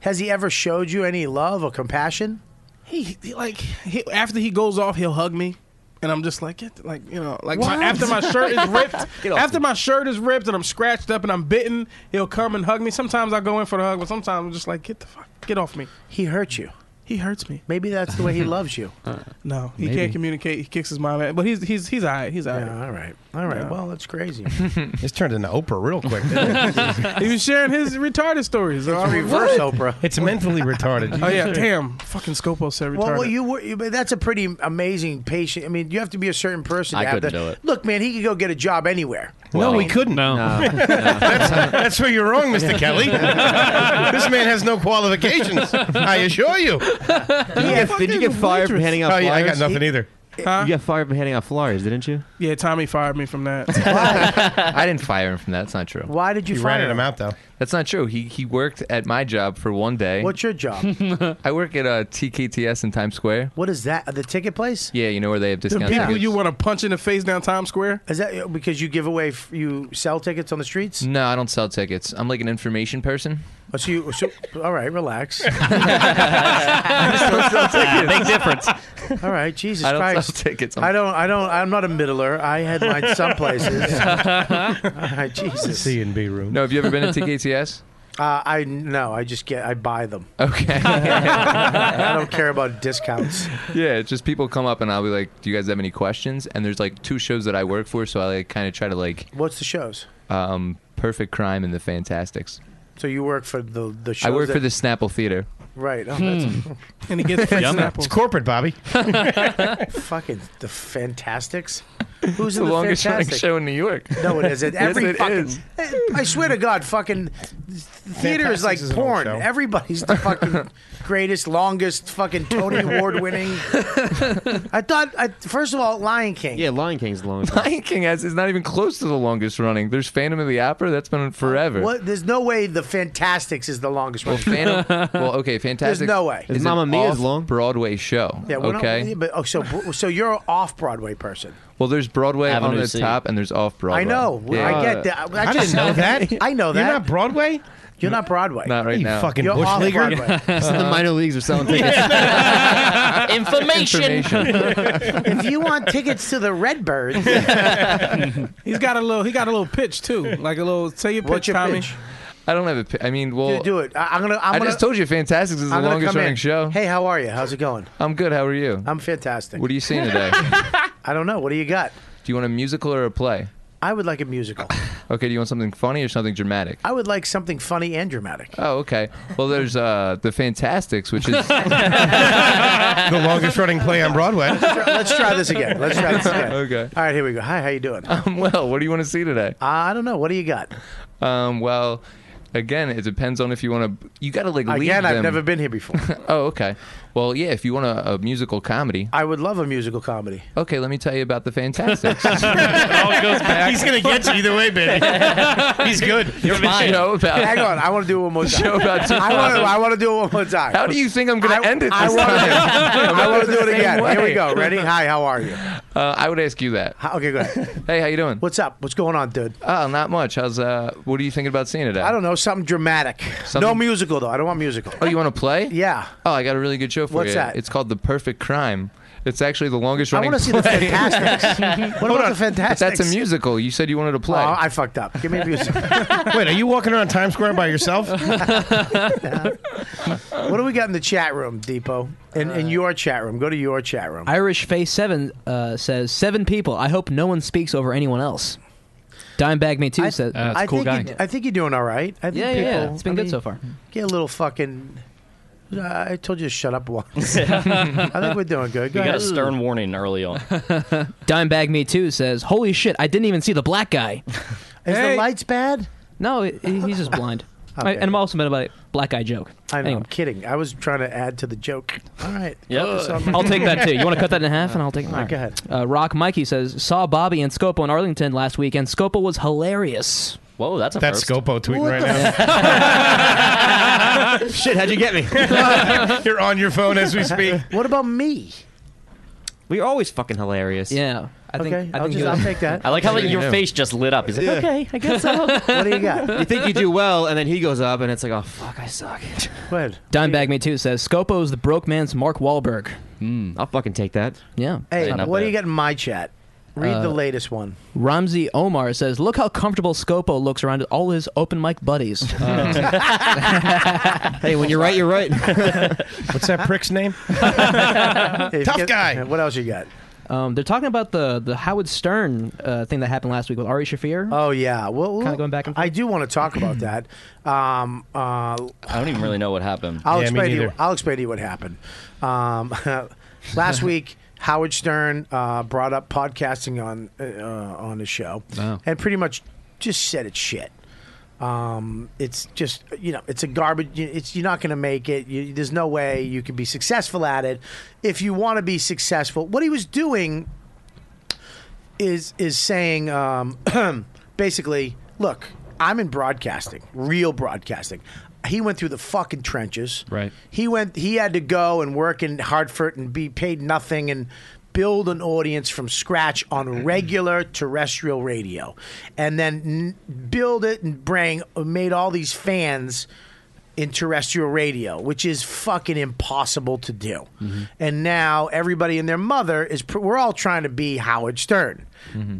S2: Has he ever showed you any love or compassion?
S11: He, he like he, after he goes off, he'll hug me, and I'm just like, get, like you know, like my,
S2: What?
S11: after my shirt is ripped,
S2: Get off
S11: after my shirt is ripped and I'm scratched up and I'm bitten, he'll come and hug me. Sometimes I go in for the hug, but sometimes I'm just like, get the fuck, get off me.
S2: He hurt you.
S11: He hurts me.
S2: Maybe that's the way he loves you.
S11: No, he
S2: Maybe.
S11: can't communicate. He kicks his mom, at- but he's he's he's all right. He's all right.
S2: all right, all right. Well, that's crazy.
S7: This turned into Oprah real quick.
S11: he was sharing his retarded stories. It's
S2: reverse Oprah.
S7: It's mentally retarded.
S11: Oh yeah, damn! Fucking Scopo said retarded.
S2: Well, well, you were. you- but That's a pretty amazing patient. I mean, you have to be a certain person. To
S11: I
S2: have
S11: couldn't
S2: that.
S11: do it.
S2: Look, man, he could go get a job anywhere.
S7: no, he couldn't. that's, that's where you're wrong, Mr. Kelly. this man has no qualifications. I assure you.
S5: Did you get, did you get fired from handing out
S7: Oh,
S5: flyers?
S7: yeah, I got nothing either.
S5: You got fired from handing out flyers, didn't you?
S11: yeah, Tommy fired me from that.
S8: I didn't fire him from that. That's not true.
S2: Why did you You fire ratted him him?
S7: out though?
S8: That's not true. He he worked at my job for one day.
S2: What's your job?
S8: I work at uh, TKTS in Times Square.
S2: What is that? The ticket place?
S8: Yeah, you know where they have
S11: the
S8: discount
S11: people
S8: tickets.
S11: you want to punch in the face down Times Square.
S2: Is that because you give away, f- you sell tickets on the streets?
S8: No, I don't sell tickets. I'm like an information person.
S2: Oh, so you, so, all right, relax.
S8: Big difference.
S2: All right, Jesus
S8: I don't
S2: Christ.
S8: sell tickets. I'm-
S2: I don't. I don't. I'm not a middler. I had mine some places. all right, Jesus.
S7: C and B room.
S8: No, have you ever been to TKTS?
S2: Uh, I no. I just get. I buy them.
S8: Okay.
S2: I don't care about discounts.
S8: Yeah, it's just people come up and I'll be like, "Do you guys have any questions?" And there's like two shows that I work for, so I like kind of try to like
S2: What's the shows?
S8: um, Perfect Crime and The Fantastics.
S2: So you work for the the shows.
S8: I work
S2: that-
S8: for the Snapple Theater.
S2: Right. Oh,
S8: Hmm.
S2: that's,
S11: Hmm. And he gets free
S7: It's
S11: Snapple.
S7: corporate, Bobby.
S2: Fucking the Fantastics. Who's
S8: It's
S2: in
S8: the
S2: the
S8: longest running
S2: Fantastic?
S8: show in New York.
S2: No, it isn't.
S8: Yes,
S2: Every
S8: it
S2: fucking.
S8: is.
S2: I swear to God, fucking theater is like
S7: Fantastics is an old
S2: porn.
S7: show.
S2: Everybody's the fucking greatest, longest, fucking Tony Award winning. I thought. I, first of all, Lion King.
S5: Yeah, Lion King's the longest.
S8: Lion King has is not even close to the longest running. There's Phantom of the Opera. That's been forever.
S2: What? There's no way the Fantastics is the longest
S8: Well,
S2: running.
S8: Phantom. well, okay, Fantastic.
S2: no way.
S8: Is
S5: Mamma
S8: an
S5: Mia's
S8: off Broadway show.
S2: Yeah, we're
S8: okay.
S2: Not, but oh, so so you're an off Broadway person.
S8: well, there's Broadway on
S9: Avenue
S8: the
S9: C.
S8: top, and there's off Broadway.
S2: I know.
S8: Yeah.
S2: I get that. I,
S7: I
S2: just
S7: didn't know that.
S2: I know that.
S7: You're not Broadway?
S2: You're not Broadway.
S8: Not right
S7: you
S8: now.
S7: fucking
S2: You're
S7: bush
S2: off
S7: leaguer.
S2: Broadway.
S5: the minor leagues are selling tickets.
S9: Information.
S2: if you want tickets to the Redbirds,
S11: He's got a little. He got a little pitch too. Like a little. Say your pitch,
S2: what's your
S11: Tommy.
S2: pitch?
S8: I don't have a. pi- I mean, well,
S2: You do it. I, I'm gonna. I'm
S8: I
S2: gonna,
S8: just told you, Fantastics is the
S2: I'm gonna
S8: longest
S2: come
S8: running
S2: in.
S8: show.
S2: Hey, how are you? How's it going?
S8: I'm good. How are you?
S2: I'm fantastic.
S8: What are you seeing today?
S2: I don't know. What do you got?
S8: do you want a musical or a play?
S2: I would like a musical.
S8: Okay. Do you want something funny or something dramatic?
S2: I would like something funny and dramatic.
S8: Oh, okay. Well, there's uh, the Fantastics, which is
S7: the longest running play on Broadway.
S2: Let's try this again. Let's try this again.
S8: okay.
S2: All right, here we go. Hi, how you doing?
S8: Um, well, what do you want to see today?
S2: I don't know. What do you got?
S8: Um, well, again, it depends on if you want to. You got to like lead
S2: Again, I've
S8: them.
S2: never been here before.
S8: Oh, okay. Well, yeah, if you want a, a musical comedy.
S2: I would love a musical comedy.
S8: Okay, let me tell you about the Fantastics.
S7: He's going to get you either way, baby. He's good.
S9: You're mine.
S8: show
S2: Hang
S8: about.
S2: on, I want to do it one more time.
S8: Show about two
S2: I want to. I want to do it one more time.
S8: How do you think I'm going to end it this
S2: I want
S8: time?
S2: to. I want to do it
S8: Same
S2: again. Here we
S8: way.
S2: go. Ready? Hi, how are you?
S8: Uh, I would ask you that.
S2: Hi- Okay, go ahead.
S8: Hey, how you doing?
S2: What's up? What's going on, dude?
S8: Oh, not much. How's uh? What are you thinking about seeing today?
S2: I don't know. Something dramatic. No
S8: Something-
S2: musical though. I don't want musical.
S8: Oh, you want to play?
S2: Yeah.
S8: Oh, I got a really good show for
S2: What's
S8: you.
S2: that?
S8: It's called The Perfect Crime. It's actually the longest
S2: I
S8: running.
S2: want to see the
S8: play.
S2: Fantastics. what
S8: Hold
S2: about
S8: on.
S2: the Fantastics?
S8: But that's a musical. You said you wanted to play.
S2: Oh, I fucked up. Give me a music.
S7: Wait, are you walking around Times Square by yourself?
S2: what do we got in the chat room, Depot? In, in your chat room. Go to your chat room.
S10: Irish Face Seven uh, says seven people. I hope no one speaks over anyone else. Dimebag me too says
S2: I think You, I think you're doing all right. I think
S10: Yeah, yeah,
S2: people,
S10: yeah. It's been
S2: I
S10: good
S2: mean,
S10: so far.
S2: Get a little fucking. uh, I told you to shut up once. I think we're doing good. Go
S9: You got a
S2: ahead.
S9: stern warning early on.
S10: Dimebag me too says, "Holy shit! I didn't even see the black guy."
S2: Is the lights bad?
S10: No, he- he's just blind.
S2: Okay.
S10: I- and I'm also mad about a black guy joke.
S2: I know,
S10: Anyway.
S2: I'm kidding. I was trying to add to the joke. All right.
S10: Yeah,
S2: Put this on my-
S10: I'll take that too. You want to cut that in half, and I'll take. it.
S2: All right, go ahead.
S10: Uh, Rock Mikey says saw Bobby and Scopo in Arlington last week, and Scopo was hilarious.
S9: Whoa, that's a
S7: That's
S9: first.
S7: Scopo tweeting right now. Shit, how'd you get me? You're on your phone as we speak.
S2: What about me?
S5: We're always fucking hilarious.
S10: Yeah, I think.
S2: Okay,
S10: I
S2: I'll
S10: think
S2: just-
S10: you'll-
S2: I'll take that.
S9: I like how like, your
S5: Yeah.
S9: face just lit up. He's like,
S5: Yeah.
S9: okay, I guess so.
S2: What do you got?
S5: You think you do well, and then he goes up, and it's like, oh fuck, I suck.
S2: Go ahead.
S10: Dimebag me too says Scopo's the broke man's Mark Wahlberg.
S5: Hmm, I'll fucking take that.
S10: Yeah.
S2: Hey,
S10: Not
S2: what do
S10: bad.
S2: you got in my chat? Read the
S10: Uh,
S2: latest one.
S10: Ramzi Omar says, "Look how comfortable Scopo looks around all his open mic buddies."
S5: Hey, when you're right, you're right.
S7: What's that prick's name?
S2: Hey,
S7: Tough
S2: get-
S7: guy.
S2: What else you got?
S10: Uh-huh. um, they're talking about the the Howard Stern uh, thing that happened last week with Ari Shafir.
S2: Oh yeah. Well,
S10: Kinda going back and
S2: I do want to talk about that. Um, uh,
S9: I don't even really know what happened.
S2: I'll
S7: Yeah, me
S2: explain to you.
S7: neither.
S2: I'll explain to you what happened. Um, last week, Howard Stern uh, brought up podcasting on uh, on the show,
S6: Oh.
S2: and pretty much just said it's shit. Um, it's just you know, it's a garbage. you- It's you're not going to make it. You, there's no way you can be successful at it. If you want to be successful, what he was doing is is saying um, basically, look, I'm in broadcasting, real broadcasting. He went through the fucking trenches.
S6: Right.
S2: He went. He had to go and work in Hartford and be paid nothing and build an audience from scratch on regular terrestrial radio, and then n- build it and bring made all these fans in terrestrial radio, which is fucking impossible to do.
S6: Mm-hmm.
S2: And now everybody and their mother is. Pr- we're all trying to be Howard Stern
S6: Mm-hmm.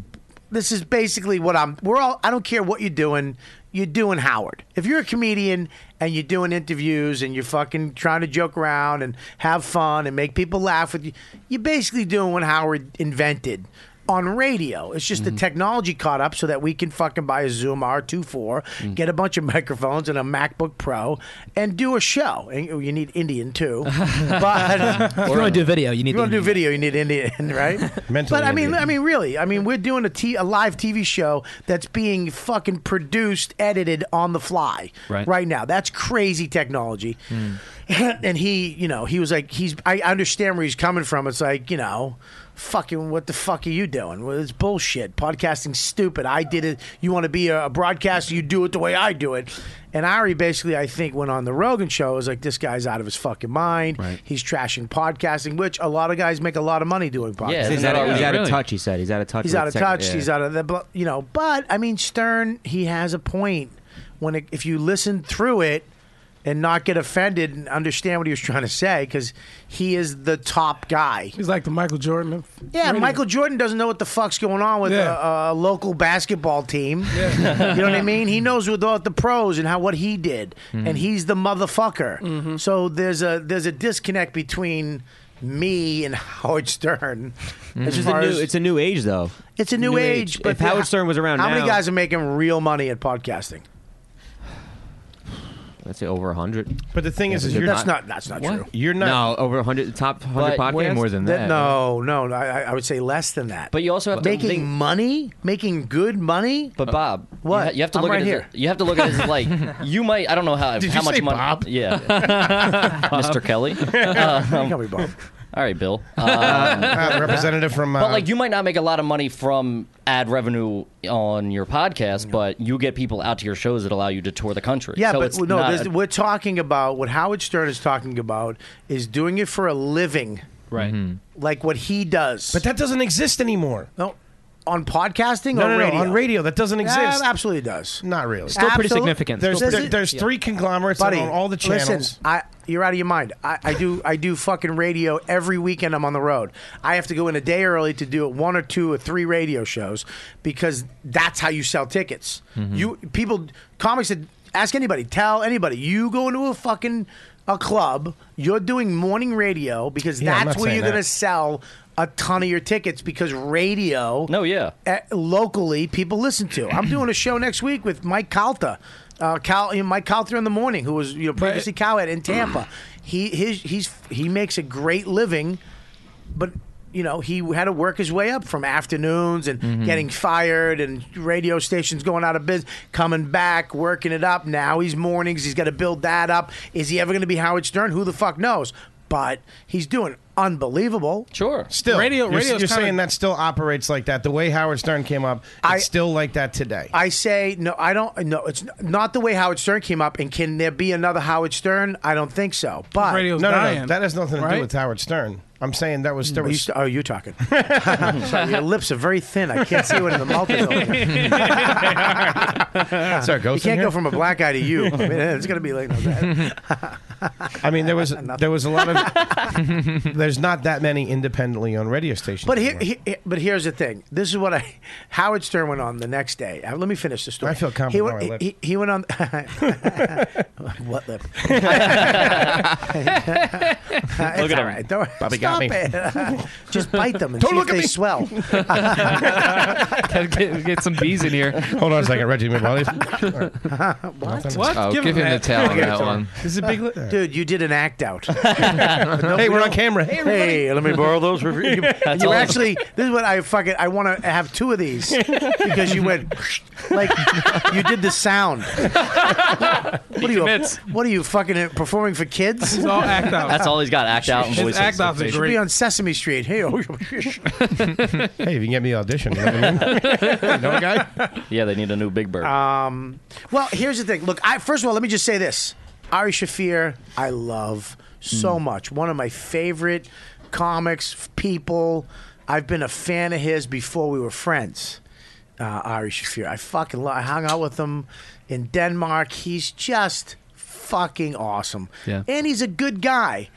S2: this is basically what I'm. We're all. I don't care what you're doing. You're doing Howard. If you're a comedian and you're doing interviews and you're fucking trying to joke around and have fun and make people laugh with you, you're basically doing what Howard invented on radio. It's just the technology caught up so that we can fucking buy a Zoom R24, get a bunch of microphones and a MacBook Pro, and do a show. And you you need Indian too, but
S10: if you want to do video, you need.
S2: you want
S10: the
S2: to do video, you need Indian, right?
S7: Mentally
S2: But I mean,
S7: Indian.
S2: I mean, really, I mean, we're doing a, t- a live TV show that's being fucking produced, edited on the fly
S6: Right.
S2: now. That's crazy technology. and he, you know, he was like, he's. I understand where he's coming from. It's like, you know. Fucking, what the fuck are you doing? Well, it's bullshit. Podcasting's stupid. I did it. You want to be a, a broadcaster? You do it the way I do it. And Ari basically, I think, went on the Rogan show. Was like, this guy's out of his fucking mind.
S6: Right.
S2: He's trashing podcasting, which a lot of guys make a lot of money doing podcasting.
S9: Yeah,
S5: He's out, of,
S9: Really?
S5: he's out of
S6: Really?
S5: touch. He said he's out of touch.
S2: He's
S5: with
S2: out of
S5: tech-
S2: touch.
S5: yeah.
S2: He's out of the, bl- you know. But I mean, Stern, he has a point. When it, if you listen through it and not get offended and understand what he was trying to say, because he is the top guy.
S11: He's like the Michael Jordan. Of
S2: Yeah,
S11: radio.
S2: Michael Jordan doesn't know what the fuck's going on with
S11: Yeah.
S2: a, a local basketball team. you know what I mean? He knows about the pros and how what he did,
S5: Mm-hmm.
S2: and he's the motherfucker.
S11: Mm-hmm.
S2: So there's a there's a disconnect between me and Howard Stern. As
S5: Mm-hmm.
S10: Mm-hmm.
S5: It's just
S2: far
S5: a new.
S2: as-
S5: It's a new age, though.
S2: it's a new,
S5: New
S2: age.
S5: age.
S2: But
S5: If Howard Stern was around
S2: how many
S5: now-
S2: guys are making real money at podcasting?
S5: Let's say over hundred.
S7: But the thing is, is you're
S2: That's
S7: not.
S2: not. That's not true.
S7: You're not.
S5: No, over hundred. Top hundred podcasts.
S9: But way
S8: more than
S2: That-
S8: that.
S2: no, no, no. I, I would say less than that.
S9: But you also have to
S2: making
S9: think-
S2: money, making good money.
S9: But Bob,
S2: What?
S9: You, ha- Uh, you have to
S2: I'm
S9: look
S2: right
S9: at it
S2: here.
S9: As, you have to look at it as like you might. I don't know how
S7: Did
S9: how
S7: you
S9: much
S7: say
S9: money.
S7: Bob?
S9: Yeah, Mr. Kelly. Uh,
S2: Tell me, Bob.
S9: all right, Bill. Um,
S7: Uh, the representative from. Uh,
S9: but like you might not make a lot of money from ad revenue on your podcast, but you get people out to your shows that allow you to tour the country.
S2: Yeah,
S9: so
S2: but
S9: it's
S2: no,
S9: not
S2: there's-
S9: a-
S2: we're talking about what Howard Stern is talking about is doing it for a living,
S6: Right.
S9: Mm-hmm.
S2: like what he does.
S7: but that doesn't exist anymore.
S2: no, on podcasting
S7: No,
S2: or
S7: no, no,
S2: radio?
S7: on radio. That doesn't
S2: Yeah,
S7: exist.
S2: absolutely does.
S7: Not really.
S2: Absolute-
S7: There's,
S2: Does
S7: there-
S2: it?
S7: there's three conglomerates on
S2: Buddy,
S7: all the channels.
S2: Listen, I, you're out of your mind. I, I do I do fucking radio every weekend. I'm on the road. I have to go in a day early to do it one or two or three radio shows because that's how you sell tickets. You people comics that ask anybody, tell anybody. You go into a fucking a club. You're doing morning radio because
S7: Yeah, I'm
S2: that's
S7: not
S2: where
S7: saying
S2: you're gonna
S7: that.
S2: sell a ton of your tickets because radio. No,
S9: yeah.
S2: locally, people listen to. I'm doing a show next week with Mike Calta. Uh, Cal, you know, Mike Calter in the morning, who was you know previously cowhead in Tampa. he his he's he makes a great living, but you know he had to work his way up from afternoons and getting fired and radio stations going out of business, coming back, working it up. Now he's mornings. He's got to build that up. Is he ever going to be Howard Stern? Who the fuck knows? But he's doing unbelievable.
S9: Sure,
S7: Still,
S2: radio.
S7: you're,
S2: radio's
S7: you're
S2: kinda-
S7: saying that still operates like that. The way Howard Stern came up, it's
S2: I-
S7: still like that today.
S2: I say no. I don't. No, it's not the way Howard Stern came up. And can there be another Howard Stern? I don't think so. But
S7: no, no, no, that has nothing to do with Howard Stern. I'm saying that was there
S2: Are you
S7: was
S2: st- oh, you're talking. Sorry, your lips are very thin. I can't see what in the mouth is. over there.
S7: Sorry,
S2: You
S7: ghost in
S2: can't
S7: here?
S2: go from a black eye to you. I mean, it's gonna be like no, that-
S7: I mean, there was there was a lot of. there's not that many independently owned radio stations.
S2: But here,
S7: anymore.
S2: he- he- but here's the thing. This is what I. Howard Stern went on the next day. Uh, Let me finish the story.
S7: I feel confident
S2: He
S7: on
S2: went,
S7: my lip.
S2: he, he went on. what uh, lip? Look
S7: at him.
S2: Don't,
S7: Bobby got
S2: stop
S7: me.
S2: it. Just bite them and
S7: Don't
S2: see
S7: look
S2: if
S7: at
S2: they
S7: me.
S2: swell.
S6: Gotta get, get some bees in here.
S7: Hold on a second, Reggie. Maybe I'll-
S2: what?
S7: What?
S8: Oh, Give give him him the that. towel on
S2: Okay,
S8: that
S2: sorry.
S8: one.
S7: This is a big li-
S2: dude. You did an act out.
S7: hey, we're on camera. Hey, everybody.
S2: Hey, let me borrow those. Review. You,
S9: That's
S2: you
S9: all.
S2: actually, this is what I fucking. I want to have two of these because you went like you did the sound. What are you? What are you fucking uh, performing for kids?
S11: It's all act out.
S9: That's all he's got. Act out and
S11: His
S9: voice.
S11: act out's
S9: exercise.
S11: a
S2: Be
S11: great.
S2: on Sesame Street. Hey, oh,
S7: Hey, if you can get me an audition, you know what I mean? You know a guy?
S9: Yeah, they need a new Big Bird.
S2: Um, well, here's the thing. Look, I, first of all, let me just say this: Ari Shafir, I love so much. One of my favorite comics f- people. I've been a fan of his before we were friends. Uh, Ari Shafir, I fucking love. I hung out with him in Denmark. He's just fucking awesome.
S6: Yeah.
S2: And he's a good guy.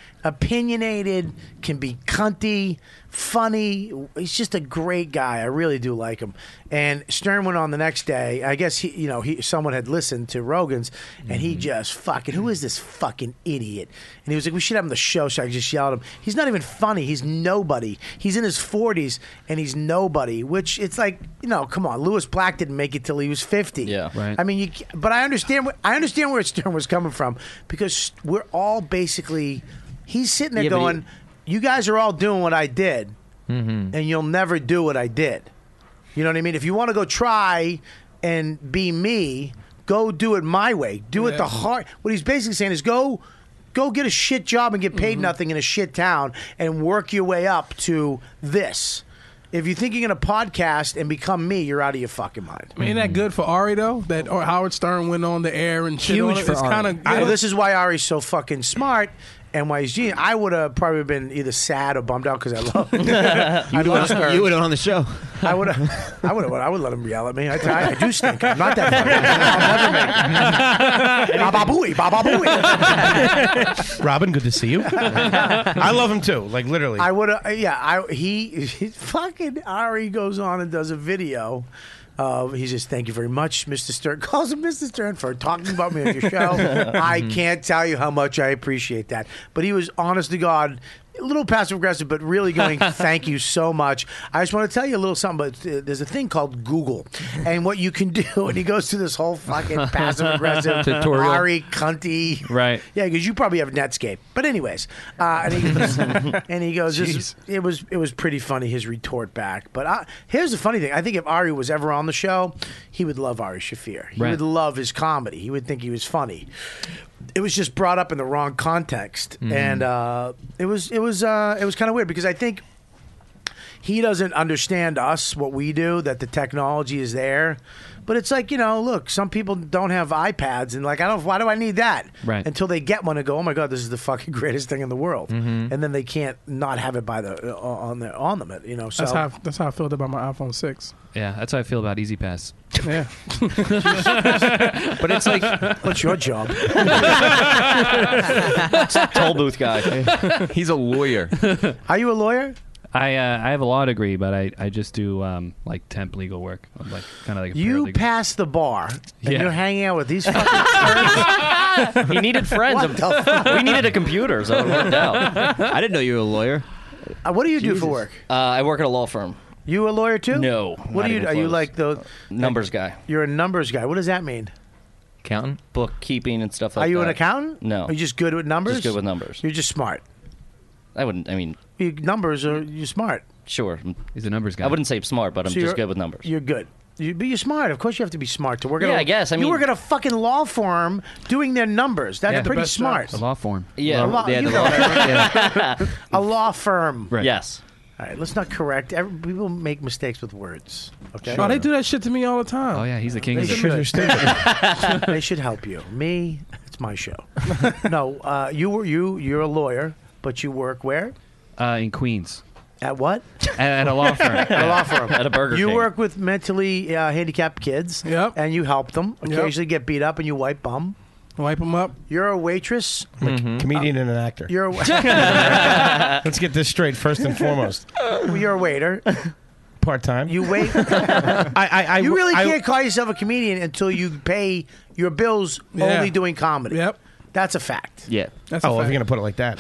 S2: Opinionated, can be cunty, funny. He's just a great guy. I really do like him. And Stern went on the next day. I guess he, you know, he someone had listened to Rogan's, and he just fucking who is this fucking idiot? And he was like, we should have him on the show. So I just yelled at him. He's not even funny. He's nobody. He's in his forties and he's nobody. Which it's like, you know, come on. Lewis Black didn't make it till he was fifty.
S9: Yeah.
S6: Right.
S2: I mean, you, ca- but I understand. wh- I understand where Stern was coming from because we're all basically. He's sitting there
S10: Yeah, but he-
S2: going, "You guys are all doing what I did, and you'll never do what I did." You know what I mean? If you want to go try and be me, go do it my way. Do it the hard. What he's basically saying is go. Go get a shit job and get paid nothing in a shit town and work your way up to this. If you think you're going to podcast and become me, you're out of your fucking mind.
S11: I mean,
S6: Mm-hmm.
S11: Ain't that good for Ari though? That or Howard Stern went on the air and shit.
S10: Huge
S11: on it.
S10: for
S11: it's
S10: Ari.
S11: kind of
S2: I, well, this is why Ari's so fucking smart and why he's genius. I would have probably been either sad or bummed out because I love. I love her.
S5: You would have on the show.
S2: I would have. I would have. I would let him yell at me. I, I, I do stink. I'm not that funny. I'll never make it. Baba booey, baba booey.
S7: Robin, good to see you. I love him too. Like literally.
S2: I would have. Yeah. I he, he fucking Ari goes on and does a video. Of, he says, "Thank you very much, Mr. Stern." Calls him Mr. Stern for talking about me on your show. I can't tell you how much I appreciate that. But he was honest to God, a little passive aggressive, but really going, "Thank you so much." I just want to tell you a little something. But uh, there's a thing called Google, and what you can do. And he goes through this whole fucking passive aggressive
S8: Tutorial.
S2: Ari cunty,
S6: Right.
S2: yeah, because you probably have Netscape. But anyways, uh, and he goes, and he goes this is- it was it was pretty funny his retort back. But I, here's the funny thing: I think if Ari was ever on the show, he would love Ari Shafir. He
S6: Right.
S2: would love his comedy. He would think he was funny. It was just brought up in the wrong
S6: Mm.
S2: context, and uh, it was it was uh, it was kind of weird because I think he doesn't understand us, what we do, that the technology is there. But it's like, you know, look, some people don't have iPads and like I don't why do I need that?
S6: Right.
S2: Until they get one and go, "Oh my god, this is the fucking greatest thing in the world."
S9: Mm-hmm.
S11: Mhm.
S2: And then they can't not have it by the uh, on their on them, you know. So
S11: That's how that's how I felt about my iPhone six.
S6: Yeah, that's how I feel about Easy Pass.
S11: Yeah.
S6: but it's like,
S7: Uh,
S2: what's your job?
S11: Oh,
S9: Toll booth guy.
S8: He's a lawyer.
S2: Are you a lawyer?
S6: I uh, I have a law degree, but I, I just do um, like temp legal work, I'm like kind of like a
S2: You
S6: paralegal.
S2: pass the bar, and
S6: Yeah.
S2: you're hanging out with these fucking.
S9: he needed friends.
S2: What the fuck?
S9: We needed a computer, so it worked out.
S5: I didn't know you were a lawyer.
S2: Uh, what do you do for work?
S9: Uh, I work at a law firm.
S2: You a lawyer too?
S9: No.
S2: What
S9: not
S2: are you?
S9: even
S2: Are you
S9: close.
S2: like the?
S9: numbers guy,
S2: You're a numbers guy. What does that mean?
S8: accountant,
S9: bookkeeping, and stuff like
S2: are
S9: that?
S2: you an accountant?
S9: No.
S2: Are you just good with numbers?
S9: Just good with numbers.
S2: You're just smart.
S9: I wouldn't. I mean,
S2: You, numbers are you smart?
S9: sure.
S6: He's a numbers guy.
S9: I wouldn't say smart, but I'm
S2: So
S9: just
S2: you're-
S9: good with numbers.
S2: You're good. You, but you're smart. Of course, you have to be smart to work. at
S9: Yeah,
S2: a,
S9: I guess. I
S2: you
S9: mean-
S2: work at a fucking law firm doing their numbers. That's
S6: Yeah. The
S2: pretty
S6: best
S2: smart.
S6: jobs. The law firm.
S2: a
S9: Yeah.
S2: law,
S9: Yeah,
S2: you
S9: the
S2: know
S9: law
S2: what I mean.
S9: firm.
S2: a law firm.
S6: Right.
S9: Yes.
S2: All right. Let's not correct. Every, people make mistakes with words. Okay.
S11: Oh, they do that shit to me all the time.
S6: Oh yeah, he's the king
S2: They
S6: of the
S2: should-
S11: stupid.
S2: they should help you. Me, it's my show. no, uh, you were you. You're a lawyer, but you work where?
S6: uh, in Queens
S2: At what?
S6: at, at a law firm.
S2: At a law firm.
S9: At a Burger
S2: you
S9: King.
S2: work with mentally uh, handicapped kids. Yep. And you help them.
S11: Yep.
S2: Occasionally get beat up and you wipe bum.
S11: Wipe them up.
S2: You're a waitress.
S9: Mm-hmm.
S2: Mm-hmm. Uh,
S7: comedian and an actor.
S2: You're a,
S7: Let's get this straight first and foremost.
S2: you're a waiter.
S7: Part time.
S2: You wait. I,
S7: I, I,
S2: you really
S7: I-
S2: can't call yourself a comedian until you pay your bills
S7: Yeah.
S2: only doing comedy. Yep. That's a fact.
S9: Yeah.
S11: That's
S7: oh, well, if you're gonna put it like that,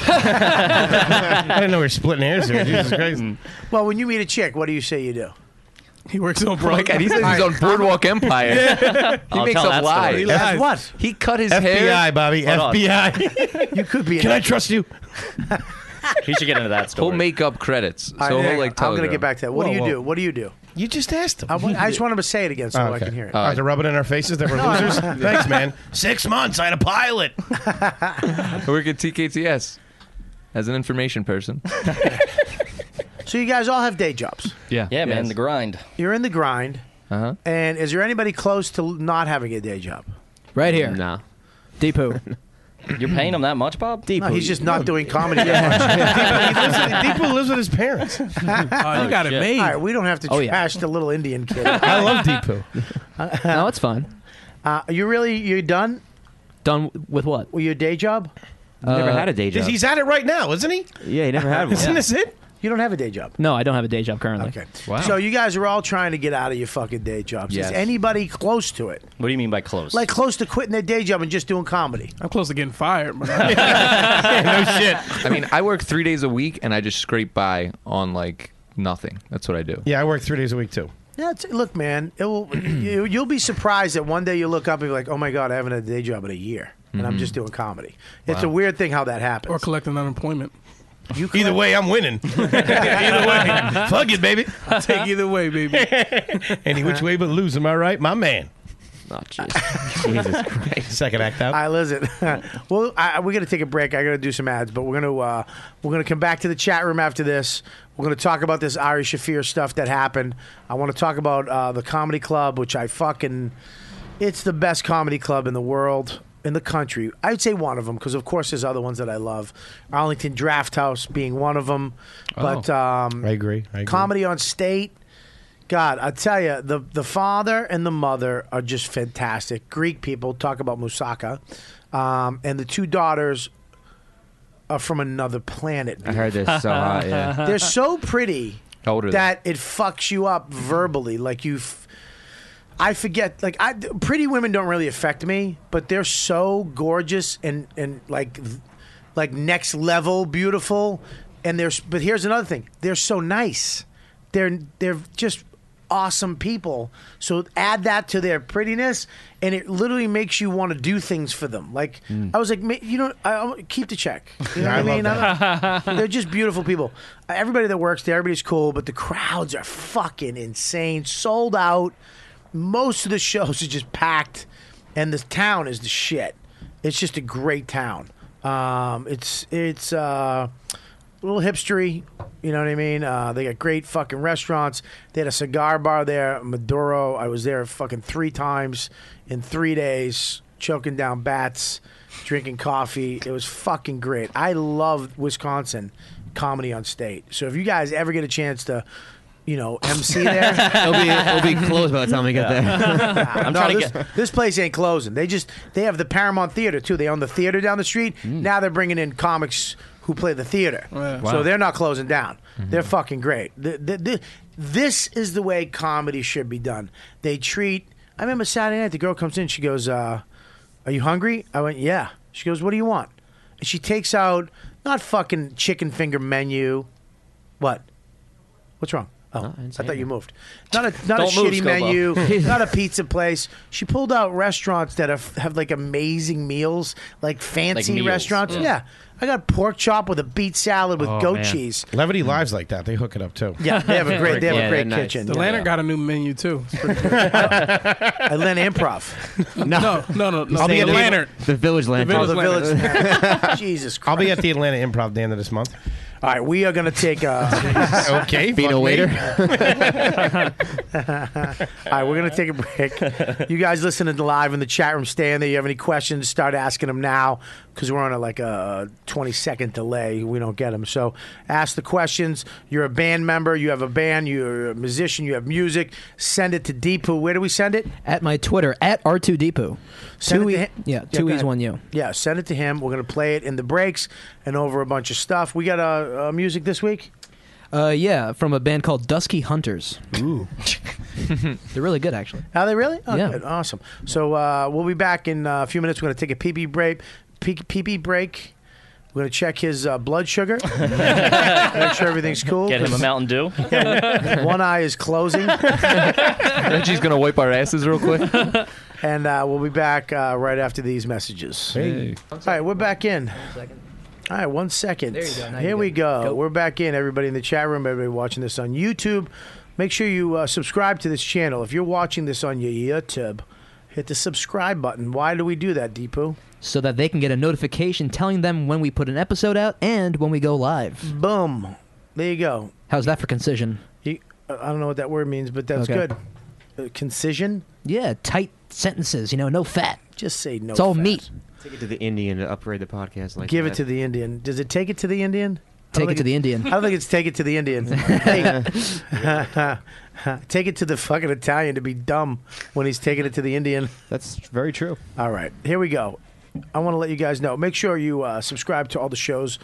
S7: I didn't know we were splitting hairs here. Jesus Christ.
S2: Well, when you meet a chick, what do you say you do?
S11: He works on
S8: Oh my
S11: broad.
S8: God, he says he's on Boardwalk Empire. He
S9: I'll
S8: makes
S9: tell
S8: up
S9: that story.
S8: lies.
S9: He
S2: That's what?
S8: He cut his hair.
S7: FBI, Bobby.
S9: Hold on.
S7: FBI.
S2: You could be. an
S7: Can I
S2: actor.
S7: trust you?
S9: He should get into that
S8: He'll
S9: story.
S8: make up credits. So
S2: All right,
S8: he'll
S2: hang on.
S8: like
S2: I'm
S8: telegram.
S2: gonna get back to that. What
S7: Whoa,
S2: do you
S7: whoa.
S2: do? What do you do?
S7: You just asked him.
S2: I, want, I just want him to say it again so
S7: Oh,
S2: I
S7: okay.
S2: can hear it.
S7: Oh, they're rubbing in our faces that we're losers. Thanks, man. Six months, I had a pilot.
S8: I work at TKTS as an information person.
S2: So you guys all have day jobs.
S6: Yeah.
S9: yeah, man,
S8: Yes.
S9: the grind.
S2: You're in the grind.
S8: Uh huh.
S2: And is there anybody close to not having a day job?
S10: Right here.
S5: Nah.
S10: Depot.
S9: You're paying him that much, Bob?
S2: No, he's just not doing comedy. that much.
S7: Deepu lives with his parents.
S11: Oh, you got it
S9: shit.
S11: made.
S2: All right, we don't have to
S10: Oh, yeah.
S2: trash the little Indian kid.
S7: I love Deepu.
S10: no, it's fine.
S2: Uh, you really you done
S10: Done w- with what?
S2: with your day job?
S5: never
S10: Uh,
S5: had a day job.
S7: He's at it right now, isn't he?
S5: yeah, he never had one.
S7: Isn't this it?
S2: You don't have a day job.
S10: No, I don't have a day job currently.
S2: Okay.
S6: Wow.
S2: So you guys are all trying to get out of your fucking day jobs.
S8: Yes.
S2: Is anybody close to it?
S9: What do you mean by close?
S2: Like close to quitting their day job and just doing comedy?
S11: I'm close to getting fired, but I,
S8: I mean, I work three days a week and I just scrape by on like nothing. That's what I do.
S7: Yeah, I work three days a week too.
S2: Yeah, it's, look, man, it will, you, you'll be surprised that one day you look up and be like, oh my God, I haven't had a day job in a year. And I'm just doing comedy. It's a weird thing how that happens.
S11: Mm-hmm. or collecting unemployment.
S2: you
S7: Either way, I'm winning. Either way, fuck it, baby.
S11: I'll take either way, baby.
S7: Any which way but lose, am I right, my man?
S5: Oh, jeez.
S7: Second act out.
S2: All right, listen. well, I, we're gonna take a break. I gotta do some ads, but we're gonna uh, we're gonna come back to the chat room after this. We're gonna talk about this Ari Shafir stuff that happened. I want to talk about uh, the comedy club, which I fucking it's the best comedy club in the world. In the country, I'd say one of them because, of course, there's other ones that I love. Arlington Draft House being one of them, but um,
S7: Oh, I agree. I agree.
S2: comedy on state. God, I tell you, the the father and the mother are just fantastic. Greek people talk about moussaka, um, and the two daughters are from another planet.
S5: I heard this so hot. Yeah.
S2: They're so pretty
S8: Older than-
S2: that it fucks you up
S7: Mm-hmm.
S2: verbally. Like you, f- I forget. Like I, pretty women don't really affect me, but they're so gorgeous and and like, like next level beautiful. And there's but here's another thing. They're so nice. They're they're just awesome people. So add that to their prettiness, and it literally makes you want to do things for them. Like I was like, "Ma- you know, I, I keep the check. You
S7: Yeah,
S2: know
S7: Mm. I
S2: what
S7: love
S2: I mean?
S7: that.
S2: I'm- they're just beautiful people. Everybody that works there, everybody's cool, but the crowds are fucking insane, sold out. Most of the shows are just packed, and the town is the shit. It's just a great town. Um, it's it's uh, little hipstery. You know what I mean? Uh, they got great fucking restaurants. They had a cigar bar there, Maduro. I was there fucking three times in three days, choking down bats, drinking coffee. It was fucking great. I love Wisconsin comedy on state. So if you guys ever get a chance to, you know, MC there,
S5: it'll, be, it'll be closed by the time we get there.
S2: I'm trying to get this place ain't closing. They just they have the Paramount Theater too. They own the theater down the street. Now they're bringing in comics who play the theater,
S11: Oh, Yeah.
S2: so
S11: Wow.
S2: they're not closing down. They're fucking great. Th th th this is the way comedy should be done. They treat. I remember Saturday night, the girl comes in. She goes, uh, "Are you hungry?" I went, "Yeah." She goes, "What do you want?" And she takes out not fucking chicken finger menu. What? What's wrong? Oh, I thought you moved. Not a not a
S4: Don't move,
S2: shitty
S4: Scobo.
S2: menu, not a pizza place. She pulled out restaurants that have, have like amazing meals, like fancy
S7: meals,
S2: restaurants.
S7: yeah. Oh,
S2: Yeah. I got pork chop with a beet salad with goat cheese.
S7: Levity lives like that. They hook it up too.
S2: Yeah, they have a great they have a great kitchen.
S11: The Atlanta got a new menu too. It's pretty good.
S2: Atlanta Improv.
S11: No, no, no, no.
S7: I'll be
S11: The
S7: at the-
S11: Lantern.
S5: The Village Lantern.
S2: Oh, the village. Lantern. Jesus Christ.
S7: I'll be at the Atlanta Improv the end of this month.
S2: All right, we are going to take uh, a.
S7: okay.
S2: Being
S7: fuck
S2: a
S7: me.
S2: waiter. All right, we're going to take a break. You guys listening live in the chat room, stay in there. You have any questions, start asking them now because we're on a, like a 20 second delay. We don't get them. So ask the questions. You're a band member, you have a band, you're a musician, you have music. Send it to Deepu. Where do we send it?
S10: At my Twitter, at R2 Depot.
S2: Send
S10: Two
S2: it
S10: e-
S2: to him.
S10: Yeah,
S2: go
S10: two E's,
S2: ahead.
S10: one U.
S2: Yeah, send it to him. We're going to play it in the breaks and over a bunch of stuff. We got uh, uh, music this week.
S10: Uh, yeah, from a band called Dusky Hunters. Ooh. They're really good, actually.
S2: Are they really? Oh,
S10: Yeah.
S2: good. Awesome. So uh, we'll be back in uh, a few minutes. We're going to take a PP break. P- PP break. We're going to check his uh, blood sugar. Make sure everything's cool.
S9: Get him a Mountain Dew.
S2: One eye is closing.
S8: Reggie's gonna wipe our asses real quick.
S2: and uh, we'll be back uh, right after these messages.
S8: Hey.
S2: All right, we're back in. All right, one second.
S10: There you go. Now
S2: Here
S10: you
S2: we go. We're back in. Everybody in the chat room, everybody watching this on YouTube, make sure you uh, subscribe to this channel. If you're watching this on your YouTube, hit the subscribe button. Why do we do that, Deepu?
S10: So that they can get a notification telling them when we put an episode out and when we go live.
S2: Boom. There you go.
S10: How's that for concision?
S2: You, I don't know what that word means, but that's
S10: Okay.
S2: good. Uh, concision.
S10: Yeah, tight sentences, you know, no fat.
S2: Just say no.
S10: it's all
S2: fat.
S10: meat.
S5: Take it to the Indian to upgrade the podcast. Like
S2: Give
S5: that.
S2: it to the Indian. Does it take it to the Indian? I
S10: Take
S2: don't
S10: it
S2: think
S10: to the Indian.
S2: I don't think it's take it to the Indian. Hey. take it to the fucking Italian to be dumb when he's taking it to the Indian.
S5: That's very true.
S2: All right, here we go. I want to let you guys know. Make sure you uh, subscribe to all the shows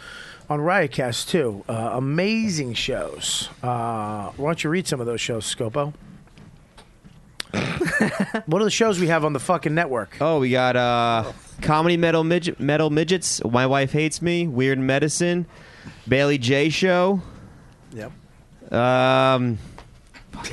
S2: on Riotcast too. Uh, amazing shows. Uh, why don't you read some of those shows, Scopo? what are the shows we have on the fucking network?
S5: Oh, we got uh, comedy metal midget, metal midgets. My wife hates me. Weird medicine. Bailey J show.
S2: Yep.
S5: Um,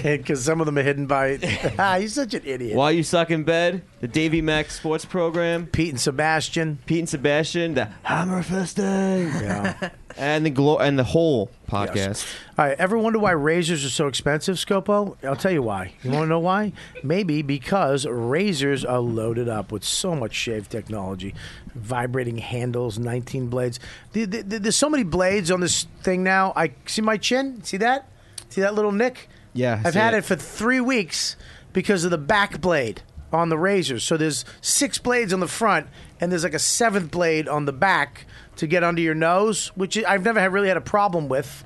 S2: Because some of them are hidden by. ah, you're such an idiot.
S5: While you suck in bed, the Davy Mac Sports Program,
S2: Pete and Sebastian,
S5: Pete and Sebastian, the Hammer Fisting,
S2: Yeah.
S5: and the glo- and the whole podcast.
S2: All right. Ever wonder why razors are so expensive, Scopo? I'll tell you why. You want to know why? Maybe because razors are loaded up with so much shave technology, vibrating handles, 19 blades. The- the- the- There's so many blades on this thing now. I see my chin. See that? See that little nick?
S5: Yeah, I
S2: I've
S5: see
S2: had
S5: it.
S2: it for three weeks because of the back blade on the razors. So there's six blades on the front, and there's like a seventh blade on the back to get under your nose, which I've never had, really had a problem with.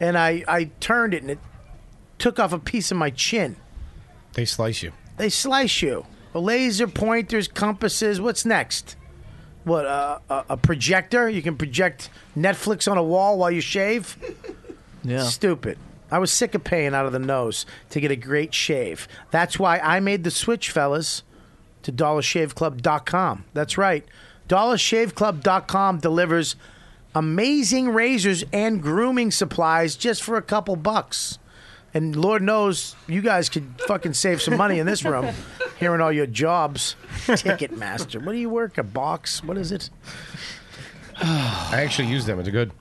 S2: And I, I turned it, and it took off a piece of my chin.
S7: They slice you.
S2: They slice you. Laser pointers, compasses. What's next? What uh, a, a projector? You can project Netflix on a wall while you shave.
S10: Yeah.
S2: Stupid. I was sick of paying out of the nose to get a great shave. That's why I made the switch, fellas, to dollarshaveclub.com. That's right. Dollarshaveclub.com delivers amazing razors and grooming supplies just for a couple bucks. And Lord knows you guys could fucking save some money in this room hearing all your jobs. Ticketmaster. What do you work? A box? What is it?
S7: I actually use them. It's good.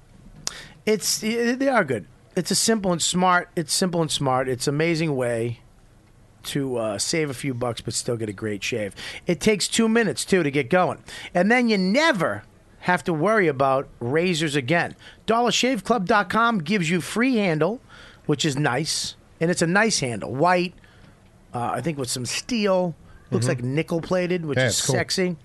S2: It's they are good. It's a simple and smart. It's simple and smart. It's an amazing way to uh, save a few bucks but still get a great shave. It takes two minutes too to get going, and then you never have to worry about razors again. DollarShaveClub.com gives you free handle, which is nice, and it's a nice handle, white. Uh, I think with some steel, looks
S7: Mhm.
S2: like nickel plated, which
S7: Yeah,
S2: is
S7: it's cool.
S2: sexy,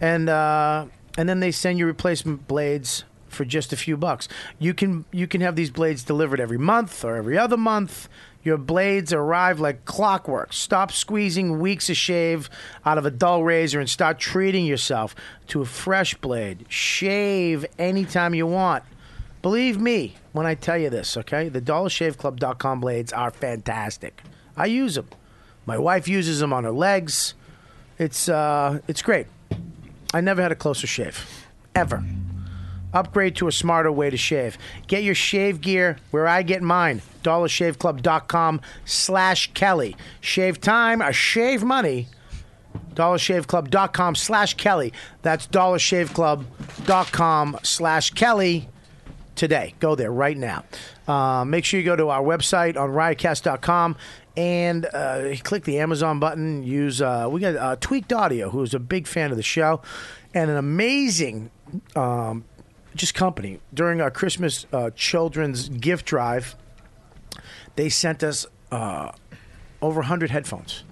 S2: and uh, and then they send you replacement blades for just a few bucks. You can you can have these blades delivered every month or every other month. Your blades arrive like clockwork. Stop squeezing weeks of shave out of a dull razor and start treating yourself to a fresh blade. Shave anytime you want. Believe me when I tell you this, okay? The dollarshaveclub.com blades are fantastic. I use them. My wife uses them on her legs. It's uh, it's great. I never had a closer shave, ever. Upgrade to a smarter way to shave. Get your shave gear where I get mine. DollarShaveClub.com slash Kelly. Shave time or shave money. DollarShaveClub.com slash Kelly. That's DollarShaveClub.com slash Kelly today. Go there right now. Uh, make sure you go to our website on riotcast.com and uh, click the Amazon button. Use uh, we got uh, Tweaked Audio, who's a big fan of the show and an amazing um, just company during our Christmas uh, children's gift drive. They sent us uh, over 100 headphones.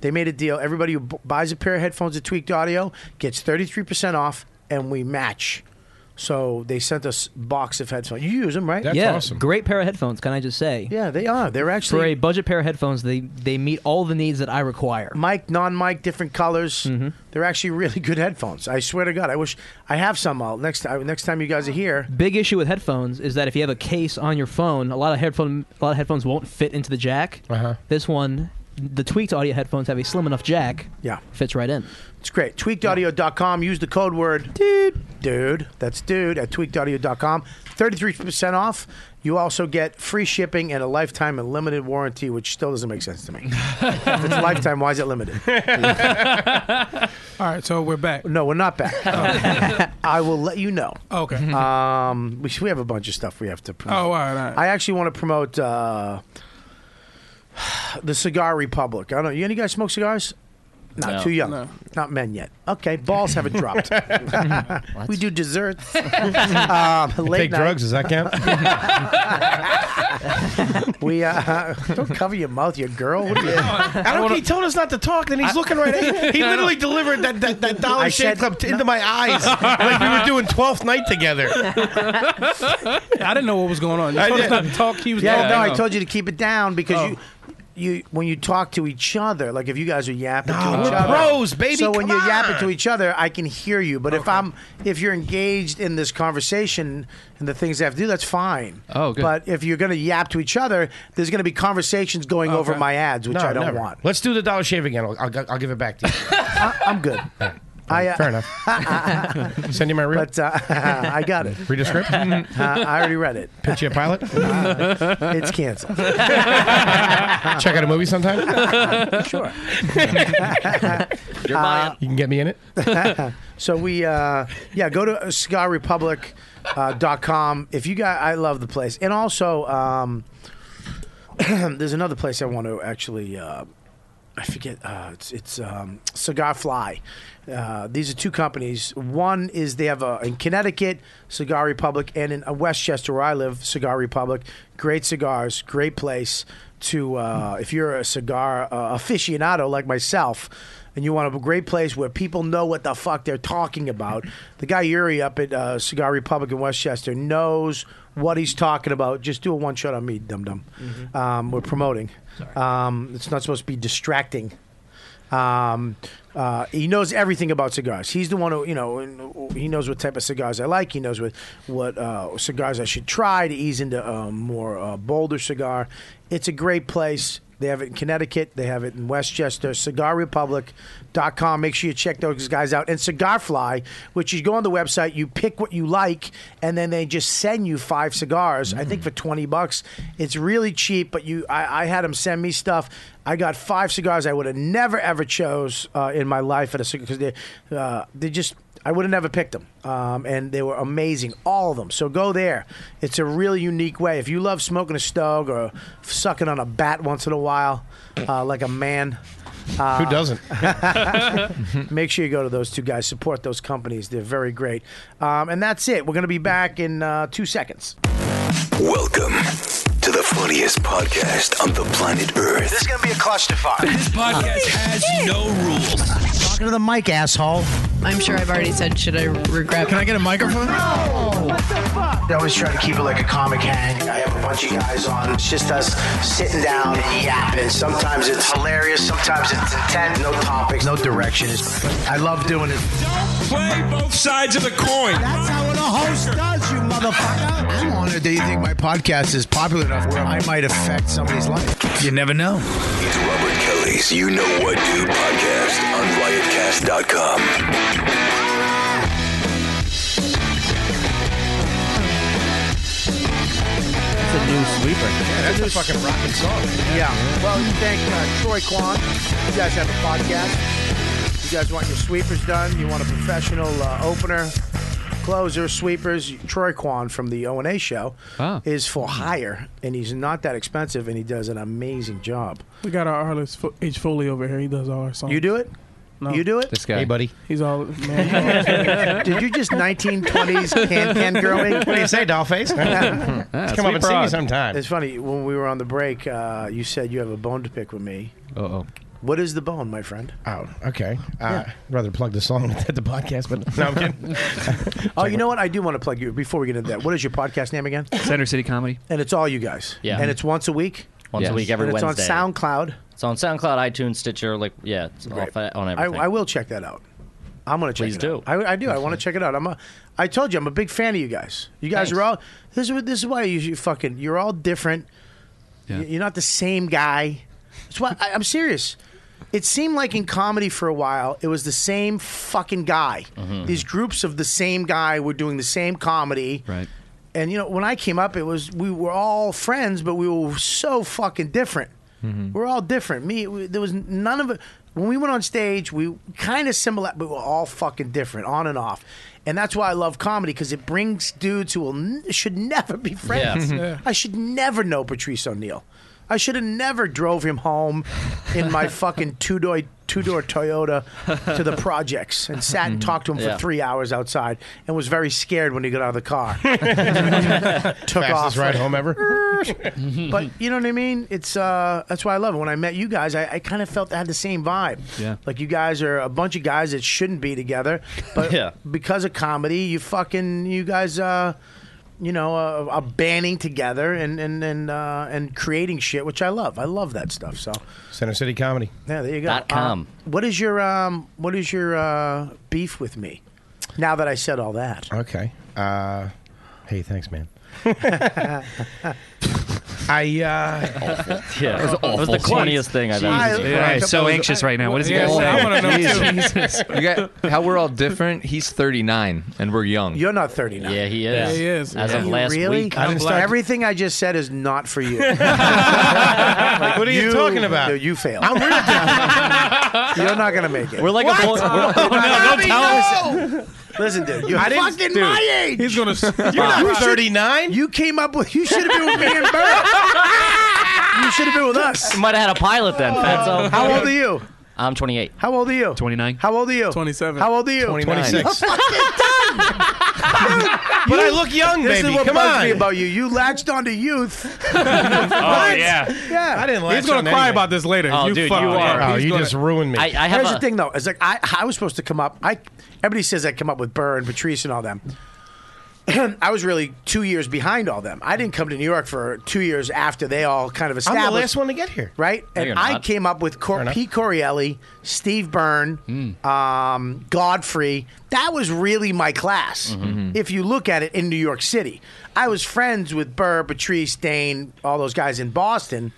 S2: They made a deal. Everybody who b- buys a pair of headphones at Tweaked Audio gets 33% off, and we match. So they sent us box of headphones. You use them, right?
S10: yeah, great pair of headphones. Can I just say?
S2: Yeah, they are. They're actually
S10: for a budget pair of headphones. They they meet all the needs that I require. Mm-hmm.
S2: Mic, non-mic, different colors. They're actually really good headphones. I swear to God, I wish I have some out next time. Next time you guys are here,
S10: Big issue with headphones is that if you have a case on your phone, a lot of headphone a lot of headphones won't fit into the jack. Uh-huh. This one, the tweaked audio headphones have a slim enough jack.
S2: Yeah,
S10: fits right in.
S2: It's great. Tweakedaudio.com. Use the code word dude. Dude. That's dude at tweakedaudio.com. 33% off. You also get free shipping and a lifetime and limited warranty, which still doesn't make sense to me. if it's lifetime, why is it limited? All right, so we're back. No, we're not back. I will let you know.
S11: Oh. Okay.
S2: Um, we, we have a bunch of stuff we have to promote.
S11: Oh, all right, all right.
S2: I actually want to promote uh, the Cigar Republic. I don't know. You any guys smoke cigars? Not
S11: No.
S2: too young.
S11: No.
S2: Not men yet. Okay, balls haven't dropped. we do desserts. um, late
S7: take
S2: night.
S7: drugs, does that count?
S2: we uh, don't cover your mouth, you girl. What are you?
S7: I don't. He told us not to talk, and he's
S2: I-
S7: looking right at me. He
S2: I
S7: literally
S2: know.
S7: delivered that that, that
S2: I
S7: dollar
S2: said-
S7: shave club t- into my eyes, like we were doing twelfth night together.
S11: I didn't know what was going on. You
S7: I
S11: told us
S7: did.
S11: not to talk. He was
S2: yeah,
S11: talking.
S2: no, I told you to keep it down because
S7: Oh.
S2: you, you, when you talk to each other, like if you guys are yapping to
S7: No,
S2: each
S7: we're
S2: other,
S7: bros, baby,
S2: So when
S7: come
S2: you're yapping
S7: on.
S2: to each other, I can hear you. But if I'm, if you're engaged in this conversation and the things I have to do, that's fine.
S7: Oh, good.
S2: But if you're going to yap to each other, there's going to be conversations going over
S7: Okay.
S2: my ads, which
S7: No,
S2: I don't
S7: never.
S2: want.
S7: Let's do the dollar shave again. I'll, I'll, I'll give it back to you.
S2: I, I'm good. I, uh,
S7: Fair enough. Send you my reel.
S2: But uh, I got it.
S7: Read a script?
S2: Uh, I already read it.
S7: Pitch you a pilot.
S2: Uh, it's canceled.
S7: Check out a movie sometime.
S2: sure.
S7: You're buying. You can get me in it.
S2: so we uh, yeah go to cigarrepublic.com if you got i love the place and also um, there's another place i want to actually uh, i forget uh, it's, it's um, cigar fly uh, these are two companies one is they have a, in connecticut cigar republic and in uh, westchester where i live cigar republic great cigars great place to uh, if you're a cigar uh, aficionado like myself and you want a great place where people know what the fuck they're talking about. The guy Yuri up at uh, Cigar Republic in Westchester knows what he's talking about. Just do a one shot on me, dum dum. Um, we're promoting. Um, it's not supposed to be distracting. Um, uh, he knows everything about cigars. He's the one who, you know, and he knows what type of cigars I like. He knows what what uh, cigars I should try to ease into a more uh, bolder cigar. It's a great place. They have it in Connecticut. They have it in Westchester. CigarRepublic.com. Make sure you check those guys out. And Cigarfly, which you go on the website, you pick what you like, and then they just send you five cigars. I think for twenty bucks, it's really cheap. But you, I, I had them send me stuff. I got five cigars I would have never ever chose uh, in my life at a cigar because they, uh, they just. I would have never picked them, um, and they were amazing, all of them. So go there; it's a really unique way. If you love smoking a stog or sucking on a bat once in a while, uh, like a man, Uh,
S7: Who doesn't?
S2: make sure you go to those two guys. Support those companies. They're very great. Um, and that's it. We're going to be back in uh, two seconds.
S3: Welcome to the funniest podcast on the planet Earth.
S4: This is going to be a clusterfuck. This podcast has no rules.
S2: Talking to the mic, asshole.
S12: I'm sure I've already said, should I regret? Can I get a microphone?
S4: I always try to keep it like a comic hang. I have a bunch of guys on. It's just us sitting down and yapping. Sometimes it's hilarious, sometimes it's intense. No topics, no directions. I love doing it.
S13: Play both sides of the coin. That's how a host does, you motherfucker.
S4: I'm honored that you think my podcast is popular enough where I might affect somebody's life.
S3: You never know. It's Robert Kelly's You Know What Do podcast on riotcast.com.
S5: That's a new sweeper.
S2: that's a fucking rocking song. Yeah. Well, we thank uh, Troy Kwan. You guys have a podcast. You guys want your sweepers done? You want a professional uh, opener, closer, sweepers? Troy Kwan from the O and A show is for hire, and he's not that expensive, and he does an amazing job.
S11: We got our artist Fo- H Foley over here. He does all our songs.
S2: You do it.
S11: No.
S2: You do it.
S11: This guy. Hey, buddy. He's all. Man,
S2: Did you just 1920s can can girling?
S11: What do you say,
S7: dollface? Come up sweet and see me broad. sometime.
S2: It's funny when we were on the break. Uh, you said you have a bone to pick with me.
S7: Uh oh.
S2: What is the bone, my friend?
S7: Oh, okay. Uh, Rather plug the song at the podcast, but no, I'm kidding.
S2: Oh, you know what? I do want to plug you before we get into that. What is your podcast name again?
S6: Center City Comedy.
S2: And it's all you guys.
S9: Yeah.
S2: And it's once a week.
S9: Once a week, every
S2: and it's
S9: Wednesday.
S2: on SoundCloud.
S9: It's on SoundCloud, iTunes, Stitcher, like yeah, it's off, on
S2: I,
S9: everything.
S2: I will check that out. I'm gonna check
S9: Please
S2: it
S9: do.
S2: out. I, I do. I want to check it out. I'm a. I told you I'm a big fan of you guys. You guys
S9: Thanks.
S2: are all. This is what- this is why you, you fucking. You're all different. Y- You're not the same guy. That's why I, I'm serious. It seemed like in comedy for a while, it was the same fucking guy. These groups of the same guy were doing the same comedy.
S6: Right.
S2: And you know, when I came up, it was we were all friends, but we were so fucking different. We're all different. Me, we, there was none of it. When we went on stage, we kind of similar, but we're all fucking different, on and off. And that's why I love comedy because it brings dudes who will n- should never be friends.
S11: Yeah. Yeah.
S2: I should never know Patrice O'Neill. I should have never drove him home in my fucking two door two door Toyota to the projects and sat and talked to him
S11: Mm-hmm. Yeah.
S2: for three hours outside and was very scared when he got out of the car. Took
S7: Fastest
S2: off
S7: ride home ever.
S2: but you know what I mean? It's uh, that's why I love it. When I met you guys, I, I kind of felt I had the same vibe.
S6: Yeah.
S2: Like you guys are a bunch of guys that shouldn't be together, but
S6: Yeah.
S2: because of comedy, you fucking you guys uh, you know, uh, are banding together and and and uh, and creating shit, which I love. I love that stuff. So
S7: Center City Comedy.
S2: yeah, there you go.
S7: Dot com.
S2: Um, what is your um, what is your uh, beef with me? Now that I said all that,
S7: Okay. Uh, hey, thanks, man. I uh,
S9: Yeah, that was That was awful. the corniest thing I've ever Jesus seen.
S6: Yeah, I'm so anxious right now. What is he
S7: Yeah,
S6: gonna
S7: I
S6: say?
S7: wanna know too.
S6: Jesus.
S8: You got how we're all different. He's 39 and we're young.
S2: You're not 39.
S9: Yeah, he
S8: is. Yeah, he is. As of
S2: You
S8: last
S2: really?
S8: week. I didn't start-
S2: Everything I just said is not for you. what
S7: are you talking about?
S2: No, you failed.
S7: I'm
S2: You're not gonna make it.
S9: We're like
S7: a What?
S9: boy- we're-
S7: no, don't tell
S2: Listen, dude, you're
S7: I didn't-
S2: fucking
S7: dude,
S2: my age.
S7: he's gonna-
S2: You're
S7: You're
S2: you should-
S7: 39?
S2: You came up with. You should have been with me and Bert. You should have been with us.
S9: You might have had a pilot then, Fatso.
S2: How old are you?
S9: I'm 28.
S2: How old are you?
S6: 29.
S2: How old are you?
S11: 27.
S2: How old are you?
S11: 26.
S2: You're fucking dumb.
S7: But I look young,
S2: This
S7: baby.
S2: is what
S7: Come
S2: bugs
S7: on.
S2: me about you. You latched onto youth. oh
S7: yeah.
S2: yeah.
S7: I didn't.
S11: He's gonna cry about this later. you fucked up.
S7: Oh,
S11: He's
S7: you
S11: gonna-
S7: just ruined me.
S2: Here's the thing, though. It's like I, I was supposed to come up. I everybody says I come up with Burr and Patrice and all them. I was really two years behind all them. I didn't come to New York for two years after they all kind of
S7: I'm
S2: established.
S7: the last one to get here.
S2: right?
S7: No,
S2: and
S7: you're
S2: I
S7: not.
S2: came up with Cor-
S7: Fair enough.
S2: P. Corielli, Steve Byrne,
S7: Hmm.
S2: um, Godfrey. That was really my class,
S7: Mm-hmm.
S14: Mhm.
S2: if you look at it in New York City. I was friends with Burr, Patrice, Dane, all those guys in Boston.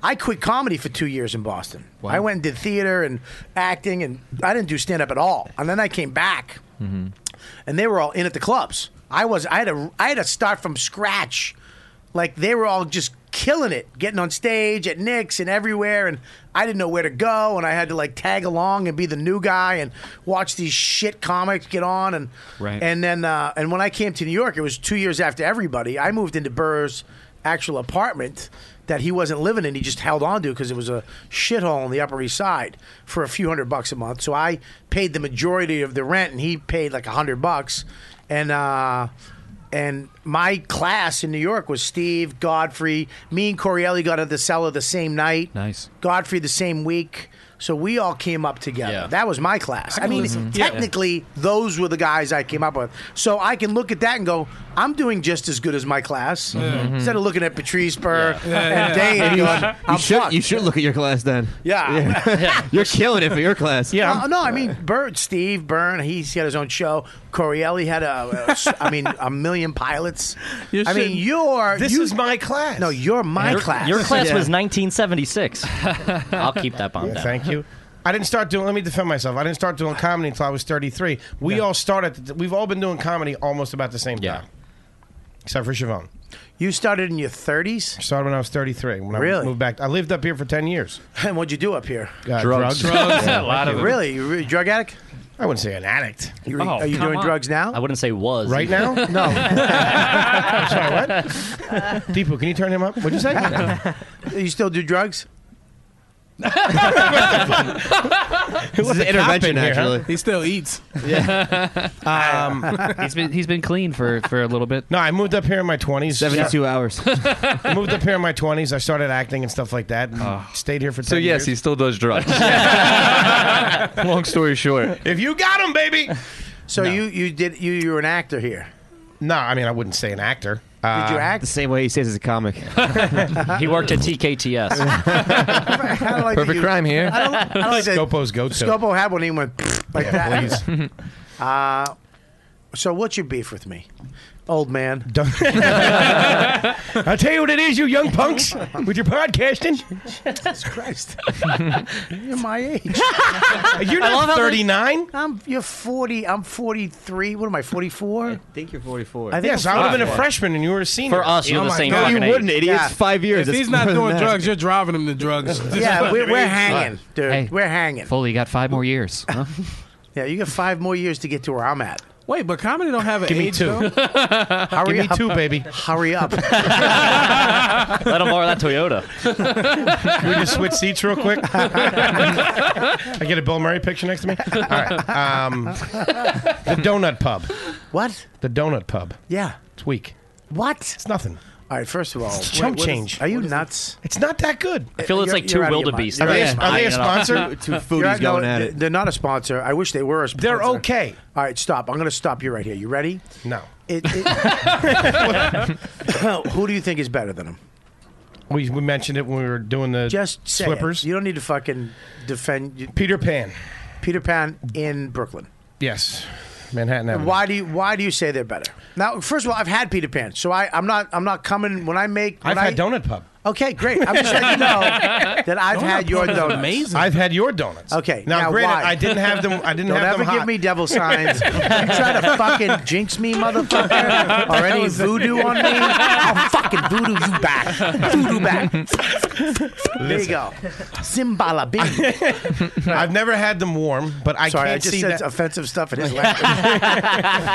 S2: I quit comedy for two years in Boston. I went and did theater and acting, and I didn't do stand up at all. And then I came back and they were all in at the clubs. I was I had to I had to start from scratch. Like they were all just killing it, getting on stage at Nick's and everywhere, and I didn't know where to go, and I had to like tag along and be the new guy and watch these shit comics get on, and
S6: Right.
S2: and then uh, and when I came to New York, it was two years after everybody. I moved into Burr's actual apartment that he wasn't living in. He just held on to because it was a shithole on the Upper East Side for a few hundred bucks a month. So I paid the majority of the rent, and he paid like a hundred bucks. And uh, and my class in New York was Steve Godfrey. Me and Corielli got at the cellar the same night.
S6: Nice.
S2: Godfrey the same week. So we all came up together. That was my class. I,
S6: can
S2: mean,
S6: listen. Yeah.
S2: technically, those were the guys I came up with. So I can look at that and go, I'm doing just as good as my class.
S5: Mhm.
S2: Instead of looking at Patrice Burr
S5: Yeah,
S2: and
S5: yeah.
S2: Dane
S5: Maybe you
S2: going,
S5: should-
S2: I'm
S5: you should,
S2: fucked.
S5: you should look at your class then.
S2: Yeah.
S5: You're killing it for your class.
S2: No, no, I mean, Bird, Steve Byrne, he's got his own show. Corielli had a, a s- I mean, a million pilots.
S9: You
S2: I mean,
S9: should-
S2: you're.
S9: This
S2: you-
S9: is
S7: my class.
S2: No, you're my
S9: your,
S2: class.
S9: Your class
S2: Yeah.
S9: was 1976. I'll keep that bomb
S7: Yeah,
S9: down.
S7: Thank you. I didn't start doing. Let me defend myself. I didn't start doing comedy until I was 33. We all started. We've all been doing comedy almost about the same time, except for Siobhan.
S2: You started in your 30s.
S7: Started when I was 33. When I
S2: Really?
S7: moved back. I lived up here for 10 years.
S2: And what'd you do up here?
S7: Uh, drugs. Yeah.
S2: Really? You a drug addict?
S7: I wouldn't say an addict.
S2: You- are you doing drugs now?
S9: I wouldn't say was.
S7: Right now? No. I'm sorry, what? Deepu, can you turn him up? What'd you say?
S2: you still do drugs?
S7: This
S6: is intervention, actually.
S11: He still eats.
S6: Yeah. um, he's been he's been clean for for a little bit.
S7: No, I moved up here in my 20s.
S5: 72
S7: hours. moved up here in my 20s. I started acting and stuff like that. and
S6: Ah.
S7: Stayed here for 10
S8: So yes,
S7: years.
S8: he still does drugs. Long story short,
S7: If you got him, baby.
S2: So you you did you you were an actor here?
S7: No, I mean I wouldn't say an actor. Uh,
S2: Did you act?
S5: The same way he says as a comic.
S9: he worked at TKTS.
S2: I don't like that you- I don't, I don't like that
S7: Scopo's go to.
S2: Scopo had one. He went like
S7: Yeah,
S2: that. uh, so what's your beef with me, old man?
S7: I tell you what it is, you young punks, with your podcasting.
S2: Jesus Christ, you're my age.
S7: You're not I love how they- 39?
S2: I'm. You're 40. I'm 43. What am I? 44. I
S5: think you're 44.
S2: I think
S7: yes, I
S2: I'm
S7: would have been a
S2: five.
S7: freshman and you were a senior.
S9: For us, you're
S7: Oh
S9: the
S7: my
S9: same
S7: God.
S9: fucking age.
S7: Yeah.
S11: If he's not doing drugs, you're driving him to drugs.
S2: Yeah, we're, we're hanging, dude.
S6: Hey.
S2: We're hanging.
S6: Foley got five more years. Huh?
S2: Yeah, you got five more years to get to where I'm at.
S11: Wait, but comedy don't have an
S2: Give me
S11: age,
S2: two.
S11: though.
S2: Hurry
S7: Give me
S2: up.
S7: two, baby.
S2: Hurry up.
S9: Let him borrow that Toyota.
S7: Can we just switch seats real quick? I get a Bill Murray picture next to me. All right. Um, the Donut Pub.
S2: What?
S7: The Donut Pub.
S2: Yeah.
S7: It's weak.
S2: What?
S7: It's nothing.
S2: All right. First of all,
S7: It's chump
S2: wait, what is-
S7: change.
S2: are you nuts?
S7: It's not that good.
S9: I feel it's
S2: You're-
S9: like two
S2: you're out of your
S9: wildebeest.
S2: mind.
S9: Are they
S2: You're
S9: a-
S2: out of
S9: are they
S2: your
S9: a
S2: mind.
S9: sponsor? Two foodies
S2: You're out- no,
S9: going at
S2: they-
S9: it.
S2: They're not a sponsor. I wish they were a sponsor.
S7: They're okay.
S2: All right, stop. I'm going to stop you right here. You ready?
S7: No.
S2: It, it- who do you think is better than them?
S7: We, we mentioned it when we were doing the
S2: Just say it.
S7: slippers.
S2: You don't need to fucking defend. you-
S7: Peter Pan.
S2: Peter Pan in Brooklyn.
S7: Yes. Manhattan Avenue.
S2: Why do you Why do you say they're better? Now, first of all, I've had Peter Pan, so I, I'm not I'm not coming when I make. When
S7: I've had
S2: I-
S7: Donut Pub.
S2: Okay, great. I'm just letting you know that I've had your donuts.
S7: I've had your donuts.
S2: Okay,
S7: Now,
S2: now
S7: granted,
S2: why?
S7: I didn't have them. I didn't
S2: Don't
S7: have
S2: ever
S7: them hot.
S2: give me devil signs. you try to fucking jinx me, motherfucker, or any voodoo on me. I'll fucking voodoo you back. Voodoo back. There you
S7: Listen.
S2: go. Zimbala bing.
S7: I've never had them warm, but I
S2: Sorry,
S7: can't
S2: I just
S7: see
S2: said
S7: that.
S2: offensive stuff in his language.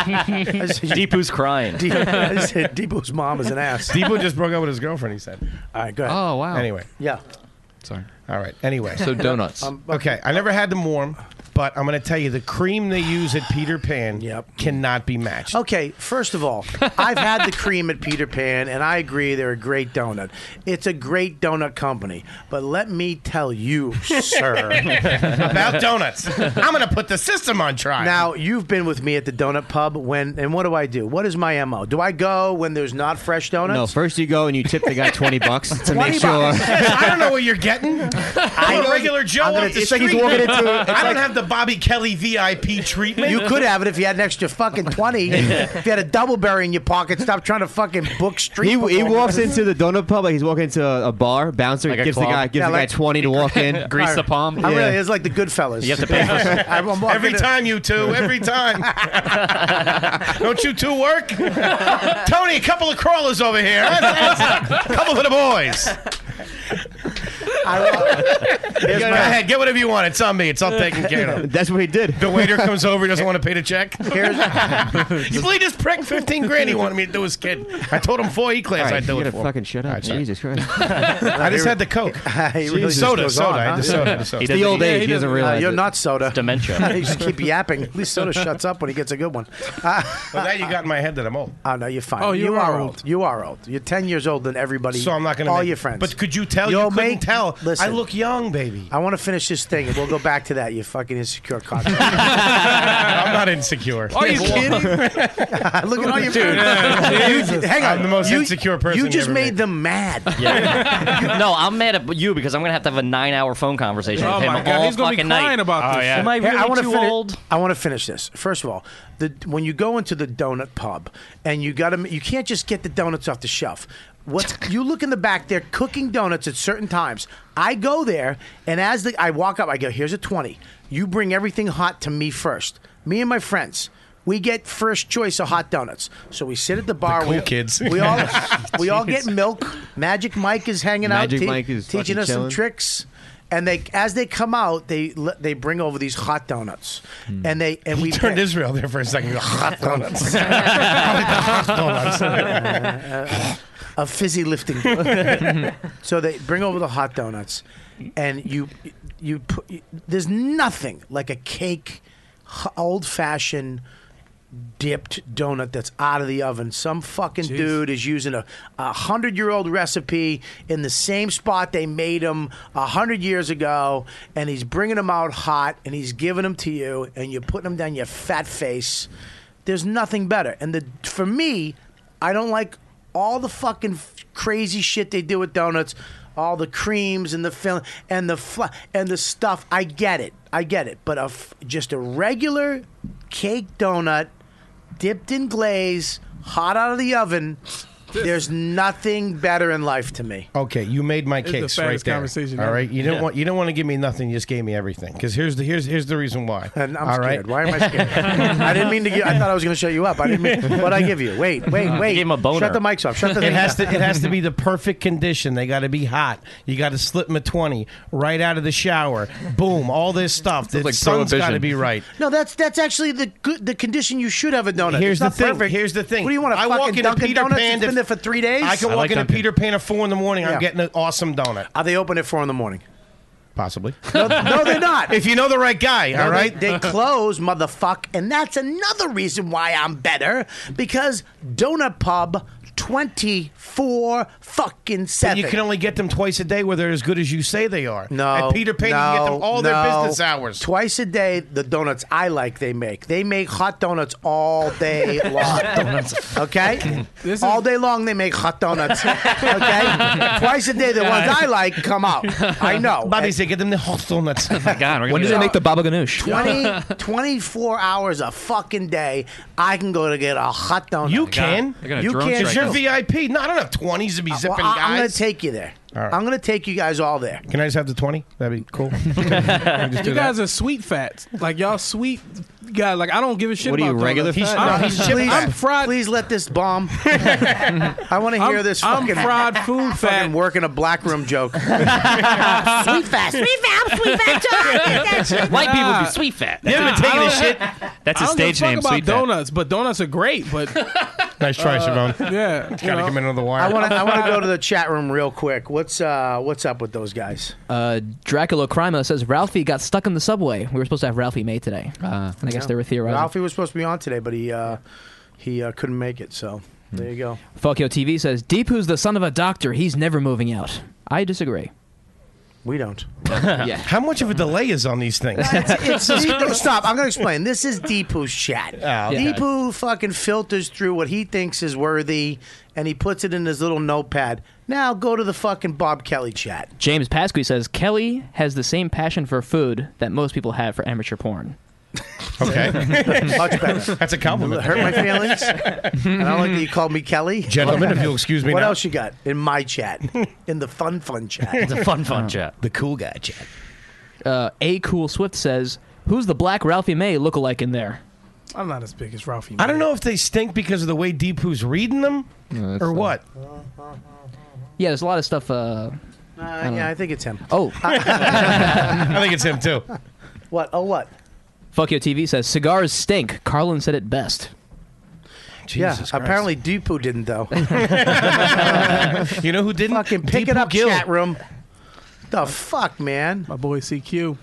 S9: Deepu's crying.
S2: D- I said Debo's mom is an ass.
S7: Debo just broke up with his girlfriend. He said.
S2: All right, go ahead.
S6: Oh wow.
S7: Anyway,
S2: Yeah.
S6: Sorry.
S7: all right. Anyway,
S8: So donuts. Um,
S7: okay, I never had them warm, but I'm going to tell you the cream they use at Peter Pan
S2: Yep.
S7: cannot be matched.
S2: Okay, first of all, I've had the cream at Peter Pan, and I agree they're a great donut. It's a great donut company, but let me tell you, sir.
S7: About donuts, I'm going to put the system on trial.
S2: Now you've been with me at the donut pub when, and what do I do? What is my mo? Do I go when there's not fresh donuts?
S5: No, first you go and you tip the guy 20 bucks to
S2: 20
S5: make sure.
S2: bucks.
S7: I don't know what you're getting. I'm a regular Joe
S2: I'm gonna-
S7: off the
S2: it's like he's
S7: street.
S2: walking into-
S7: I don't
S2: it's like-
S7: have the Bobby Kelly VIP treatment.
S2: You could have it if you had an extra fucking twenty. if you had a double berry in your pocket, stop trying to fucking book street.
S5: He, he
S2: performers.
S5: walks into the donut pub like he's walking into a, a bar. Bouncer
S2: Like a
S5: gives the
S2: club.
S5: guy gives
S2: Yeah,
S5: the guy
S2: like-
S5: twenty to walk in.
S6: Grease the palm.
S2: I
S5: Yeah.
S2: really it's like the Goodfellas.
S9: You have to pay for it.
S2: I'm- I'm walking
S7: Every
S2: in-
S7: time you two, every time. Don't you two work? Tony, a couple of crawlers over here. A couple of the boys. Go ahead, get whatever you want. It's on me. It's all taken care of.
S5: That's what he did.
S7: The waiter comes over. He doesn't want to pay the check. you believe this prick? Fifteen grand. He wanted me to do his kid. I told him four E class.
S5: All right,
S7: I'd do
S5: you
S7: it
S5: gotta
S7: for. him.
S5: fucking shut up.
S7: All right, sorry.
S5: Jesus Christ.
S7: I just had the coke.
S2: He really just
S7: soda,
S2: goes
S7: soda.
S2: on,
S7: I
S2: huh?
S7: had the soda. the soda.
S2: It's the old age. He doesn't realize it.
S9: soda.
S2: You
S9: dementia.
S2: just keep yapping. At least Soda shuts up when he gets a good one.
S7: well, now you got in my head that I'm old.
S2: Oh no, you're fine.
S7: Oh, you are
S2: old. You are old. You're ten years older than everybody.
S7: So I'm not gonna
S2: all
S7: make
S2: your
S7: it.
S2: friends.
S7: But could you tell? You
S2: You'll
S7: couldn't
S2: make,
S7: tell. I
S2: Listen,
S7: look young, baby.
S2: I want to finish this thing, and we'll go back to that. You fucking insecure cock.
S7: I'm not insecure.
S2: Are you kidding? look at all your friends. You- hang on.
S7: I'm the most
S2: you,
S7: insecure person.
S2: You just
S7: ever
S2: made them mad.
S9: Yeah. no, I'm mad at you because I'm gonna have to have a nine-hour phone conversation
S2: Oh
S9: with him
S2: my God,
S9: all
S2: he's gonna be
S9: fucking
S2: crying
S9: night.
S2: about this.
S9: Am I
S2: Here,
S9: really
S2: wanna
S9: too
S2: fini-
S9: old?
S2: I want to finish this. First of all, the when you go into the donut pub and you got to you can't just get the donuts off the shelf. What's you look in the back? They're cooking donuts at certain times. I go there and as the, I walk up, I go, "Here's a twenty. You bring everything hot to me first. Me and my friends." We get first choice of hot donuts, so we sit at the bar.
S7: cool
S2: we,
S7: kids.
S2: We all we all get
S7: Jeez.
S2: milk. Magic Mike is hanging
S5: Magic
S2: out, te-
S5: Mike is
S2: teaching
S5: fucking
S2: us some
S5: chilling.
S2: tricks tricks, and they as they come out, they le- they bring over these hot donuts,
S5: Hmm.
S2: and they and we
S7: turned Israel there for a second. Hot donuts.
S2: a fizzy lifting. donut. so they bring over the hot donuts, and you you put there's nothing like a cake, old fashioned. Dipped donut that's out of the oven. Some fucking dude is using a, a hundred year old recipe in the same spot they made them a hundred years ago, and he's bringing them out hot and he's giving them to you, and you're putting them down your fat face. There's nothing better. And the for me, I don't like all the fucking f- crazy shit they do with donuts, all the creams and the fill and the fl- and the stuff. I get it, I get it. But a f- just a regular cake donut, dipped in glaze, hot out of the oven. There's nothing better in life to me.
S7: Okay, you made my
S2: It's the
S7: case right
S2: fattest
S7: there.
S2: conversation
S7: all
S2: ever.
S7: right, you don't
S2: Yeah.
S7: want you don't want to give me nothing. You just gave me everything. Because here's the here's here's the reason why.
S2: And I'm
S7: All
S2: scared.
S7: right?
S2: Why am I scared? I didn't mean to. Give, I thought I was going to show you up. I didn't mean. What I give you? Wait, wait, wait. Shut the mics off. Shut the.
S7: It
S2: thing
S7: has to.
S2: down.
S7: It has to be the perfect condition. They got to be hot. You got to slip them a twenty right out of the shower. Boom! All this stuff. The
S2: like
S7: sun's got to
S2: prohibition.
S7: be right.
S2: No, that's that's actually the good, the condition you should have a donut.
S7: Here's
S2: It's
S7: the
S2: not
S7: thing.
S2: Perfect.
S7: Here's the thing.
S2: What do you want?
S7: I
S2: I
S7: walk
S2: walk
S7: into
S2: Dunkin'
S7: Peter
S2: Donuts.
S7: Pan
S2: It's
S7: to-
S2: been there for three days.
S7: I can walk into Peter Pan at four in the morning. I'm getting an awesome donut.
S2: Are they open at four in the morning?
S7: Possibly.
S2: No, no, they're not.
S7: If you know the right guy,
S2: No,
S7: all right.
S2: They, they close, motherfuck, and that's another reason why I'm better because Donut Pub twenty four fucking
S7: But
S2: seven.
S7: you can only get them twice a day, where they're as good as you say they are.
S2: No,
S7: At Peter Pan, you can get
S2: no,
S7: them all their
S2: no.
S7: business hours.
S2: Twice a day, the donuts I like they make. They make hot donuts all day long. donuts. Okay? all day long they make hot donuts. Okay? Twice a day the ones I like come out. I know.
S7: Bobby said, get them the hot donuts.
S6: Oh my God,
S2: When do they make the
S6: baba ganoush?
S2: 20, 24 hours a fucking day, I can go to get a hot donut.
S7: You can.
S2: You can. Uh,
S7: Because you're VIP. No, I don't have 20s to be zipping
S2: Well, I-
S7: guys.
S2: I'm going to take you there.
S7: All right.
S2: I'm going to take you guys all there.
S7: Can I just have the 20? That'd be cool.
S11: you guys are sweet fats. Like y'all sweet guys. Like I don't give a shit.
S7: What are
S11: about
S7: you, regular
S11: donuts.
S7: fat?
S11: I'm-
S7: No, he's chip
S11: please-
S7: fat.
S11: I'm fried.
S2: Please let this bomb. I want to hear
S11: I'm-
S2: this.
S11: I'm
S2: Fucking,
S11: fried food
S2: Fucking working a black room joke. sweet
S9: fat, sweet fat, I'm sweet fat, John. White people be sweet fat. That's
S11: yeah,
S9: imitation
S11: I don't- I
S9: shit.
S11: don't give a fuck about donuts, but donuts are great. But uh,
S7: nice try, Siobhan.
S11: yeah,
S7: Gotta
S11: you know.
S7: come in under the wire.
S2: I want to. I want to go to the chat room real quick. What's uh What's up with those guys?
S10: Uh, Dracula Crima says Ralphie got stuck in the subway. We were supposed to have Ralphie made today. Uh, I
S2: Ah.
S10: guess
S2: Yeah.
S10: they were theorizing.
S2: Ralphie was supposed to be on today, but he uh he uh, couldn't make it. So there you go.
S10: Falkio TV says Deepu's the son of a doctor. He's never moving out. I disagree.
S2: We don't.
S10: yeah.
S7: How much of a delay is on these things?
S2: It's, it's, no, stop. I'm going to explain. This is Deepu's chat.
S7: okay.
S2: Deepu fucking filters through what he thinks is worthy, and he puts it in his little notepad. Now go to the fucking Bob Kelly chat.
S10: James Pasqui says Kelly has the same passion for food that most people have for amateur porn.
S7: okay.
S2: Much better.
S7: That's a compliment.
S2: Hurt my feelings. And I don't like that you called me Kelly.
S7: Gentlemen, if you'll excuse me
S2: What
S7: now.
S2: else you got in my chat? In the fun, fun chat.
S10: chat.
S7: The cool guy chat.
S10: Uh, a Cool Swift says, "Who's the Black Ralphie May lookalike in there?"
S11: I'm not as big as Ralphie.
S7: I don't know if they stink because of the way Deepu's reading them or what.
S10: Yeah, there's a lot of stuff. Uh,
S2: Uh,
S7: I don't
S2: yeah,
S7: know.
S2: I think it's him.
S10: Oh.
S7: I think it's him too.
S2: What? Oh, what?
S10: Fuck Your TV says cigars stink. Carlin said it best.
S2: yeah. Apparently, Deepu didn't though.
S7: you know who didn't?
S2: Fucking pick it up, chat room. The fuck, man.
S11: My boy CQ.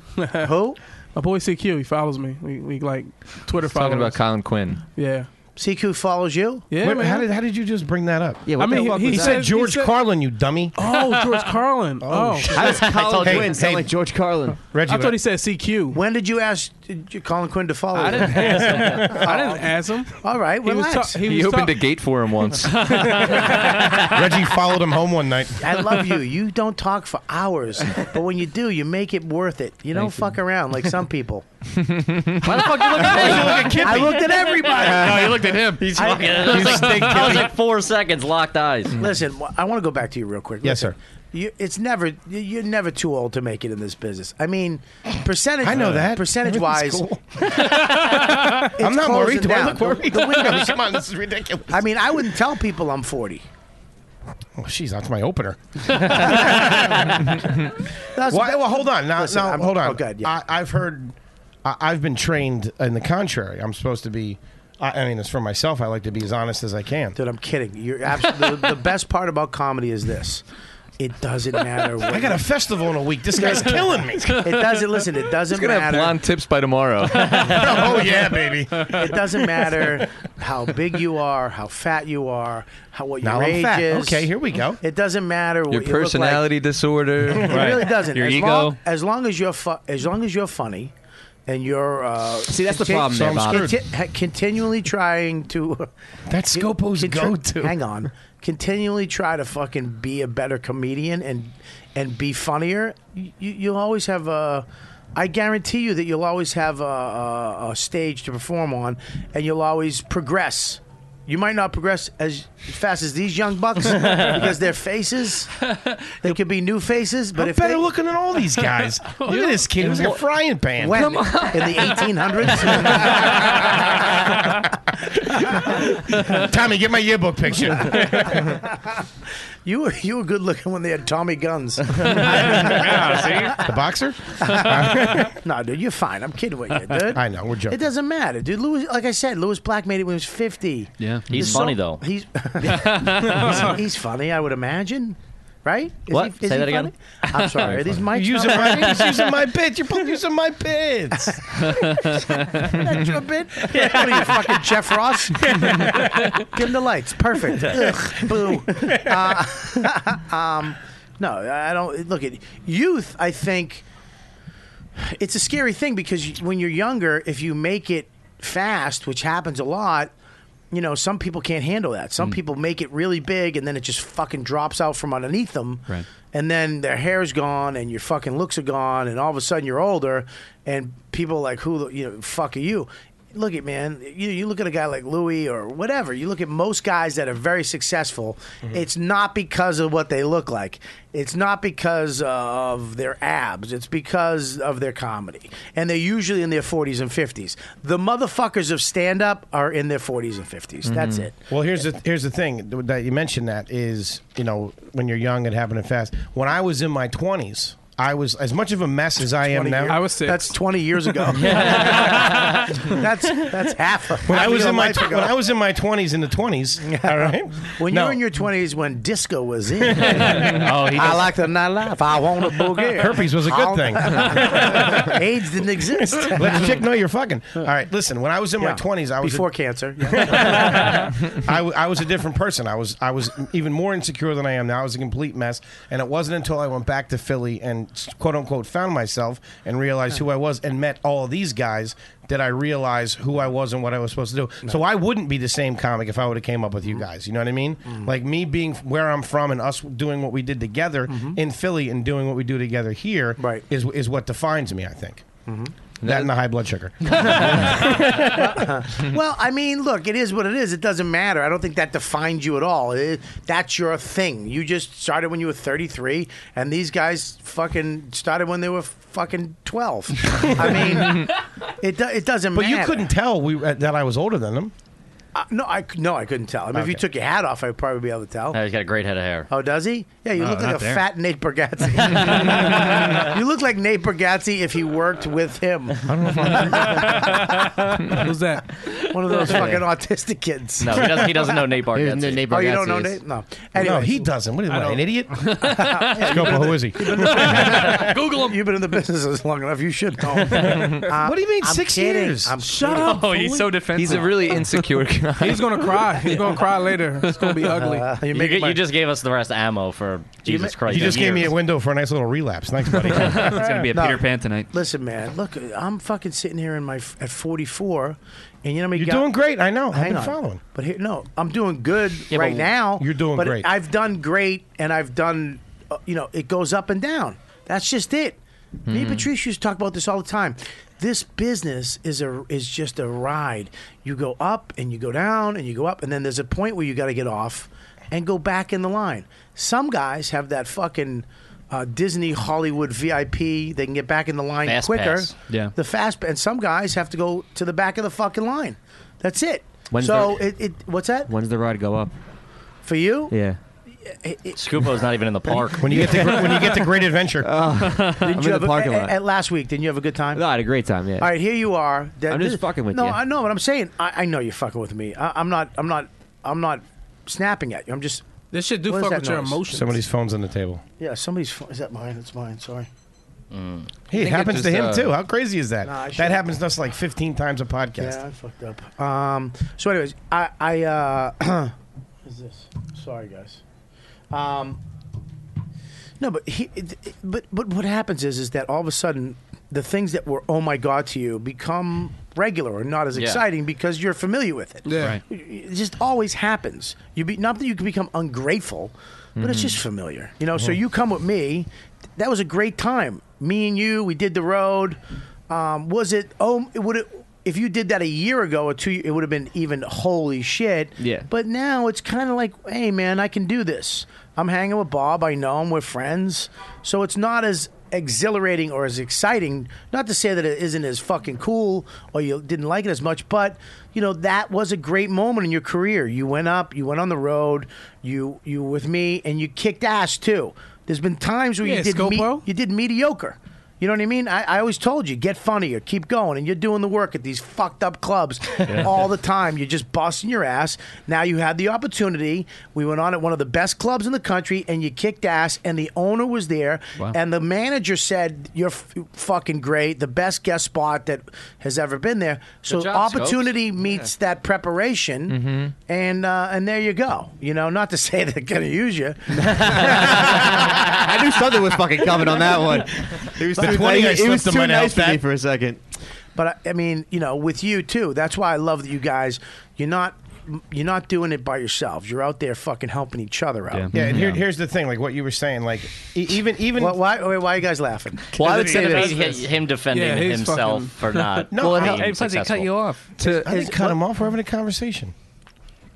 S2: Who?
S11: My boy CQ. He follows me. We, we like Twitter followers.
S8: Talking about Colin Quinn.
S11: Yeah.
S2: CQ follows you?
S11: Yeah,
S7: Wait,
S11: man.
S7: how did how did you just bring that up?
S11: Yeah, what I mean, the he- fuck he was that?
S7: said
S11: said-
S7: George
S11: he said-
S7: Carlin, you dummy.
S11: Oh, George Carlin. Oh,
S7: How does Colin I told you. Quinn sound like
S10: George Carlin?
S7: Reggie,
S11: I thought he
S7: what-
S11: said CQ.
S2: When did you ask did you- Colin Quinn to follow?
S11: I
S2: you?
S11: didn't ask him. I didn't ask him.
S2: All right,
S11: He was
S2: relax.
S11: ta-
S8: He, opened a gate for him once.
S7: Reggie followed him home one night.
S2: I love you. You don't talk for hours, but when you do, you make it worth it. You don't fuck around like some people. Why the fuck you look
S9: at me?
S2: I looked at everybody.
S9: No, you looked at him. He's
S2: I-
S9: fucking- It was like- it was like four seconds locked eyes.
S2: Listen, wh- I want to go back to you real quick.
S9: Yes,
S2: Listen, You, it's never you- you're never too old to make it in this business. I mean, percentage.
S7: I know that.
S2: percentage wise.
S7: Everything's cool. I'm not worried. Do I look worried?
S2: The, the windows.
S7: Come on, this is ridiculous.
S2: I mean, I wouldn't tell people I'm 40.
S7: Oh, jeez, that's my opener.
S2: That's-
S7: Why- well, hold on. Now,
S2: Listen,
S7: now,
S2: I'm-
S7: hold on.
S2: oh, good,
S7: I, I've heard. I, I've been trained in the contrary. I'm supposed to be. I, I mean, it's for myself. I like to be as honest as I can.
S2: Dude, I'm kidding. You're absolutely the, the best part about comedy is this. It doesn't matter. What
S7: I got a festival in a week. This guy's killing me.
S2: It doesn't. Listen, it doesn't
S8: He's gonna have
S2: matter.
S8: blonde tips by tomorrow.
S7: oh yeah, baby.
S2: It doesn't matter how big you are, how fat you are, how what
S8: Now
S2: your
S8: I'm
S2: age
S8: fat.
S2: is.
S8: Okay,
S7: here we go.
S2: It doesn't matter
S8: Your
S2: what you look like.
S8: personality disorder.
S2: It really doesn't.
S8: Your
S2: as
S8: ego.
S2: Long, as long as you're fu- as long as you're funny, and you're uh,
S10: See, that's the problem there, Bob.
S2: conti- ha- continually trying to
S7: that's Scopo's go-to.
S2: Hang on, continually try to fucking be a better comedian and and be funnier. You, you'll always have a. I guarantee you that you'll always have a, a, a stage to perform on, and you'll always progress. You might not progress as fast as these young bucks because their faces, they could be new faces, but
S7: I'm
S2: if
S7: better
S2: they,
S7: looking than all these guys. Look at this kid. He was like a frying pan.
S2: when? in the 1800s.
S7: Tommy, get my yearbook picture.
S2: you were you were good looking when they had Tommy guns.
S7: The boxer?
S2: no, dude, you're fine. I'm kidding with you, dude.
S7: I know, we're joking.
S2: It doesn't matter, dude. Louis, like I said, Louis Black made it when he was 50.
S9: Yeah. He's
S2: There's
S9: funny,
S2: so-
S9: though.
S2: He's, he's he's funny, I would imagine. Right? Is
S9: What?
S2: he- is
S9: Say
S2: he
S9: that again?
S2: funny? I'm sorry. Are these mics
S7: You're using
S2: not
S7: my,
S2: working?
S7: he's using my bit. You're both using my bits.
S2: That's your bit. What are you fucking Jeff Ross? Dim the lights. Perfect. Ugh, boo. Uh, um, no, I don't. Look at youth. I think it's a scary thing because you- when you're younger, if you make it fast, which happens a lot. You know, some people can't handle that. Some people make it really big and then it just fucking drops out from underneath them
S6: Right.
S2: and then their hair's gone and your fucking looks are gone and all of a sudden you're older and people are like who the- you know fuck are you look at man you, you look at a guy like louis or whatever you look at most guys that are very successful
S7: Mm-hmm.
S2: it's not because of what they look like it's not because of their abs it's because of their comedy and they're usually in their 40s and 50s the motherfuckers of stand-up are in their 40s and 50s that's it
S7: Well, here's the here's the thing that you mentioned that is you know when you're young it happened fast. When I was in my 20s, I was as much of a mess as I am
S2: 20
S7: now.
S2: years- That's 20 years ago. that's that's half. Of,
S7: when I
S2: half of
S7: was
S2: your
S7: in my
S2: life
S7: tw-
S2: ago.
S7: when I was in my 20s in the 20s. All right.
S2: When you
S7: No.
S2: were in your 20s, when disco was in,
S7: Oh, he
S2: I
S7: does-
S2: like the nightlife. I want a boogie.
S7: Herpes was a good
S2: I'll-
S7: thing.
S2: AIDS didn't exist.
S7: Let the chick know you're fucking. All right, listen. When I was in my
S2: Yeah.
S7: twenties, I was
S2: Before
S7: a,
S2: cancer.
S7: I, w- I was a different person. I was I was even more insecure than I am now. I was a complete mess, and it wasn't until I went back to Philly and quote unquote found myself and realized who I was and met all of these guys that I realized who I was and what I was supposed to do. So I wouldn't be the same comic if I would have came up with
S2: Mm-hmm.
S7: you guys. You know what I mean? Like me being f- where I'm from and us doing what we did together
S2: Mm-hmm.
S7: in Philly and doing what we do together here is is what defines me. I think.
S2: Mm-hmm.
S7: That and the high blood sugar.
S2: well, I mean, look, it is what it is. It doesn't matter. I don't think that defines you at all. It- that's your thing. You just started when you were 33, and these guys fucking started when they were fucking 12. I mean, it, do- it doesn't
S7: But
S2: matter.
S7: you couldn't tell we uh, that I was older than them.
S2: Uh, no, I c- no, I couldn't tell. I mean, if you
S9: Okay.
S2: took your hat off, I'd probably be able to tell.
S9: Uh, he's got a great head of hair.
S2: Oh, does he? Yeah, you
S9: No,
S2: look like
S9: not
S2: a
S9: there.
S2: fat Nate Bargatze. you look like Nate Bargatze if he worked with him.
S11: Who's that?
S2: One of those
S11: Yeah.
S2: fucking autistic kids.
S9: No, he doesn't- he doesn't know Nate He doesn't know Bargatze. Nate
S2: oh, you don't
S9: Bargatze
S2: know
S9: is-
S2: Nate? No. Anyway,
S7: No, he doesn't. What is
S2: I
S7: what, an
S2: don't-
S7: idiot? Scopo, who is he?
S2: Google him. You've been in the business as long enough. You should know. Uh,
S7: What do you mean,
S2: I'm
S7: six
S2: kidding.
S7: years?
S2: I'm
S7: Shut
S2: kidding.
S7: up, Oh, he's fool. so defensive.
S8: He's a really insecure guy.
S11: He's gonna cry. He's gonna cry later. It's gonna be ugly.
S9: Uh, you,
S11: make
S9: g- you just gave us the rest ammo for Jesus Christ.
S7: You just gave me a window for a nice little relapse. Thanks, buddy.
S6: it's gonna be a
S2: No.
S6: Peter Pan tonight.
S2: Listen, man. Look, I'm fucking sitting here in my at 44, and you know me.
S7: You're doing great. I know. I've
S2: Hang
S7: been
S2: on.
S7: following.
S2: But here, no, I'm doing good
S7: Yeah,
S2: right
S7: but
S2: now.
S7: you're doing
S2: but
S7: great.
S2: I've done great, and I've done. uh, You know, it goes up and down. That's just it. Me and
S4: Hmm.
S2: Patrice used to talk about this all the time. This business is a is just a ride. You go up and you go down and you go up, and then there's a point where you got to get off and go back in the line. Some guys have that fucking. Uh, Disney Hollywood VIP, they can get back in the line
S9: Fast
S2: quicker.
S9: pass. Yeah.
S2: the fast, and some guys have to go to the back of the fucking line. That's it.
S5: When's
S2: so
S5: the-
S2: it, it what's that
S5: When's the ride go up?
S2: for you?
S5: Yeah.
S2: It- it-
S9: Scupo's not even in the park.
S7: When you get to when you get to Great Adventure,
S2: did
S5: I'm
S2: Uh, you
S5: in
S2: have
S5: the parking
S2: a, a-
S5: lot.
S2: At last week, didn't you have a good time?
S5: no, I had a great time. Yeah.
S2: All right, here you are. That-
S5: I'm just
S2: this-
S5: fucking with
S2: no,
S5: you.
S2: I know what I'm saying. I, I know you're fucking with me. I, I'm not. I'm not. I'm not snapping at you. I'm just.
S11: This shit do
S2: What is
S11: fuck
S2: that
S11: with your
S2: noise?
S11: emotions.
S7: somebody's phone's on the table.
S2: Yeah, somebody's. pho- Is that mine? It's mine. Sorry.
S8: Mm.
S7: Hey, it
S2: I think it
S7: happens to
S2: just,
S7: him
S2: uh,
S7: too. How crazy is that?
S2: Nah, I
S7: that
S2: should've-
S7: happens to us like 15 times a podcast.
S2: Yeah, I fucked up. Um. So, anyways, I. I uh, what is this? Sorry, guys. Um. No, but he, it- but but what happens is is that all of a sudden the things that were oh my god to you become regular or not as
S4: Yeah.
S2: exciting because you're familiar with it.
S4: Yeah. Right.
S2: It just always happens. You be not that you can become ungrateful, but it's
S4: Mhm.
S2: just familiar. You know, so you come with me. That was a great time. Me and you, we did the road. Um, was it oh it would it if you did that a year ago or two it would have been even holy shit.
S5: Yeah.
S2: But now it's kind of like, hey, man, I can do this. I'm hanging with Bob. I know him. We're friends. So it's not as exhilarating or as exciting. Not to say that it isn't as fucking cool or you didn't like it as much, but you know that was a great moment in your career. You went up. You went on the road. You you were with me and you kicked ass too. There's been times where
S11: Yeah,
S2: you did me- you did mediocre. You know what I mean? I, I always told you, get funnier, keep going, and you're doing the work at these fucked up clubs all the time. You're just busting your ass. Now you had the opportunity. We went on at one of the best clubs in the country, and you kicked ass. And the owner was there,
S4: Wow.
S2: and the manager said, "You're f- fucking great. The best guest spot that has ever been there." So
S4: job,
S2: opportunity
S4: Scopes.
S2: meets that preparation,
S5: Mm-hmm.
S2: and uh, and there you go. You know, not to say they're gonna use you.
S5: I knew something was fucking coming on that one. It was
S2: The
S5: too
S2: 20 I
S5: nice, it
S2: slipped
S5: was
S2: him
S5: too
S2: might help
S5: nice for me
S2: that.
S5: for a second.
S2: But I, I mean, you know, with you too. That's why I love that you guys. You're not. You're not doing it by yourselves. You're out there fucking helping each other out.
S7: Yeah, and here, here's the thing, like what you were saying, like e- even even
S2: Why- why, wait, why are you guys laughing?
S9: Well, I would say that him defending himself for not.
S7: No,
S9: being
S7: I-
S9: successful.
S6: off.
S7: I didn't cut him off. We're having a conversation.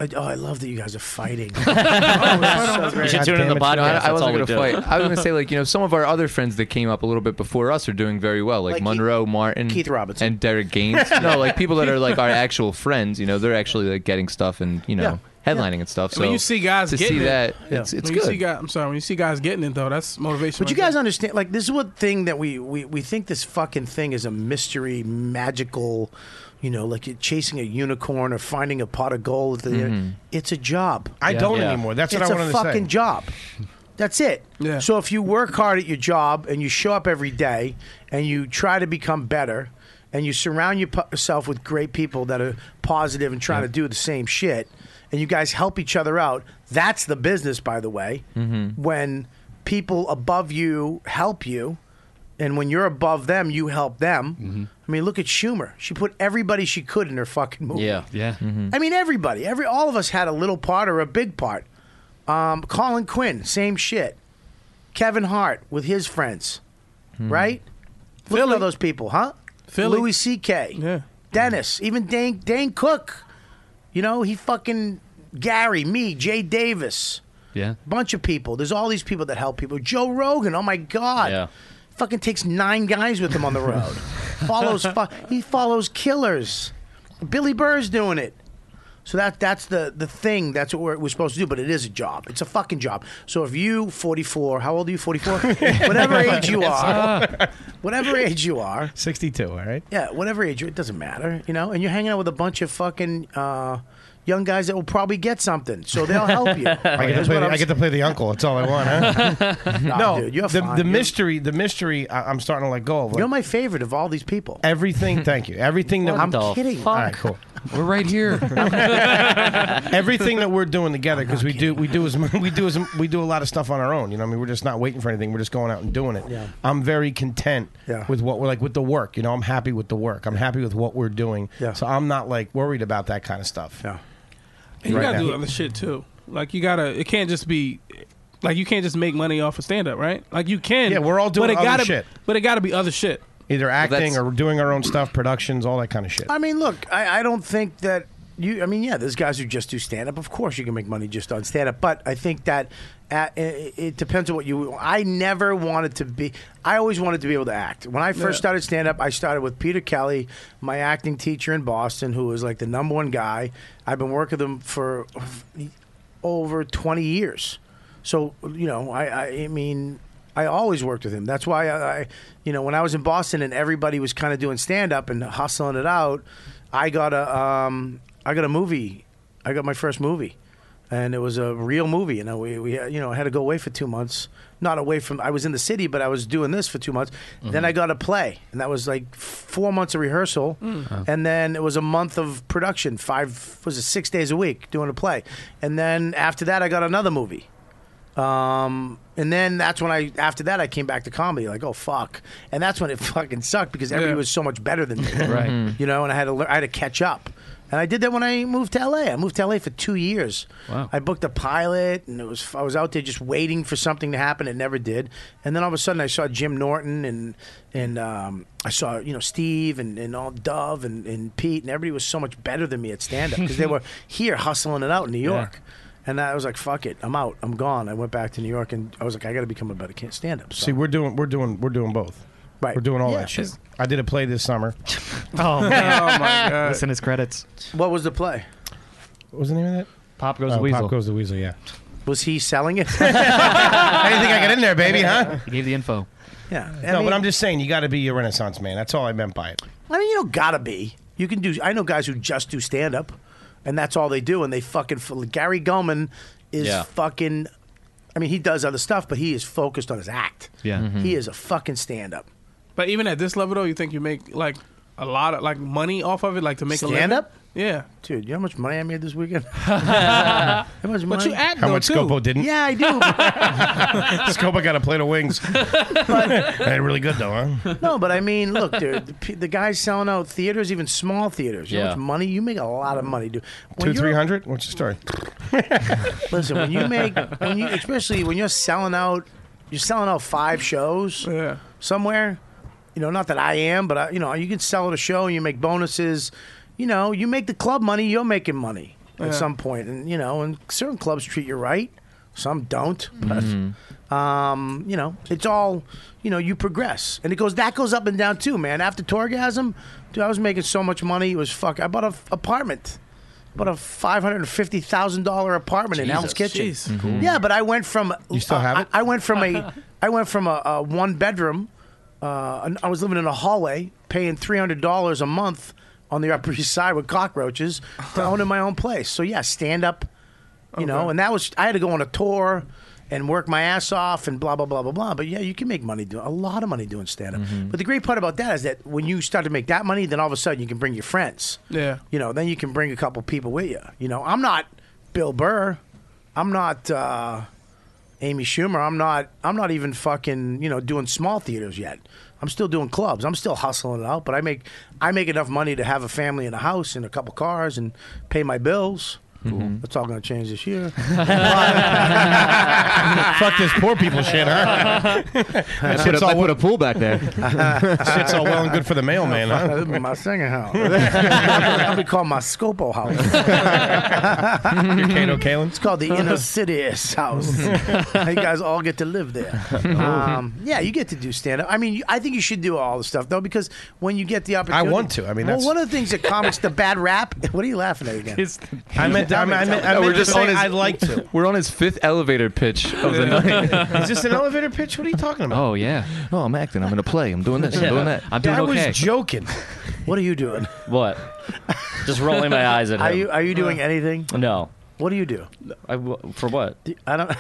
S2: I- oh, I love that you guys are fighting.
S6: Oh,
S9: You should tune in the
S8: No, I,
S9: podcast.
S8: I
S9: That's all
S8: wasn't
S9: we
S8: going to
S9: do.
S8: fight. I was going to say, like, you know, some of our other friends that came up a little bit before us are doing very well, like,
S2: Like Keith-
S8: Monroe Martin,
S2: Keith Robinson.
S8: and Derek Gaines. no, like people that are like our actual friends. You know, they're actually like getting stuff and you know headlining and stuff. So
S11: when you see guys
S8: to
S11: getting
S8: see
S11: it,
S8: that, it's it's
S11: when you
S8: good.
S11: see guy- I'm sorry. When you see guys getting it though, that's motivation.
S2: But you guys understand, like, this is what thing that we, we, we think this fucking thing is a mystery, magical, you know, like you're chasing a unicorn or finding a pot of gold. At the
S7: Mhm.
S2: It's a job.
S7: I Yeah. don't Yeah. anymore. That's what
S2: It's
S7: I wanted to
S2: a
S7: say.
S2: fucking job. That's it. So if you work hard at your job and you show up every day and you try to become better and you surround your- yourself with great people that are positive and trying to do the same shit and you guys help each other out, that's the business, by the way
S4: Mm-hmm.
S2: when people above you help you, and when you're above them, you help them. I mean, look at Schumer. She put everybody she could in her fucking movie.
S9: Yeah, Mm-hmm.
S6: yeah.
S2: I mean, everybody, every all of us had a little part or a big part. Um, Colin Quinn, same shit. Kevin Hart with his friends, right? Look at all those people, huh?
S11: Philly.
S2: Louis C.K.
S11: Yeah.
S2: Dennis, even Dane Dane Cook. You know, he fucking Gary, me, Jay Davis
S6: Yeah.
S2: bunch of people. There's all these people that help people. Joe Rogan, oh my god,
S9: Yeah.
S2: fucking takes nine guys with him on the road. follows, fu- he follows killers. Billy Burr's doing it. So that that's the the thing. That's what we're, we're supposed to do. But it is a job. It's a fucking job. So if you 44, how old are you? 44. whatever age you are, whatever age you are,
S7: 62. uh, All right.
S2: yeah, whatever age you, it doesn't matter, you know. And you're hanging out with a bunch of fucking uh, young guys that will probably get something, so they'll help you.
S7: I get, to
S2: That's
S7: play,
S2: what
S7: the-
S2: I'm
S7: I get to play the uncle. That's all I want. Huh?
S2: Nah, dude, you're
S7: the,
S2: fine.
S7: the
S2: You're-
S7: mystery, the mystery. I, I'm starting to let go of.
S2: You're my favorite of all these people.
S7: Everything. Thank you. Everything that
S2: What I'm the kidding.
S7: All right, cool.
S6: We're right here.
S7: Everything that we're doing together because we do we do as mu- we do as we do a lot of stuff on our own. You know, what I mean, we're just not waiting for anything. We're just going out and doing it.
S2: Yeah.
S7: I'm very content
S2: Yeah.
S7: with what we're like with the work. You know, I'm happy with the work. I'm happy with what we're doing.
S11: Yeah.
S7: So I'm not like worried about that kind of stuff. Yeah.
S11: And you gotta do other shit too. Like you gotta. It can't just be. Like you can't just make money off of stand up, right? Like you can.
S7: Yeah, we're all doing
S11: but it
S7: other
S11: gotta,
S7: shit.
S11: But it gotta be other shit.
S7: Either acting
S11: that's-
S7: or doing our own stuff, productions, all that kind of shit.
S2: I mean, look, I, I don't think that you. I mean, yeah, there's guys who just do stand up. Of course, you can make money just on stand up, but I think that at, it, it depends on what you. I never wanted to be. I always wanted to be able to act. When I first
S4: Yeah.
S2: started stand up, I started with Peter Kelly, my acting teacher in Boston, who was like the number one guy. I've been working with him for over 20 years. So, you know, I, I, I mean, I always worked with him. That's why I, I, you know, when I was in Boston and everybody was kind of doing stand up and hustling it out, I got a, um, I got a movie. I got my first movie. And it was a real movie, you know. We, we, you know, I had to go away for two months. Not away from. I was in the city, but I was doing this for two months. Then I got a play, and that was like four months of rehearsal,
S4: Mm. Wow.
S2: and then it was a month of production. Five was it six days a week doing a play, and then after that, I got another movie. Um, and then that's when I, after that, I came back to comedy. Like, oh fuck! And that's when it fucking sucked because everybody
S4: Yeah.
S2: was so much better than me,
S4: Right. Mhm.
S2: You know, and I had to, lear- I had to catch up. And I did that when I moved to LA. I moved to LA for two years. Wow. I booked a pilot, and it was I was out there just waiting for something to happen. It never did. And then all of a sudden, I saw Jim Norton and and um, I saw you know Steve and, and all Dove and, and Pete and everybody was so much better than me at stand up because they were here hustling it out in New
S4: Yeah.
S2: York. And I was like, fuck it, I'm out, I'm gone. I went back to New York and I was like, I got to become a better stand up.
S7: See, we're doing we're doing we're doing both.
S2: Right.
S7: We're doing all
S2: Yeah.
S7: that shit. I did a play this summer.
S2: Oh, man. Oh, my God.
S7: Listen his credits.
S2: What was the play?
S7: What was the name of that? Oh,
S6: Pop
S2: Goes the Weasel.
S7: Pop goes the weasel. Yeah.
S2: Was he selling it? How
S7: do you think I got in there, baby? Huh?
S6: He gave the info.
S2: Yeah.
S7: no, but I'm just saying you got to be a renaissance man. That's all I meant by it.
S2: I mean, you don't gotta be. You can do. I know guys who just do stand up, and that's all they do, and they fucking. f- Gary Gulman is
S4: Yeah.
S2: fucking. I mean, he does other stuff, but he is focused on his act.
S6: Yeah.
S8: Mm-hmm.
S6: Mhm.
S2: He is a fucking stand up.
S11: But even at this level, though, you think you make like a lot of like money off of it, like to make a
S2: Stand
S11: living?
S2: up?
S11: Yeah,
S2: dude. You know how much money I made this weekend?
S11: How
S2: much
S11: But you
S2: money?
S11: act
S7: How
S11: though,
S7: much
S11: too.
S7: Scopo didn't?
S2: Yeah, I do.
S7: Scopo got a plate of wings. They're really good though, huh?
S2: no, but I mean, look, dude, the, pe- the guys selling out theaters, even small theaters. You know how
S7: Yeah.
S2: much money you make? A lot of money, dude. When
S7: Two
S2: you're-
S7: three hundred. What's the story?
S2: Listen, when you make, when you, especially when you're selling out, you're selling out five shows somewhere. You know, not that I am, but I, you know, you can sell at a show. You make bonuses. You know, you make the club money. You're making money
S4: Yeah.
S2: at some point, and you know, and certain clubs treat you right. Some don't, but
S3: Mm.
S2: um, you know, it's all you know. You progress, and it goes that goes up and down too, man. After Torgasm, dude, I was making so much money. It was fuck. I bought an apartment, bought a five hundred and fifty thousand dollar apartment in Hell's
S4: Jesus.
S2: Kitchen.
S4: Jeez. Cool.
S2: Yeah, but I went from
S4: You still have
S2: uh,
S4: it?
S2: I, I went from a I went from a, a one bedroom. Uh, an- I was living in a hallway, paying three hundred dollars a month on the Upper East Side with cockroaches to owning my own place. So yeah, stand up, you know.
S4: Okay.
S2: And that was I had to go on a tour and work my ass off and blah blah blah blah blah. But yeah, you can make money do a lot of money doing stand up. But the great part about that is that when you start to make that money, then all of a sudden you can bring your friends.
S11: Yeah.
S2: You know, then you can bring a couple people with you. You know, I'm not Bill Burr. I'm not uh, Amy Schumer. I'm not. I'm not even fucking. You know, doing small theaters yet. I'm still doing clubs. I'm still hustling it out. But I make I make enough money to have a family and a house and a couple cars and pay my bills. That's all going to change this year.
S7: Fuck this poor people shit, huh?
S2: I
S7: That
S2: put
S7: shit's
S2: a- I put
S7: wel-
S2: a pool back there.
S7: shit's all well and good for the mailman, huh?
S2: That'd be my singing house. That'd be called my Scopo house.
S7: Your Kato Kalen?
S2: It's called the Inner City's house. you guys all get to live there.
S7: Oh.
S2: Um, yeah, you get to do stand up. I mean, you- I think you should do all the stuff though, because when you get the opportunity,
S7: want to. I mean,
S2: well,
S7: that's-
S2: one of the things that comics, the bad rap. What are you laughing at again?
S7: I meant- I meant- I meant- I
S8: No,
S7: meant to say I'd like to.
S8: We're on his fifth elevator pitch of the night.
S7: Is this an elevator pitch? What are you talking about?
S8: Oh yeah. Oh, I'm acting. I'm in a play. I'm doing this. I'm doing that. I'm doing
S7: I
S8: okay.
S7: was joking.
S2: What are you doing?
S9: What? Just rolling my eyes at him.
S2: Are you Are you
S7: Uh,
S2: doing anything?
S9: No.
S2: What do you do?
S9: I w- for what?
S2: I don't.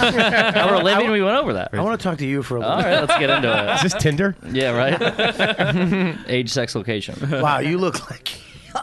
S9: Our living, we went over that.
S2: I want to talk to you for a
S9: All
S2: little.
S9: right, let's get into it.
S7: Is this Tinder?
S9: Yeah, right. Age, sex, location.
S2: Wow, you look like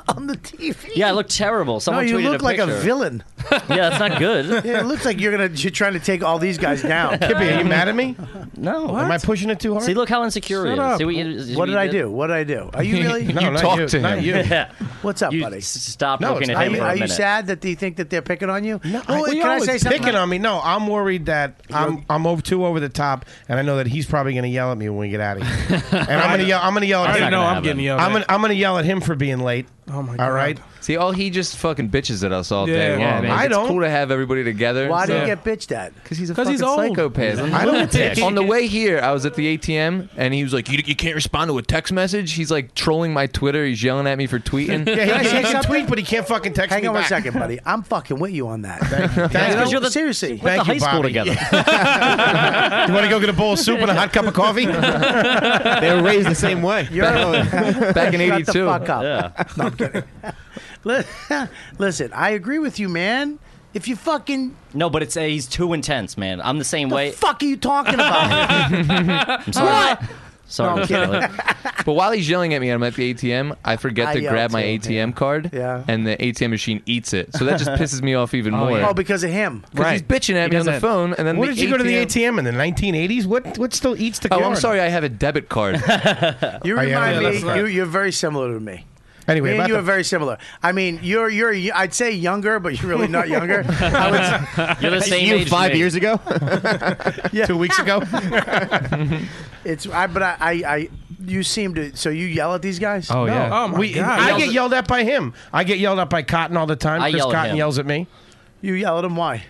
S2: on the TV.
S9: Yeah, I look terrible. Someone
S2: no, you
S9: tweeted
S2: look like a
S9: picture.
S2: villain.
S9: Yeah, that's not good.
S2: Yeah, it looks like you're gonna you're trying to take all these guys down.
S7: Kippy, are you mad at me?
S9: No.
S7: Am I pushing it too hard?
S9: See, look how insecure he
S2: Shut
S9: is.
S2: up.
S9: See what, you, see
S2: What did
S9: you
S2: I do? What did I do? Are you really?
S7: No, You not talked you, to not him. you.
S9: Yeah.
S2: What's up,
S9: You
S2: buddy?
S9: s- Stop
S7: No, it's
S9: looking at
S7: not
S9: him
S7: you.
S9: for
S7: Are
S9: a
S7: you
S9: minute.
S2: Sad that they think that they're picking on you. No,
S7: I-
S2: can I
S7: always
S2: say something?
S7: Picking on me? No, I'm worried that I'm I'm over too over the top, and I know that he's probably going to yell at me when we get out of here. And I'm going to yell. I'm going to yell.
S11: I
S7: At
S11: already
S7: him.
S11: know I'm Happen. getting yelled
S7: I'm
S11: at.
S7: gonna, I'm going to yell at him for being late. Oh my god! All right.
S8: See, all he just fucking bitches at us all
S7: Yeah.
S8: day.
S7: Yeah,
S8: long.
S7: man.
S8: It's
S7: I don't-
S8: cool to have everybody together.
S2: Why do
S8: So-
S2: you get bitched at?
S8: Because he's a
S11: he's
S8: fucking
S11: old.
S8: psychopath.
S11: He's a
S8: I don't
S11: lunatic.
S8: think on the way here. I was at the ATM and he was like, you, "You can't respond to a text message." He's like trolling my Twitter. He's yelling at me for tweeting.
S7: Yeah, he,
S2: I
S7: can-
S2: say
S7: he can
S2: something?
S7: tweet, but he can't fucking text
S2: Hang
S7: me
S2: on one
S7: back.
S2: second, buddy. I'm fucking with you on that.
S7: Thank
S2: You know,
S7: you. You're the-
S2: seriously,
S7: went Thank to you, high school Bobby. together. you want to go get a bowl of soup and a hot cup of coffee? they
S5: were raised the same way.
S2: You're-
S7: Back in
S2: Shut the
S7: 82.
S2: fuck up. No, I'm kidding. Li- Listen, I agree with you, man. If you fucking
S9: No, but it's uh, he's too intense, man. I'm the same way.
S2: fuck are you talking about?
S9: I'm sorry.
S2: What?
S9: Sorry,
S2: No, I'm
S9: Mr.
S2: kidding.
S9: Elliott.
S8: but while he's yelling at me, I'm at the ATM. I forget
S2: I
S8: to
S2: yell
S8: grab my
S2: too,
S8: ATM card,
S2: Yeah.
S8: and the ATM machine eats it. So that just pisses me off even more.
S2: Oh, because of him.
S8: 'Cause he's bitching at me on the phone, and then
S7: What
S8: the
S7: did you go to the ATM in the 1980s? What what still eats the
S8: Oh,
S7: card?
S8: I'm sorry. I have a debit card.
S2: You
S7: Oh, yeah,
S2: remind
S7: yeah,
S2: me.
S7: that's right.
S2: You, you're very similar to me.
S7: Anyway,
S2: me and
S7: about
S2: you
S7: the-
S2: are very similar. I mean, you're you're I'd say younger, but you're really not younger. I would
S9: You're the same
S5: you
S9: age as
S5: five
S9: me.
S5: years ago?
S7: Two weeks ago?
S2: It's I, but I, I, I, you seem to. So you yell at these guys?
S7: No.
S11: Oh, my
S7: we,
S11: God.
S7: I
S11: Yells
S7: get
S11: at-
S7: yelled at by him. I get yelled at by Cotton all the time.
S9: I
S7: Chris
S9: yell at
S7: Cotton
S9: him.
S7: yells at me.
S2: You yell at him why?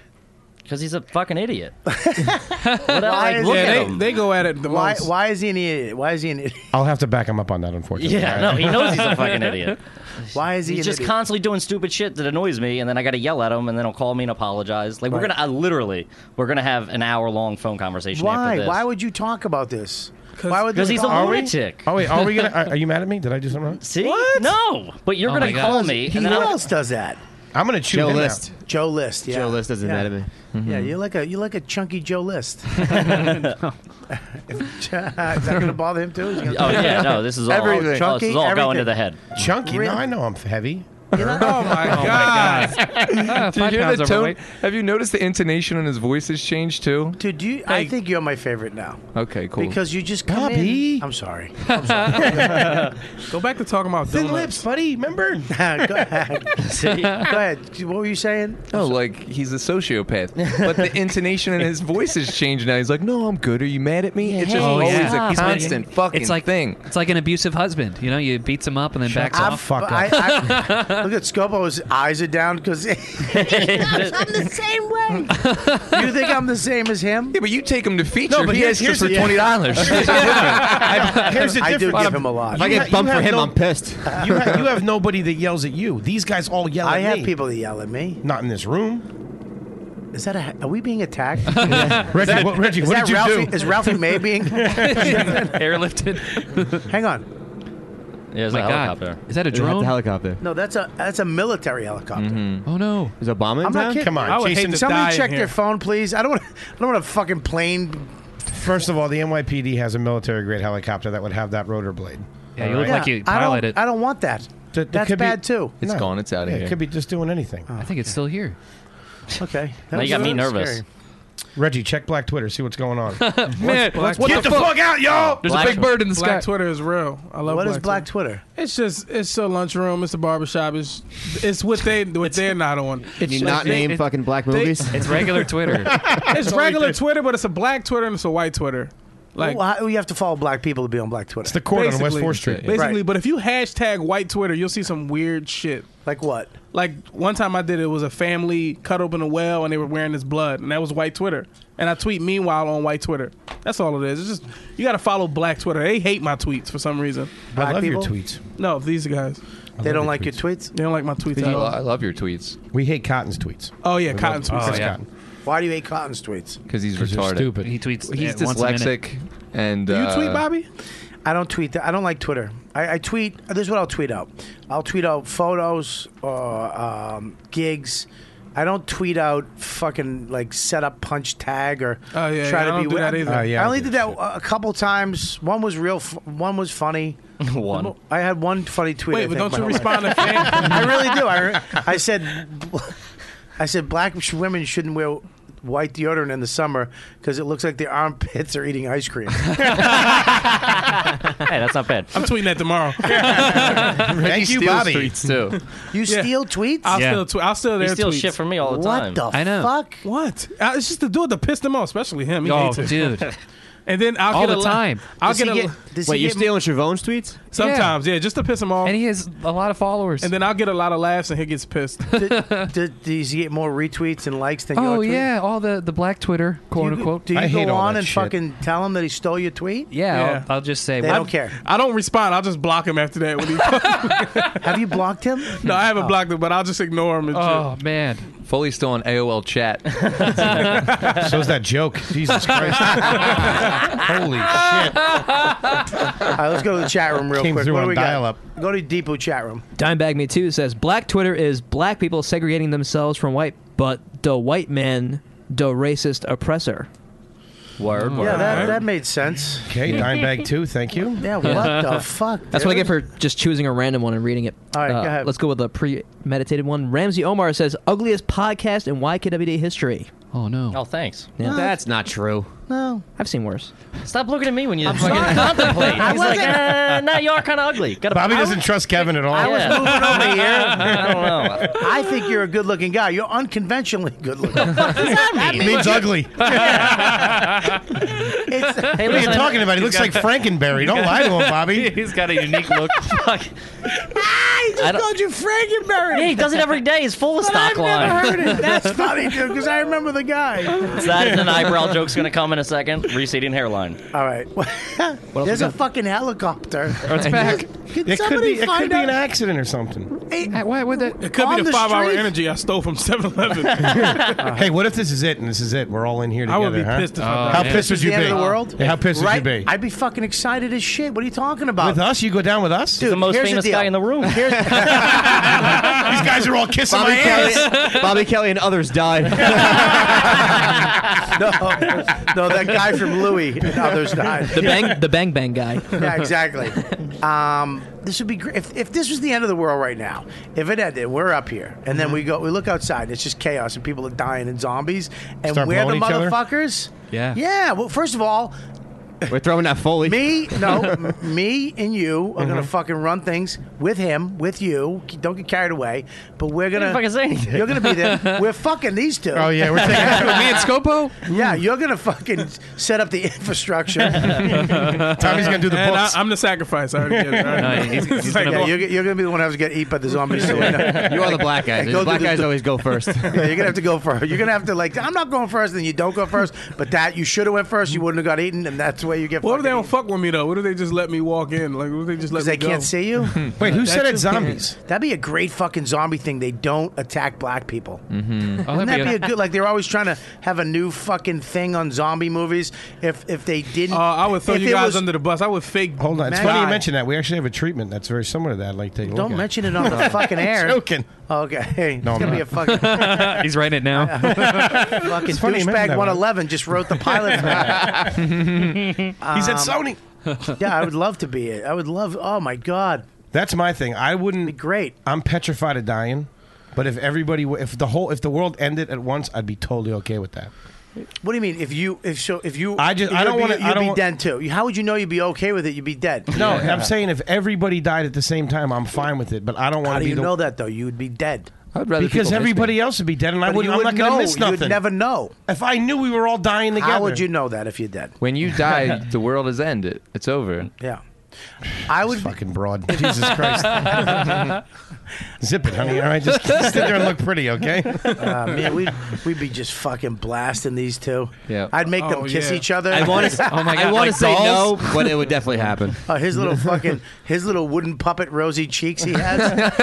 S9: Because he's a fucking idiot. what else?
S2: Why
S9: Like,
S2: is
S9: look
S2: it-
S9: at
S2: Yeah,
S9: him.
S11: They go at it the
S2: Why?
S11: most.
S2: Why is he an idiot? Why is he an idiot?
S7: I'll have to back him up on that, unfortunately.
S9: Yeah, no, he knows he's a fucking idiot.
S2: Why is he?
S9: He's
S2: an
S9: just
S2: idiot?
S9: constantly doing stupid shit that annoys me, and then I got to yell at him, and then he'll call me and apologize. Like we're
S2: Right.
S9: gonna, I literally, we're gonna have an hour long phone conversation after
S2: Why?
S9: this.
S2: Why would you talk about this? Why would
S9: Because
S2: they
S9: he's a
S2: talk-
S9: lunatic.
S7: Oh wait, are we gonna? Are, are you mad at me? Did I do something wrong?
S9: See? What? No, but
S7: Oh
S9: you're gonna call me,
S2: He,
S9: and then
S2: who
S9: I'll-
S2: else does that?
S7: I'm gonna chew
S5: Joe
S7: him
S5: List.
S2: Joe List. Yeah.
S5: Joe List doesn't
S2: yeah.
S5: matter me.
S7: Mm-hmm.
S2: Yeah, you're like a you are like a chunky Joe List. Is that gonna bother him too? Is he gonna-
S9: Oh yeah, no, this is all
S2: Everything.
S9: oh, this is all
S2: Chunky,
S9: going to
S2: everything.
S9: the head.
S7: out. Chunky. No, I know I'm heavy.
S11: Oh my god!
S8: Do you hear
S6: pounds
S8: the tone?
S6: overweight.
S8: Have you noticed the intonation on his voice has changed too?
S2: Dude, you, I think you're my favorite now
S8: Okay, cool.
S2: because you just come
S7: Bobby.
S2: in. I'm sorry.
S11: Go back to talking about
S7: Thin
S11: donuts.
S7: lips, buddy. Remember?
S2: Go ahead. Go ahead. What were you saying?
S8: Oh, like he's a sociopath. But the intonation in his voice has changed now. He's like, "No, I'm good. Are you mad at me?" it's just
S6: Oh,
S8: always
S6: yeah.
S8: a
S6: He's
S8: constant
S6: like-
S8: fucking
S6: it's like,
S8: thing.
S6: It's like an abusive husband. You know, you beats him up and then backs
S2: I'm-
S6: off.
S7: Fuck
S2: I,
S7: up.
S2: I, look at Scopo's eyes are down because I'm the same way. You think I'm the same as him?
S8: Yeah, but you take him to feature.
S7: No, but
S8: he
S7: here-
S8: asks you
S7: here's
S8: for
S7: the-
S8: twenty dollars.
S7: Here's the
S2: I do
S7: difference.
S2: give him a lot.
S5: If I
S7: You ha-
S5: get
S7: you
S5: bumped for
S7: have
S5: him,
S7: no-
S5: I'm pissed.
S7: you, have, you have nobody that yells at you. These guys all yell
S2: I
S7: at
S2: have
S7: me.
S2: people that yell at me.
S7: Not in this room.
S2: Is that a? Are we being attacked?
S7: Reggie, what, Reggie,
S2: Is
S7: what
S2: that
S7: did you
S2: Ralphie?
S7: do?
S2: Is Ralphie May being?
S6: Airlifted.
S2: Hang on.
S9: Yeah, there's
S6: My
S9: a
S6: God,
S9: helicopter.
S6: is that a
S5: They have
S6: drone?
S5: the helicopter.
S2: No, that's a that's a military helicopter.
S6: oh no.
S5: There's a bomb in
S2: I'm not
S5: town?
S2: kidding.
S7: Come on,
S11: I would hate
S7: Jason.
S11: to die
S2: Somebody
S11: in
S2: check
S11: here.
S2: their phone, please. I don't want. I don't want a fucking plane.
S7: First of all, the NYPD has a military-grade helicopter that would have that rotor blade.
S6: Yeah, you look
S2: Yeah,
S6: like you
S2: I
S6: pilot
S2: don't.
S6: it.
S2: I don't want that.
S7: Th- it
S2: That's
S7: could be-
S2: bad too. Oh,
S8: It's gone. It's out of
S7: Yeah,
S8: here.
S7: It could be just doing anything.
S6: I think it's still here.
S2: Okay. That
S9: Now you
S2: was
S9: got
S2: a
S9: me
S2: little
S9: nervous.
S2: scary.
S7: Reggie, check Black Twitter. See what's going on.
S11: Man,
S7: What's Black- get the fuck out, y'all! There's a big bird in the
S11: Black
S7: sky.
S11: Twitter is real. I love
S2: What
S11: Black
S2: is Black Twitter?
S11: It's just it's a lunchroom. It's a barbershop. It's it's what they what they're not on.
S5: Can you not name fucking black movies?
S2: It's regular Twitter.
S11: it's regular Twitter, but it's a black Twitter and it's a white Twitter. Like
S2: Well, how- you have to follow black people to be on black Twitter. It's the
S11: Basically- Basically, but if you hashtag white Twitter, you'll see some weird shit.
S2: Like what?
S11: Like one time I did it was a family cut open a well and they were wearing his blood, and that was white Twitter. And I tweet meanwhile on white Twitter. That's all it is. It's just you got to follow black Twitter. They hate my tweets for some reason.
S7: Black love your people? tweets.
S11: No, these guys.
S7: I They love don't your like your
S2: tweets.
S11: They don't like my tweets. at all.
S8: I love your tweets.
S7: We hate Cotton's tweets.
S11: Oh yeah,
S7: We
S11: Cotton
S7: love-
S11: tweets.
S7: Chris Cotton.
S2: Why do you hate Cotton's tweets?
S8: because he's
S7: 'Cause you're
S8: retarded.
S7: stupid.
S6: He tweets.
S8: He's
S6: uh, once a minute.
S8: dyslexic and. uh,
S2: I don't tweet that. I don't like Twitter. I, I tweet. This is what I'll tweet out. I'll tweet out photos or um, gigs. I don't tweet out fucking like set up punch tag or
S11: Oh, yeah, yeah,
S2: try to
S11: I don't
S2: be
S11: do
S2: wi-
S11: that either. Oh, yeah,
S2: I
S11: I
S2: only
S11: do
S2: did that a couple times. One was real. F- one was funny.
S9: One.
S2: I had one funny tweet.
S11: Wait,
S2: I
S11: but don't
S2: think, my
S11: you
S2: whole
S11: respond
S2: life.
S11: to fan-
S2: I really do. I, re- I said, I said black sh- women shouldn't wear white deodorant in the summer because it looks like their armpits are eating ice cream.
S9: hey, that's not bad.
S11: I'm tweeting that tomorrow.
S2: Thank
S11: you, Bobby.
S8: too.
S2: You steal tweets?
S11: I'll
S8: Yeah.
S11: steal tw- I'll steal
S8: You
S11: their
S8: steal
S11: tweets.
S8: shit from me all the
S11: what
S8: time.
S11: The
S8: I know.
S2: Fuck.
S11: What? Uh, it's just the dude that pissed him off, especially him. He
S6: Oh,
S11: hates it.
S6: dude.
S11: and then I'll
S6: All
S11: get
S6: the
S11: a
S6: time.
S11: I'll
S6: Does he
S11: get a.
S6: get- does Wait, he you're get- stealing
S5: Travone's tweets?
S11: Sometimes, yeah. just to piss him off. And
S6: he has a lot of followers.
S11: And then I'll get a lot of laughs, and he gets pissed.
S2: Did, did, does he get more retweets and likes than your
S6: Oh
S2: tweet?
S6: yeah, all the the black Twitter, quote
S2: Do you,
S6: unquote.
S2: Do you go on and fucking tell him that he stole your tweet?
S6: Yeah, I'll-
S9: oh,
S6: I'll, just say.
S2: They
S6: well,
S2: don't care.
S11: I don't respond. I'll just block him after that. When he
S2: have you blocked him?
S11: No, I haven't
S8: Oh.
S11: blocked him, but I'll just ignore him. And
S8: Oh,
S6: man,
S8: Foley's still on AOL chat.
S7: So's that joke. Jesus Christ. Holy shit.
S2: All right, let's go to the chat room real
S10: Came
S2: quick.
S10: through
S2: What do
S10: on
S2: we got?
S10: dial-up.
S2: Go to Depot chat room.
S10: Dimebag Me Too says Black Twitter is black people segregating themselves from white, but the white man, the racist oppressor.
S9: Word.
S2: Yeah, that, that made sense.
S7: Okay, Dimebag too. Thank you.
S2: Yeah, what the fuck?
S10: That's what I
S2: dude?
S10: get for just choosing a random one and reading it. All
S2: right, go ahead.
S10: Let's go with the premeditated one. Ramsey Omar says, "Ugliest podcast in YKWd history."
S6: Oh no!
S9: Oh, thanks.
S10: Yeah.
S5: That's not true.
S2: No,
S10: I've seen worse.
S9: Stop looking at me when you fucking contemplate. He's like, uh, now you are kind of ugly. Gotta
S7: Bobby doesn't trust Kevin at all.
S2: I was moving over here.
S9: I don't know.
S2: I think you're a good-looking guy. You're unconventionally good-looking.
S7: It means ugly.
S2: It's-
S7: What are you talking about? He looks like Frankenberry. Don't lie to him, Bobby.
S9: He's got a unique look. Fuck.
S2: I
S9: I
S2: just
S9: don't-
S2: called you Frankenberry.
S9: Yeah, he does it every day. He's full of
S2: But
S9: stock
S2: I've
S9: line.
S2: never heard it. That's funny, dude, because I remember the guy.
S9: Is that an eyebrow joke's gonna come in a second? Receding hairline.
S2: All right. There's a fucking helicopter.
S7: it's back.
S2: Can
S7: It could,
S2: somebody
S7: be, it
S2: find
S7: could be
S2: out?
S7: an accident or something.
S2: Hey,
S6: why would that?
S11: It could
S2: on
S11: be the,
S2: the
S11: five hour
S2: street?
S11: energy I stole from 7 Eleven.
S7: hey, what if this is it and this is it? We're all in here
S11: I
S7: together.
S11: would be
S7: huh?
S11: pissed if I
S7: How
S11: died. This
S7: pissed would
S2: Oh, is
S7: you
S2: the
S7: be?
S2: end of the world?
S7: Yeah, how pissed
S2: right?
S7: would you be?
S2: I'd be fucking excited as shit. What are you talking about?
S7: With us, you go down with us.
S2: Dude,
S9: the most
S2: here's
S9: famous
S2: the deal.
S9: guy in the room.
S2: Here's,
S7: These guys are all kissing
S5: Bobby
S7: my ass.
S5: Kelly, Bobby Kelly and others died.
S2: no, no, that guy from Louis and others died.
S10: The bang, the bang bang guy.
S2: yeah, exactly. Um, this would be great if, if this was the end of the world right now. If it ended, we're up here, and then we go, we look outside, and it's just chaos, and people are dying, and zombies, and
S7: Start
S2: we're the
S7: blowing each other?
S2: motherfuckers.
S6: Yeah.
S2: Yeah. Well, first of all,
S5: We're throwing that Foley.
S2: me, no, m- me and you are
S7: Mm-hmm.
S2: gonna fucking run things with him, with you. Don't get carried away, but we're gonna
S9: didn't fucking say anything.
S2: You're gonna be there. we're fucking these two.
S7: Oh yeah, we're taking
S6: me and Scopo.
S2: Yeah, you're gonna fucking set up the infrastructure.
S7: Tommy's gonna do the
S11: And I,
S7: books.
S11: I'm the sacrifice. I already get it. I already
S6: No, he's-
S11: get it.
S6: he's
S11: It's like,
S2: Yeah, you're, you're gonna be the one who has to get eaten by the zombies. So we know.
S5: You are the black guys.
S2: Hey, go
S5: The black
S2: do the-
S5: guys always go first.
S2: Yeah, you're gonna have to go first. You're gonna have to like. I'm not going first, then you don't go first. But that you should have went first. You wouldn't have got eaten, and that's where you get.
S11: What if
S2: fucking
S11: they don't
S2: eaten.
S11: fuck with me though? What if they just let me walk in? Like, what if they just let
S2: 'Cause
S11: me
S2: they
S11: go?
S2: can't see you.
S7: Wait, who
S11: That
S7: said
S11: just
S7: it's
S11: can't-
S7: zombies?
S2: That'd be a great fucking zombie thing. They don't attack black people.
S6: Oh,
S11: Mm.
S2: Wouldn't that
S6: that'd
S2: be a good? Like they're always trying to have a new fucking thing on zombie movies. If if they didn't,
S11: Uh, I would throw
S2: if
S11: you
S2: it
S11: guys
S2: was-
S11: under the bus. I would fake.
S7: Hold on. It's
S2: Man,
S7: funny you
S2: God.
S7: mention that. We actually have a treatment that's very similar to that. I'd Like, take a look
S2: Don't
S7: at.
S2: mention it on the fucking air.
S7: Joking.
S2: Okay, hey,
S7: No,
S2: it's
S7: I'm
S2: gonna be a fucking fucking
S6: He's writing it now.
S7: funny you mentioned
S2: douchebag
S7: that,
S2: 111 just wrote the pilot. For that.
S7: He's at
S2: Um,
S7: Sony.
S2: Yeah, I would love to be it. I would love. Oh my god,
S7: That's my thing. I wouldn't.
S2: great.
S7: I'm petrified of dying, but if everybody, w- if the whole, if the world ended at once, I'd be totally okay with that.
S2: What do you mean? If you if so if you
S7: I just-
S2: if
S7: I don't
S2: you'd
S7: wanna-
S2: be,
S7: I
S2: you'd
S7: don't
S2: be
S7: wa-
S2: dead too. You- How would you know you'd be okay with it? You'd be dead.
S7: No, I'm saying if everybody died at the same time, I'm fine with it. But I don't want
S2: How
S7: to
S2: do
S7: be
S2: you
S7: the
S2: know that though? You'd be dead. I'd
S7: because everybody else would be dead, and I
S2: But
S7: wouldn't.
S2: you
S7: I'm not
S2: wouldn't
S7: going to
S2: know.
S7: miss nothing.
S2: You'd never know.
S7: If I knew we were all dying together,
S2: How would you know that if you're dead?
S8: When you die, the world is end. It, it's over.
S2: Yeah. I would
S7: fucking broad. Jesus Christ. Zip it, honey. All right, just sit there and look pretty, okay?
S2: Uh, man, we'd, we'd be just fucking blasting these two.
S7: Yeah.
S2: I'd make
S7: Oh,
S2: them kiss
S7: yeah.
S2: each other.
S7: I wanna s- Oh my I God, wanna like say dolls? no, but it
S9: would definitely happen.
S2: Uh, his little fucking, his little wooden puppet rosy cheeks he has.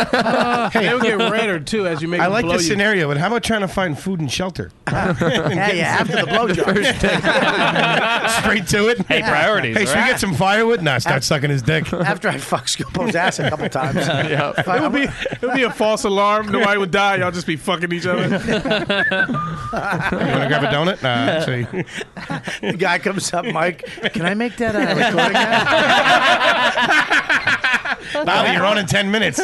S11: They would get redder too as you make.
S7: I
S11: them
S7: like
S11: blow
S7: this
S11: you.
S7: scenario, but how about trying to find food and shelter?
S2: yeah, yeah, after the blowjob.
S7: Straight to it.
S2: Hey, priorities,
S7: Hey, should we
S2: right?
S7: get some firewood? Nah, start sucking his dick.
S2: After I fuck Scopo's ass a couple times.
S7: Yeah.
S11: It
S2: Fuck, I'm-
S11: would be it would be a false alarm. Nobody would die. Y'all just be fucking each other.
S7: You want to grab a donut? Nah, actually.
S2: the guy comes up, Mike. Can I make that uh, recording?
S7: Bobby, you're on in 10 minutes.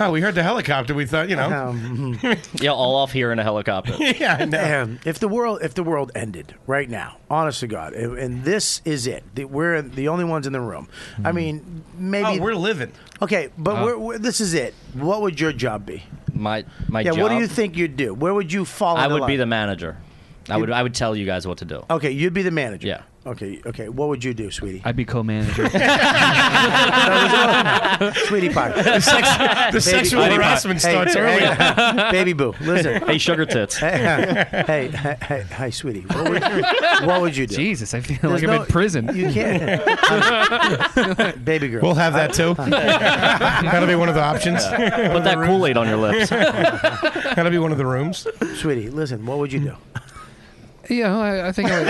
S7: oh, we heard the helicopter. We thought, you
S2: Um,
S7: know.
S9: yeah, all off here in a helicopter.
S2: Man, if the world if the world ended right now, honest to God, and and this is it, the- we're the only ones in the room. I mean, maybe
S7: Hmm. Oh, we're living. Uh-huh.
S2: Okay, but
S9: Oh.
S2: we're, we're, this is it. What would your job be?
S9: My my
S2: yeah,
S9: job.
S2: what do you think you'd do? Where would you fall?
S9: I
S2: in
S9: would be the
S2: line?
S9: manager. I
S2: You-
S9: would I would tell you guys what to do.
S2: Okay, you'd be the manager.
S9: Yeah.
S2: Okay. Okay. What would you do, sweetie?
S6: I'd be co-manager.
S2: sweetie pie.
S6: The sex- the
S2: Baby
S6: sexual
S2: boo.
S6: harassment starts early.
S2: hey, baby boo, listen.
S9: Hey, sugar tits.
S2: Hey, hey, hey, hey, hey, sweetie. What would, what would you do?
S6: Jesus, I feel
S2: There's
S6: like I'm
S2: no-
S6: in prison.
S2: You can't. baby girl.
S7: We'll have that too. That'll be one of the options.
S9: Put that Kool Aid on your lips.
S7: That'll be one of the rooms.
S2: Sweetie, listen, what would you do?
S6: Yeah, I, I think I would.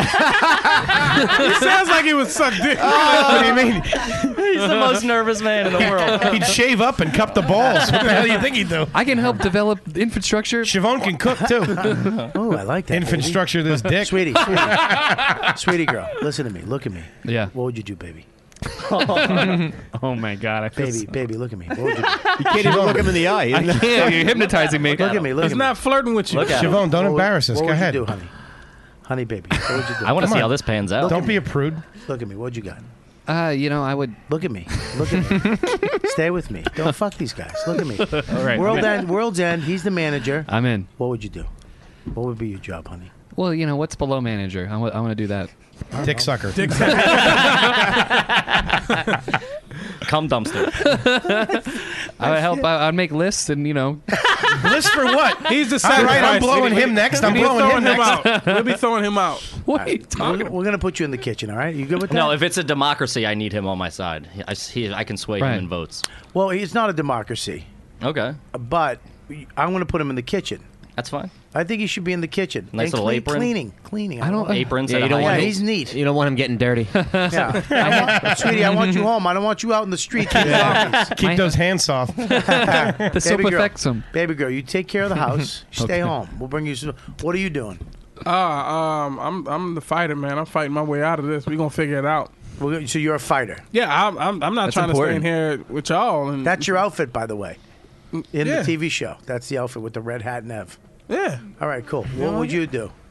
S11: It sounds like he was sucked dick.
S2: Oh,
S7: what do you mean?
S9: He's the most nervous man in the world.
S7: He'd shave up and cup the balls. What the hell do you think he'd do?
S6: I can help develop infrastructure.
S7: Siobhan can cook too.
S2: Oh, I like that.
S7: Infant
S2: baby.
S7: structure this dick.
S2: Sweetie, sweetie, sweetie girl, listen to me. Look at me.
S6: Yeah.
S2: What would you do, baby?
S6: oh my god, I feel
S2: Baby,
S6: so-
S2: baby, look at me. What would you do?
S7: You can't even look him in the eye.
S6: I can't. You're hypnotizing me.
S2: Look at me. Look
S11: He's
S2: at me.
S11: not flirting with you.
S9: Look at him.
S7: Siobhan, don't
S2: What would-
S7: embarrass us.
S2: What
S7: Go
S2: would
S7: ahead.
S2: you do, honey? Honey, baby, what would you do?
S9: I want to
S7: Come
S9: see
S7: on.
S9: how this pans out.
S7: Don't be a prude.
S2: Look at me. What you got?
S6: Uh, you know, I would.
S2: Look at me. Look at me. Stay with me. Don't fuck these guys. Look at me.
S6: All right,
S2: World
S6: I'm in.
S2: end. World's end. He's the manager.
S6: I'm in.
S2: What would you do? What would be your job, honey?
S6: Well, you know, what's below manager? I want to do that.
S7: Dick sucker.
S9: Come dumpster.
S6: I would help. I, I'd make lists and you know.
S7: List for what?
S11: He's the
S7: All right, I'm
S11: sacrifice.
S7: blowing him next. I'm
S11: We'll be
S7: blowing
S11: throwing
S7: him next.
S11: out. We'll be throwing him out.
S6: What are you
S2: We're,
S6: talking?
S2: we're gonna put you in the kitchen. All right? You good with that?
S9: No, if it's a democracy, I need him on my side. He- I, he- I can sway
S6: Right.
S9: him in votes.
S2: Well, it's not a democracy,
S9: Okay,
S2: but I want to put him in the kitchen.
S9: that's fine.
S2: I think he should be in the kitchen. And
S9: Nice little
S2: clean-
S9: apron.
S2: Cleaning, cleaning.
S6: I don't.
S9: Aprons
S5: Yeah,
S9: and
S5: you
S9: a
S5: don't
S9: high
S2: Yeah,
S5: want
S9: heel.
S2: he's neat.
S5: You don't want him getting dirty.
S2: Yeah, I want, sweetie, I want you home. I don't want you out in the street. to the office.
S7: Keep those hands soft.
S6: the soap
S2: Baby girl.
S6: affects him.
S2: Baby girl, you take care of the house. You Stay home. We'll bring you some. What are you doing?
S11: Ah, um, I'm I'm the fighter, man. I'm fighting my way out of this. We gonna figure it out.
S2: We're gonna- So you're a fighter.
S11: Yeah, I'm I'm, I'm not
S8: That's
S11: trying to
S8: important.
S11: stay in here with y'all. And
S2: That's your outfit, by the way, in
S11: yeah.
S2: the TV show. That's the outfit with the red hat and Ev.
S11: Yeah,
S2: All right, cool. What would you do?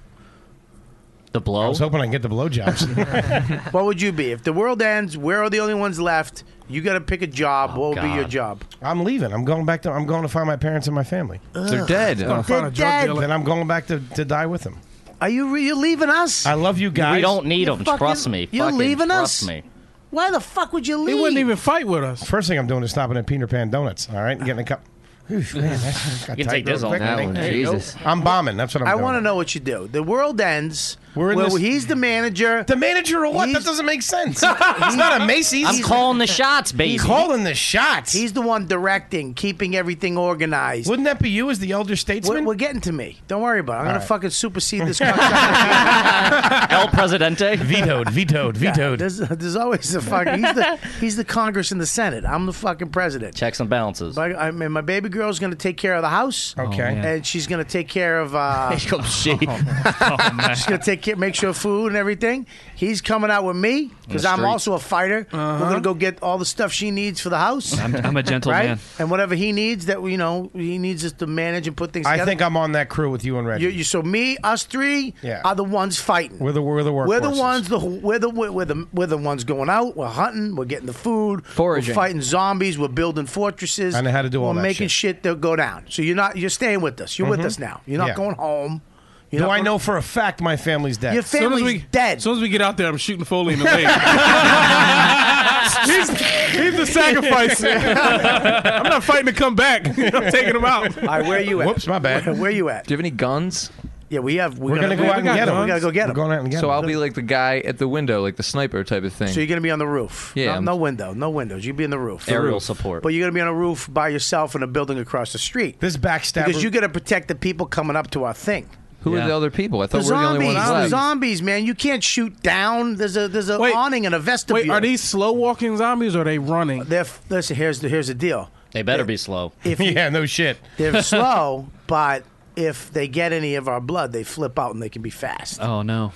S9: The
S7: I
S9: blow.
S7: was hoping I could get the blowjobs.
S2: What would you be if the world ends? We're the only ones left. You got to pick a
S7: Oh,
S2: job. what would be your
S9: God.
S2: job?
S7: I'm leaving. I'm going back to. I'm going to find my parents and my family.
S8: They're dead.
S11: gonna find a drug
S2: dead.
S11: dealer.
S7: Then I'm going back to, to die with them.
S2: Are you re- you leaving us?
S7: I love you guys.
S9: we don't need
S2: You
S9: him.
S2: fucking-
S9: trust me.
S2: you're
S9: Fucking
S2: leaving
S9: trust
S2: us?
S9: me.
S2: Why the fuck would you
S11: He
S2: leave?
S11: wouldn't even fight with us.
S7: First thing I'm doing is stopping at Peter Pan Donuts. All right, and getting a cup. Oof, man, that got
S9: You
S7: tight
S9: can take
S7: real
S9: this all
S7: quick,
S9: down.
S7: I think.
S9: That one,
S7: There you go.
S9: Jesus.
S7: I'm bombing. That's what I'm.
S2: I
S7: doing.
S2: want to know what you do. The world ends.
S7: We're in
S2: well,
S7: this-
S2: he's the manager.
S7: The manager or what?
S2: He's-
S7: that doesn't make sense. It's not a Macy's.
S9: I'm calling the shots, baby.
S7: He's calling the shots.
S2: He's the one directing, keeping everything organized.
S7: Wouldn't that be you as the elder
S2: We're,
S7: statesman?
S2: we're getting to me. Don't worry about it. I'm
S7: All
S2: gonna
S7: right.
S2: fucking supersede this. cocksucker.
S9: El Presidente.
S7: vetoed. Vetoed. Vetoed.
S2: there's, there's always the fucking. He's the, he's the Congress and the Senate. I'm the fucking president.
S9: Checks and balances.
S2: My, I mean, my baby girl's gonna take care of the house,
S7: Okay.
S6: man.
S2: and she's gonna take care of. Uh,
S9: Come shit.
S6: Oh,
S2: she's gonna take take care, make sure food and everything. He's coming out with me because I'm
S6: street.
S2: also a fighter.
S7: Uh-huh.
S2: We're gonna go get all the stuff she needs for the house.
S6: I'm- I'm a gentle
S2: right?
S6: man.
S2: and whatever he needs that you know he needs us to manage and put things.
S7: I
S2: together.
S7: think I'm on that crew with you and Reggie.
S2: You, you, so me, us three
S7: Yeah.
S2: are the ones fighting.
S7: we're the we're the workhorses.
S2: We're the ones the we're the we're the we're the ones going out. We're hunting. We're getting the food.
S7: Foraging.
S2: We're fighting zombies. We're building fortresses.
S7: I know how to do
S2: we're
S7: all that
S2: making shit. that go down. So you're not you're staying with us. You're
S7: Mhm.
S2: with us now. You're not
S7: Yeah.
S2: going home. You're
S7: Do
S2: not
S7: I
S2: going-
S7: know for a fact my family's dead?
S2: Your
S11: Soon as
S2: family's
S11: we,
S2: dead.
S11: As soon as we get out there, I'm shooting Foley in the leg. he's, he's the sacrifice. I'm not fighting to come back. I'm taking him out.
S2: All right, where are you at?
S7: my bad.
S2: Where, where you at?
S8: Do you have any guns?
S2: Yeah, we have.
S8: We're
S2: gotta-
S8: gonna go out and
S2: got
S8: get 'em.
S2: We gotta go get them.
S7: We're going out and
S8: so I'll be like the guy at the window, like the sniper type of thing.
S2: So you're gonna be on the roof.
S8: Yeah,
S2: No-
S8: I'm-
S2: no, window, no windows. You'd be in the roof.
S8: Aerial
S2: The roof.
S8: support.
S2: But you're gonna be on a roof by yourself in a building across the street.
S7: This backstabber.
S2: Because you gotta protect the people coming up to our thing.
S8: Who are the other people? I
S2: The
S8: thought we were the only
S2: zombies,
S8: ones
S2: the
S8: left.
S2: zombies, man! You can't shoot down. There's a there's a awning and a vestibule.
S11: Wait, are these slow walking zombies or are they running?
S2: They're listen. Here's the here's the deal.
S9: They better be slow.
S2: If you-
S7: yeah, no shit.
S2: They're slow, but if they get any of our blood, they flip out and they can be fast.
S6: Oh no.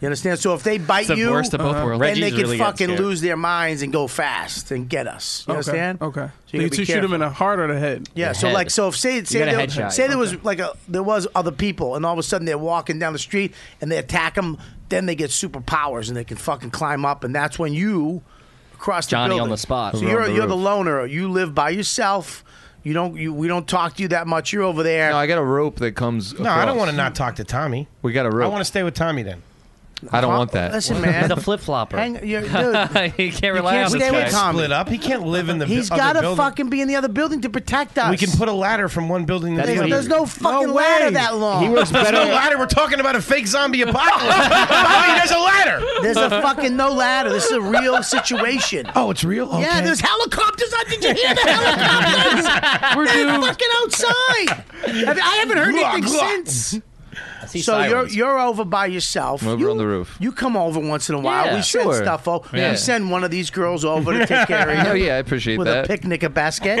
S2: You understand? So if they bite
S6: It's the
S2: you,
S6: worst of both Uh-huh. worlds.
S2: then
S6: Reggie's
S2: they can
S6: really getting
S2: fucking
S6: scared.
S2: lose their minds and go fast and get us. You
S11: Okay,
S2: understand?
S11: Okay.
S2: So
S11: So you,
S2: you gotta be
S11: two shoot
S2: careful.
S11: him in the heart or the head?
S2: Yeah, so like, so if say say, there, say there was like a there was other people, and all of a sudden they're walking down the street and they attack them, then they get superpowers and they can fucking climb up, and that's when you cross the
S9: Johnny on
S2: building.
S9: the spot.
S2: So
S9: Over
S2: you're
S9: on the
S2: you're the
S9: roof.
S2: loner. You live by yourself. You don't you we don't talk to you that much. You're over there.
S8: No, I got a rope that comes.
S7: No, I don't want to not talk to Tommy.
S8: We got a
S7: I
S8: rope.
S7: want to stay with Tommy then.
S8: I don't want that.
S2: Listen, man,
S9: He's a flip flopper.
S2: Hang, you dude,
S6: he can't
S2: rely can't on this stay guy. with Tommy.
S7: Split up. He can't live in the.
S2: he's
S7: other
S2: got to
S7: building.
S2: fucking be in the other building to protect us.
S7: We can put a ladder from one building to the
S2: There's,
S7: other.
S2: there's no fucking ladder that long.
S7: He works better. There's no ladder. We're talking about a fake zombie apocalypse. Bobby, there's a ladder.
S2: There's a fucking no ladder. This is a real situation.
S7: Oh, it's real. Okay.
S2: Yeah, there's helicopters. out- Did you hear the helicopters?
S13: We're
S2: They're
S13: doomed.
S2: fucking outside. Have- I haven't heard
S13: Glock,
S2: anything
S13: glock.
S2: since.
S9: see
S2: so you're
S9: sirens.
S2: you're over by yourself.
S8: I'm over
S2: you,
S8: on the roof.
S2: You come over once in a while.
S8: Yeah,
S2: we send
S8: sure.
S2: stuff over.
S8: Yeah.
S2: We send one of these girls over to take care of you.
S8: Oh, yeah, I appreciate
S2: with
S8: that.
S2: a picnic, a basket,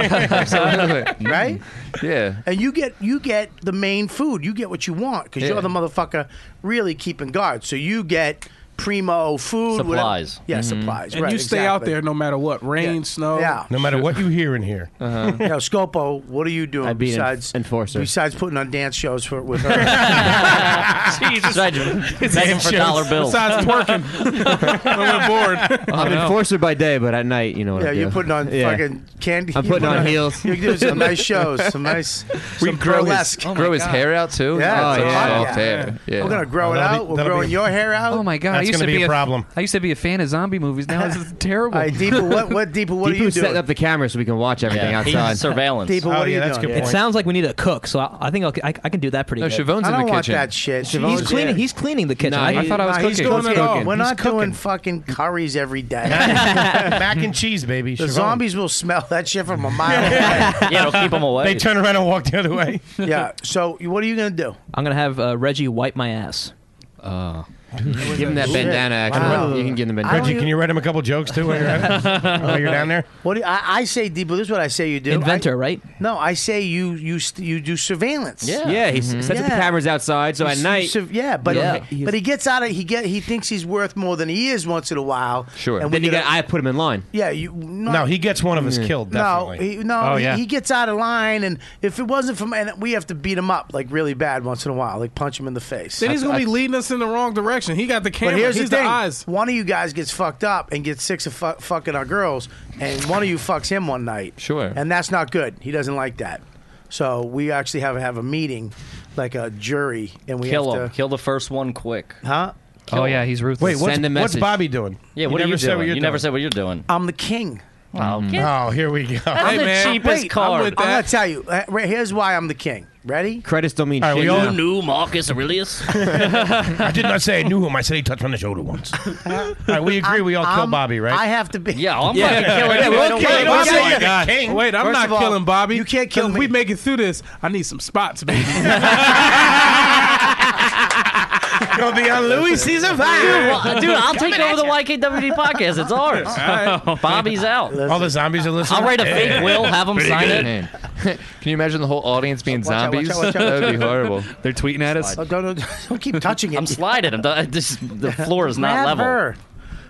S8: Absolutely.
S2: right?
S8: Yeah.
S2: And you get you get the main food. You get what you want because
S8: Yeah.
S2: you're the motherfucker really keeping guard. So you get primo food, whatever-
S9: Supplies.
S2: yeah,
S9: Mhm.
S2: supplies.
S11: And
S2: right,
S11: you stay out
S2: exactly.
S11: there no matter what rain, snow.
S2: Yeah.
S7: No matter what you hear in here.
S2: Now, Scopo, what are you doing
S5: I'd be an
S2: besides
S5: enforcer.
S2: besides putting on dance shows for with her?
S9: Jesus. Begging for
S7: Shows.
S9: dollar bills.
S11: Besides twerking, I'm bored.
S5: I'm an enforcer by day, but at night, you know what
S2: yeah,
S5: I do.
S2: you're putting on
S5: Yeah.
S2: fucking candy.
S5: I'm
S2: you're
S5: putting on heels.
S2: You're doing some nice shows, some nice
S8: We
S2: some
S8: grow Oh his,
S2: burlesque.
S9: Oh
S8: grow his hair out too.
S2: Yeah,
S8: It's
S2: it's
S8: like
S2: a lot,
S8: soft
S2: yeah.
S8: Oh, hair. Yeah.
S2: We're gonna grow
S7: Oh,
S2: it
S7: that'll
S2: out.
S7: be-
S2: We're
S7: that'll be
S2: growing
S7: a-
S2: your hair out.
S6: Oh my god! I
S7: That's
S6: used
S7: gonna
S6: to
S7: be
S6: be,
S7: a problem.
S6: I used to be a fan of zombie movies. Now this is terrible.
S2: All right, Deepu, what what Deepu, what
S5: Deepu's
S2: are you
S5: setting
S2: doing?
S5: up the camera so we can watch everything
S9: Yeah, he's
S5: outside.
S9: surveillance.
S2: Deepu, what
S7: Oh,
S2: are you
S7: yeah, that's a
S2: doing?
S7: good
S10: It
S7: point.
S10: sounds like we need a cook, so I, I think I'll, I, I can do that pretty
S8: No,
S10: good.
S8: Siobhan's
S2: I
S8: in
S2: don't
S8: the
S2: want
S8: kitchen.
S2: that shit.
S10: he's
S2: Siobhan's
S10: cleaning.
S2: there.
S10: He's cleaning the kitchen.
S6: No, I thought I was
S2: Nah, he's
S6: cooking.
S2: doing
S6: He's
S2: it all.
S6: cooking.
S2: We're
S6: He's
S2: not doing fucking curries every day.
S7: Mac and cheese, baby.
S2: the
S7: Siobhan.
S2: zombies will smell that shit from a mile away.
S9: yeah, it'll keep them away.
S7: They turn around and walk the other way.
S2: Yeah. So what are you gonna do?
S10: I'm gonna have uh, Reggie wipe my ass.
S5: give him that bandana action.
S2: Wow.
S5: You can give him a
S2: I don't
S5: bandana.
S7: Reggie, can you write him a couple jokes too while you're, at it? While you're down there?
S2: What do you, I, I say, Deepu? This is what I say you do.
S10: Inventor,
S2: I-
S10: right?
S2: No, I say you you st- you do surveillance.
S9: Yeah.
S5: Yeah, he s- sets up the
S2: Yeah.
S5: cameras outside, so
S2: You
S5: at
S2: s- you
S5: night.
S2: sur- yeah, but
S5: Yeah.
S2: but he gets out of he get he thinks he's worth more than he is once in a while.
S8: Sure.
S2: And
S5: then
S2: we
S5: you
S2: get
S5: got, I put him in line.
S2: yeah, you not,
S7: No, he gets one of us killed,
S2: no
S7: definitely.
S2: he, no
S7: Oh,
S2: he-
S7: yeah.
S2: he, gets out of line, and if it wasn't for and we have to beat him up like really bad once in a while, like punch him in the face.
S11: Then he's gonna be leading us in the wrong direction. He got the camera.
S2: But here's
S11: he's
S2: the
S11: the,
S2: thing:
S11: eyes.
S2: one of you guys gets fucked up and gets six of fu- fucking our girls, and one of you fucks him one night.
S8: Sure.
S2: And that's not good. He doesn't like that. So we actually have have a meeting, like a jury, and we
S9: Kill
S2: have
S9: him.
S2: to.
S9: Kill the first one quick.
S2: Huh?
S6: Oh yeah, he's ruthless.
S7: Wait, what's,
S5: Send a
S7: what's
S5: message.
S7: Bobby doing?
S9: Yeah, what
S7: you
S9: are you
S7: never said
S9: doing?
S7: what
S9: You
S7: you're
S9: never
S7: doing.
S9: said what you're doing.
S2: I'm the king.
S9: Wow.
S7: Oh, here we go. All
S9: That's the
S11: man.
S9: cheapest
S11: Wait, I'm
S9: card.
S11: with
S2: I'm
S11: that.
S2: gonna tell you. uh, right- Here's why I'm the king. Ready?
S5: Credits don't mean
S7: right,
S5: shit.
S7: we all knew.
S9: New Marcus Aurelius.
S7: I did not say I knew him. I said he touched on the shoulder once. all right, we agree. we all kill
S2: I'm-
S7: Bobby, right?
S2: I have to be.
S9: yeah, I'm yeah. fucking killing
S7: Yeah,
S9: you.
S7: we'll
S9: I don't
S7: kill
S9: care.
S7: him.
S9: Why
S7: I'll
S9: not?
S7: say you're the king.
S11: Wait, I'm
S2: First
S11: not
S2: of all,
S11: killing Bobby.
S2: you can't kill
S11: 'Cause
S2: me.
S11: If we make it through this, I need some spots, baby.
S7: Gonna be on Louis Caesar Five.
S9: Well, Dude, I'll take over the YKWD podcast. It's ours. Bobby's out.
S2: Listen,
S7: All the zombies are listening.
S9: I'll write a fake will, have him sign it.
S8: Man. Can you imagine the whole audience being
S2: Watch out, watch
S8: zombies?
S2: out, watch out.
S8: That would be horrible.
S6: They're tweeting at
S2: Oh, don't, don't, don't keep touching it.
S9: I'm sliding. I'm done. This, the floor is not
S2: Grab
S9: level.
S2: her.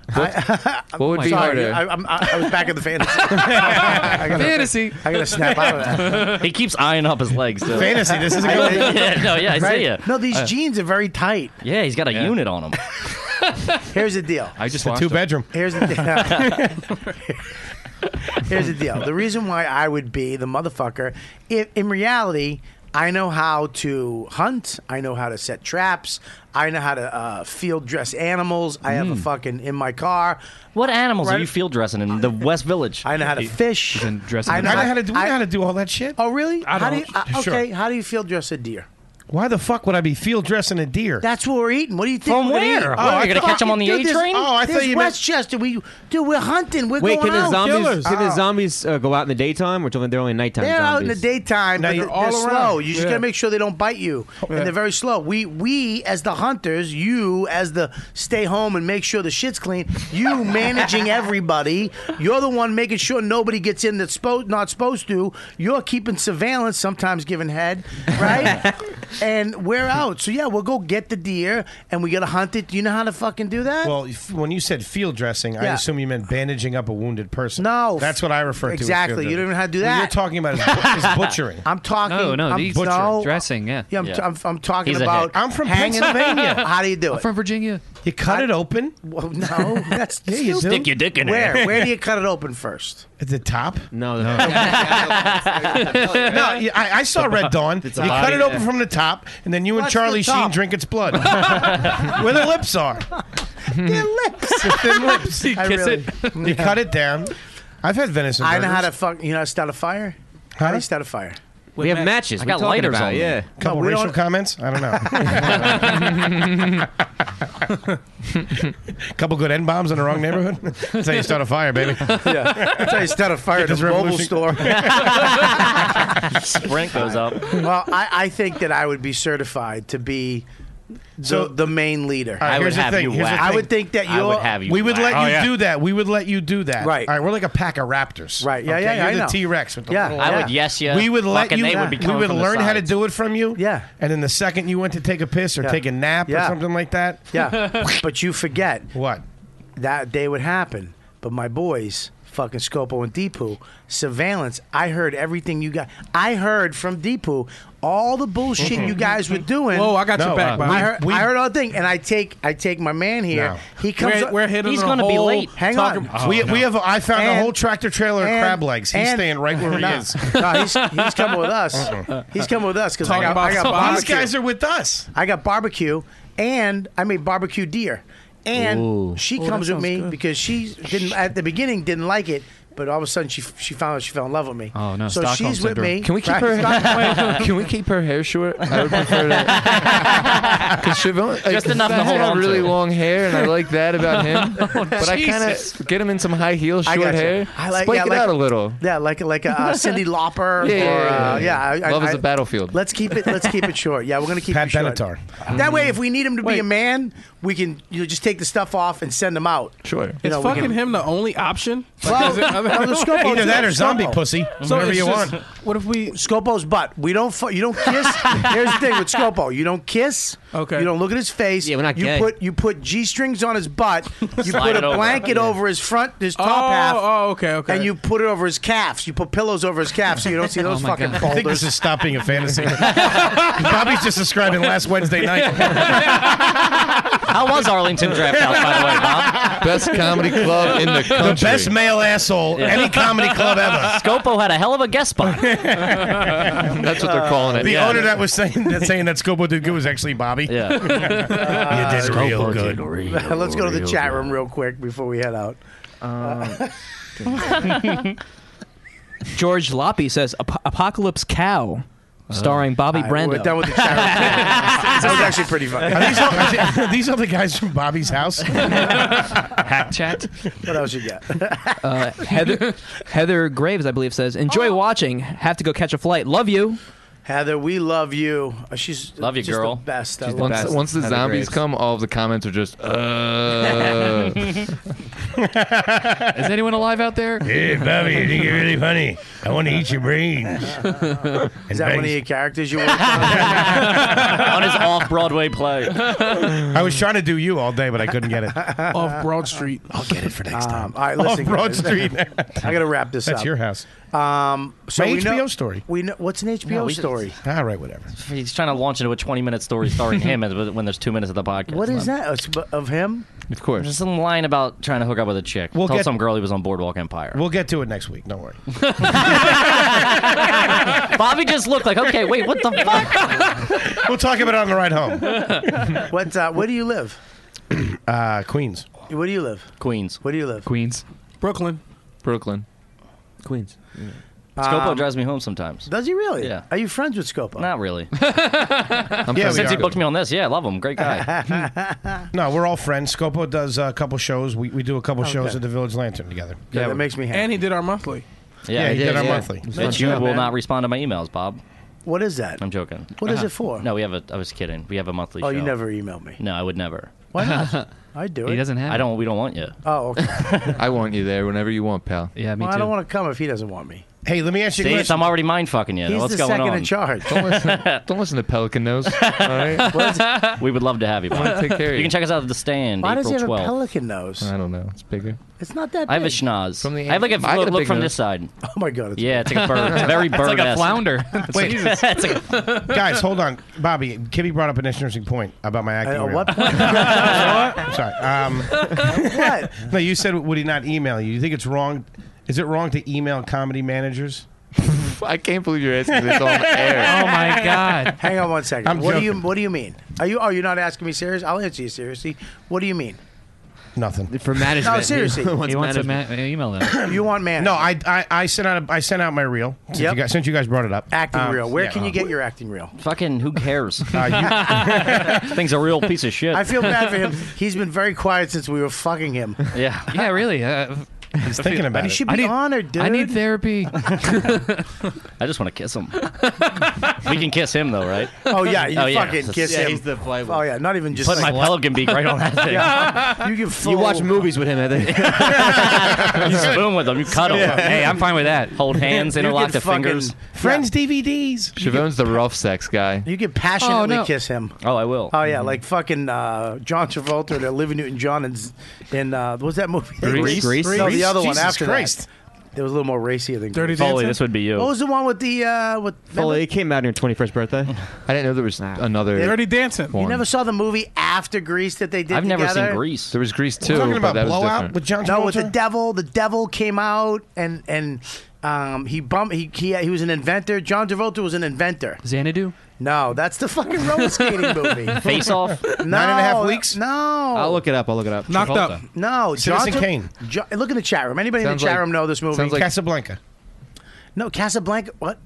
S9: What would be
S2: Sorry,
S9: harder?
S2: I, I'm- I, I was back in the fantasy. I gotta,
S9: Fantasy.
S2: I gotta snap out of that.
S9: he keeps eyeing up his legs. So.
S2: Fantasy, this is a good one.
S9: yeah, no, yeah, I
S2: Right?
S9: see Uh, you.
S2: No, these jeans are very tight.
S9: Yeah, he's got a unit on him.
S2: Here's the deal.
S9: I
S7: It's
S9: just
S7: a
S9: watched
S7: two
S9: him.
S7: bedroom.
S2: Here's the deal. Here's the deal. The reason why I would be the motherfucker, if in reality, I know how to hunt. I know how to set traps. I know how to uh, field dress animals. I have a
S9: Mm.
S2: fucking in my car.
S9: What animals
S2: Right?
S9: are you field dressing in the West Village?
S2: I know how to fish.
S7: I know how to do. We know how to do all that shit.
S2: Oh really?
S7: I
S2: how
S7: don't.
S2: do you, uh,
S7: sure.
S2: Okay, how do you field dress a deer?
S7: Why the fuck would I be field dressing a deer?
S2: That's what we're eating. What do you think?
S7: From
S2: we're gonna
S7: where?
S2: eat?
S7: Oh, What, you're gonna
S2: fuck-
S7: catch 'em on the
S2: dude,
S7: A
S2: this-
S7: train? Oh, I
S2: this
S7: thought you meant-
S2: Westchester. We dude, we're hunting. We're
S5: Wait,
S2: going
S5: can the
S2: out.
S5: zombies can the
S2: Oh.
S5: zombies uh, go out in the daytime? We're talking they're only nighttime.
S2: They're out in the
S5: zombies.
S2: daytime,
S5: Now
S2: but
S5: you're
S2: they're,
S5: all
S2: they're
S5: around.
S2: slow. You just
S5: Yeah.
S2: gotta make sure they don't bite you,
S5: Yeah.
S2: and they're very slow. We we as the hunters, you as the stay home and make sure the shit's clean. You managing everybody. You're the one making sure nobody gets in that's spo- not supposed to. You're keeping surveillance, sometimes giving head, right? and we're out. So yeah, we'll go get the deer and we gotta hunt it. Do you know how to fucking do that?
S7: Well, if- when you said field dressing, I
S2: Yeah.
S7: assume you meant bandaging up a wounded person.
S2: No,
S7: that's what I refer to. as field
S2: exactly.
S7: dressing.
S2: You don't even know how to do
S7: What
S2: that.
S7: you're talking about is, is butchering.
S2: I'm talking.
S6: No, no,
S2: I'm
S6: these
S2: butchering.
S6: dressing, yeah.
S2: Yeah, I'm, T- I'm, I'm talking
S6: He's a
S2: about.
S6: hick. I'm from
S2: hanging-
S6: Pennsylvania.
S2: How do you do it?
S6: I'm from Virginia.
S7: You cut it open.
S2: Well, no, that's
S7: Yeah, you
S2: stupid.
S7: do. Stick your dick in
S2: Where?
S7: there.
S2: Where do you cut it open first?
S7: At the top?
S5: No,
S7: no. no, you- I, I saw
S2: It's a
S7: Red
S2: bo-
S7: Dawn. You
S2: it's a
S7: cut
S2: body,
S7: it open
S2: yeah.
S7: from the top, and then you
S2: What's
S7: and Charlie
S2: the top?
S7: Sheen drink its blood. Where the lips are.
S2: Their lips.
S7: The thin lips.
S2: You I kiss really- it?
S7: You cut it down. I've had venison.
S2: I know how to
S7: burgers.
S2: fuck. You know how to start a fire? How do you start a fire?
S5: We have matches. What are you talking about? Yeah.
S7: Couple
S2: we
S7: racial
S2: don't-
S7: comments. I don't know. Couple good end bombs in the wrong neighborhood. That's how you start a fire, baby.
S2: Yeah. That's how you start a fire
S7: Get
S2: at
S7: this
S2: a mobile
S7: revolution-
S2: store.
S9: Sprink those up.
S2: Well, I, I think that I would be certified to be the,
S7: So-
S2: the main leader.
S7: All right, here's the thing, here's the
S2: I would
S7: thing.
S2: think that you're.
S7: We would let you do that. We would let you do that.
S2: Right.
S7: All right. We're like a pack of raptors.
S2: Right. Yeah,
S7: Okay,
S2: yeah, yeah,
S7: You're
S2: I
S7: the
S2: know.
S7: T-Rex with the
S2: Yeah.
S7: little.
S2: I would
S9: yes you.
S7: We would let
S9: Fucking
S7: you.
S9: they would be
S7: we
S9: coming
S7: would
S9: from the
S7: learn how to
S9: sides.
S7: do it from you.
S2: Yeah.
S7: And then the second you went to take a piss or
S2: Yeah.
S7: take a nap
S2: Yeah.
S7: or something like that.
S2: Yeah, but you forget
S7: what
S2: that day would happen. But my boys, fucking Scopo and Deepu, surveillance. I heard everything you got. I heard from Deepu all the bullshit you guys were doing.
S11: Whoa, I got your No, back, uh, Bob.
S2: I heard,
S11: we-
S2: I heard all the thing, and I take I take my man here.
S7: No.
S2: He comes.
S11: We're- we're hitting
S2: He's
S11: He's on a gonna be whole late.
S2: Hang
S11: talking-
S2: on.
S11: Oh,
S7: we,
S11: no.
S7: we have. I found a
S2: And-
S7: whole tractor trailer of
S2: and-
S7: crab legs. He's
S2: and-
S7: staying right where
S2: no.
S7: he is.
S2: No, he's, he's coming with us.
S7: Uh-uh.
S2: He's coming with us because I
S7: Talking
S2: got, I
S7: about
S2: got
S7: some-
S2: barbecue.
S7: These guys are with us.
S2: I got barbecue, and I made barbecue deer. And
S7: Ooh.
S2: she
S7: Oh, that
S2: comes with
S7: sounds
S2: me
S7: good.
S2: because she didn't at the beginning didn't like it, but all of a sudden she she found out she fell in love with me.
S8: Oh
S2: So she's with me.
S8: Can we keep
S2: Right.
S8: her?
S2: Stockholm-
S8: can we keep her hair short? I would prefer that. Because
S9: Just enough to hold on to.
S8: really long hair, and I like that about him. but I kind
S2: Jesus.
S8: of get him in some high heels,
S2: I
S8: short
S2: got you.
S8: hair.
S2: I like-
S8: spike
S2: yeah,
S8: it
S2: like-
S8: out a little.
S2: Yeah, like like a uh, Cindy Lauper.
S8: Yeah, yeah,
S2: or,
S8: yeah,
S2: uh,
S8: yeah,
S2: yeah.
S8: yeah. Love is a battlefield.
S2: Let's keep it. Let's keep it short. Yeah, we're gonna keep
S7: Pat
S2: it short.
S7: Benatar.
S2: That
S7: Mm-hmm.
S2: way, if we need him to be a man, we can you know, just take the stuff off and send him out.
S8: Sure.
S2: You
S11: Is
S2: know, we
S11: fucking
S2: can-
S11: him the only option?
S2: Well,
S11: is it other-
S2: no, the Scopo
S7: Either
S2: too.
S7: that or zombie
S2: Scopo.
S7: pussy. Whatever
S11: it's
S7: you
S11: just-
S7: want.
S11: What if we
S2: Scopo's butt? We don't. Fu- you don't kiss. Here's the thing with Scopo: you don't kiss. Okay. You don't look at his face. Yeah, we're not you
S5: gay.
S2: put you put g strings on his butt. You
S5: Slide
S2: put
S5: it
S2: a
S5: over.
S2: blanket
S5: Yeah.
S2: over his front, his top
S11: Oh,
S2: half.
S11: oh, okay, okay.
S2: And you put it over his calves. You put pillows over his calves so you
S8: Mm.
S2: don't see
S8: Oh
S2: those
S7: Oh my
S2: fucking
S7: God. I
S2: boulders.
S7: think this is stopping a fantasy. Bobby's just describing last Wednesday night.
S9: How was Arlington Draft House, by the way, Bob?
S8: Best comedy club in the country.
S7: The best male asshole
S9: Yeah.
S7: any comedy club ever.
S9: Scopo had a hell of a guest spot.
S8: That's what they're calling it.
S7: The
S8: yeah.
S7: owner that was saying that saying that Scobo did good was actually Bobby. Yeah, you did
S2: Scopo
S7: real
S2: did
S7: good.
S2: Let's go to the
S7: real
S2: chat room real quick before we head out.
S10: Um, George Loppy says Ap- Apocalypse Cow, starring Bobby
S2: All right,
S10: Brando.
S2: we're done with the chat room. that was actually pretty funny.
S7: Are these, all, are these all the guys from Bobby's house?
S6: Hack chat.
S2: What else you got?
S10: Uh, Heather, Heather Graves, I believe, says enjoy
S2: Oh.
S10: watching. Have to go catch a flight. Love you.
S2: Heather, we love you. Uh, She's
S9: Love you,
S2: just
S9: girl.
S2: The best. I
S8: Once,
S2: love her.
S8: once the zombies come, all of the comments are just, uh.
S6: Is anyone alive out there?
S14: Hey, Bobby, you think you're really funny. I want to eat your brains.
S2: Is that one of your characters you worked on?
S9: on his off Broadway play.
S7: I was trying to do you all day, but I couldn't get it.
S11: Off Broad Street. I'll get it for next
S2: time. all right, listen.
S7: Off Broad
S2: guys.
S7: Street.
S2: I gotta wrap this
S7: That's
S2: up.
S7: your house.
S2: Um, so
S7: My
S2: we know-
S7: HBO story.
S2: We know what's an HBO
S9: Yeah, we-
S2: story.
S7: All right, whatever.
S9: He's trying to launch into a 20 minute story starring him as- when there's two minutes of the podcast.
S2: What is
S9: left.
S2: that? It's ab- of him?
S9: Of course. There's some line about trying to hook up with a chick.
S7: We'll
S9: Tell
S7: get-
S9: some girl he was on Boardwalk Empire.
S7: We'll get to it next week. Don't worry.
S9: Bobby just looked like, okay, wait, what the fuck?
S7: We'll talk about it on the ride home.
S2: What's uh, where do you live?
S7: Uh, Queens.
S2: Where do you live?
S9: Queens.
S2: Where do you live?
S6: Queens.
S2: Brooklyn.
S8: Brooklyn.
S9: Queens. Scopo
S2: Um,
S9: drives me home sometimes.
S2: Does he really?
S9: Yeah.
S2: Are you friends with Scopo?
S9: Not really.
S8: I'm
S7: Yeah, we
S9: Since he
S7: are.
S9: booked me on this, yeah, I love him. Great guy.
S7: No, we're all friends. Scopo does uh, a couple shows. We, we do a couple shows
S11: Okay.
S7: at the Village Lantern together.
S2: that makes me happy.
S11: And he did our monthly.
S9: yeah,
S7: Yeah, he did our
S9: yeah.
S7: monthly.
S9: But you
S7: Yeah,
S9: will
S7: man.
S9: not respond to my emails, Bob.
S2: What is that?
S9: I'm joking. Uh-huh.
S2: What is it for?
S9: No, we have a. I was kidding. We have a monthly.
S2: Oh,
S9: show.
S2: you never emailed me.
S9: No, I would never.
S2: Why not? I do it.
S9: I don't. We don't want you.
S2: Oh, okay.
S8: I want you there whenever you want, pal.
S6: Yeah,
S2: well, I don't want to come if he doesn't want me.
S7: Hey, let me ask you a
S9: See,
S7: question.
S9: I'm already mind fucking you.
S2: He's
S9: What's
S2: the
S9: going
S2: second
S9: on?
S2: in charge.
S8: Don't listen, don't listen to Pelican Nose. All right?
S9: we would love to have you.
S8: I wanna
S9: Bob.
S8: take care of
S9: you
S8: you.
S9: can check us out at the stand.
S2: Why does
S9: April
S2: he have a
S9: 12th.
S2: pelican nose?
S8: I don't know. It's bigger.
S2: It's not that big.
S9: I have a schnoz. I have like a
S8: I got a
S9: look, look
S8: big
S9: from
S8: nose.
S9: this side.
S2: Oh my god! It's
S9: Yeah, it's like a bird. It's very bird.
S6: It's like a flounder.
S7: Wait.
S6: Jesus.
S9: That's like
S7: Guys, hold on. Bobby, Kibby brought up an interesting point about my acting.
S2: Uh,
S7: reel.
S2: what point?
S7: Sorry. Um,
S2: what?
S7: no, you said would he not email you? You think it's wrong? Is it wrong to email comedy managers?
S8: I can't believe you're asking this on air.
S6: Oh my god.
S2: Hang on one second.
S7: I'm
S2: what do you
S7: joking.
S2: What do you mean? Are you Are you not asking me serious? I'll answer you seriously. What do you mean?
S7: Nothing.
S5: for management.
S2: No, seriously.
S5: He wants
S6: He wants
S5: management.
S6: a ma- email them.
S2: you want man?
S7: No, I, I, I sent out a, I sent out my reel since,
S2: Yep.
S7: you, guys, since you guys brought it up.
S2: acting
S7: Um,
S2: reel. Where
S7: yeah.
S2: can you get your acting reel?
S9: fucking. Who cares?
S7: Uh,
S9: Thing's a real piece of shit.
S2: I feel bad for him. He's been very quiet since we were fucking him.
S9: yeah.
S6: Yeah, really. Uh,
S7: He's thinking about
S2: You
S7: it.
S2: should be
S6: I need-
S2: honored, dude.
S6: I need therapy.
S9: I just want to kiss him. we can kiss him though, right?
S2: oh yeah, you
S9: Oh, yeah.
S2: fucking kiss him. oh yeah, not even just.
S9: Put my
S2: like,
S9: pelican beak right on that thing.
S2: yeah, you can. Full,
S5: You watch movies with him, I think.
S9: You spoon with them. You cut them.
S6: hey, I'm fine with that.
S9: Hold hands,
S2: you can
S9: interlock the
S2: fucking-
S9: fingers.
S7: Friends DVDs.
S8: Siobhan's the rough sex guy.
S2: You can passionately
S6: Oh, no.
S2: kiss him.
S9: Oh, I will.
S2: Oh
S8: Mm-hmm.
S2: yeah, like fucking uh, John Travolta and Olivia Newton-John and z- and uh, what was that movie?
S5: Grease? Grease?
S2: No, the
S7: Grease?
S2: other one
S7: Jesus
S2: after
S7: Christ.
S2: that. It was a little more racier than
S11: Dirty
S2: Grease.
S11: Dancing.
S9: Foley, this would be you.
S2: What was the one with the uh, with?
S5: Well,
S2: remember-
S5: it came out on your 21st birthday.
S8: I didn't know there was another.
S11: Dirty Dancing.
S8: one.
S2: You never saw the movie after Grease that they did
S9: Mm-hmm. I've never
S2: together?
S9: seen Grease.
S8: There was Grease too,
S7: We're talking
S8: but
S7: about
S8: that was
S7: blowout
S8: different.
S7: with John Travolta.
S2: No, with the devil. The devil came out and and um, he bumped. He, he he was an inventor. John Travolta was an inventor.
S6: Xanadu.
S2: No, that's the fucking roller skating movie.
S9: Face off.
S2: Nine
S7: and a half weeks?
S2: No,
S5: I'll look it up. I'll look it up.
S11: Knocked
S6: Travolta.
S11: up.
S2: no.
S7: Citizen
S2: John Tra-
S7: Kane.
S2: Jo- look in the chat room. Anybody
S8: Sounds
S2: in the chat
S8: like-
S2: room know this movie?
S8: sounds like-
S7: Casablanca.
S2: no, Casablanca. What?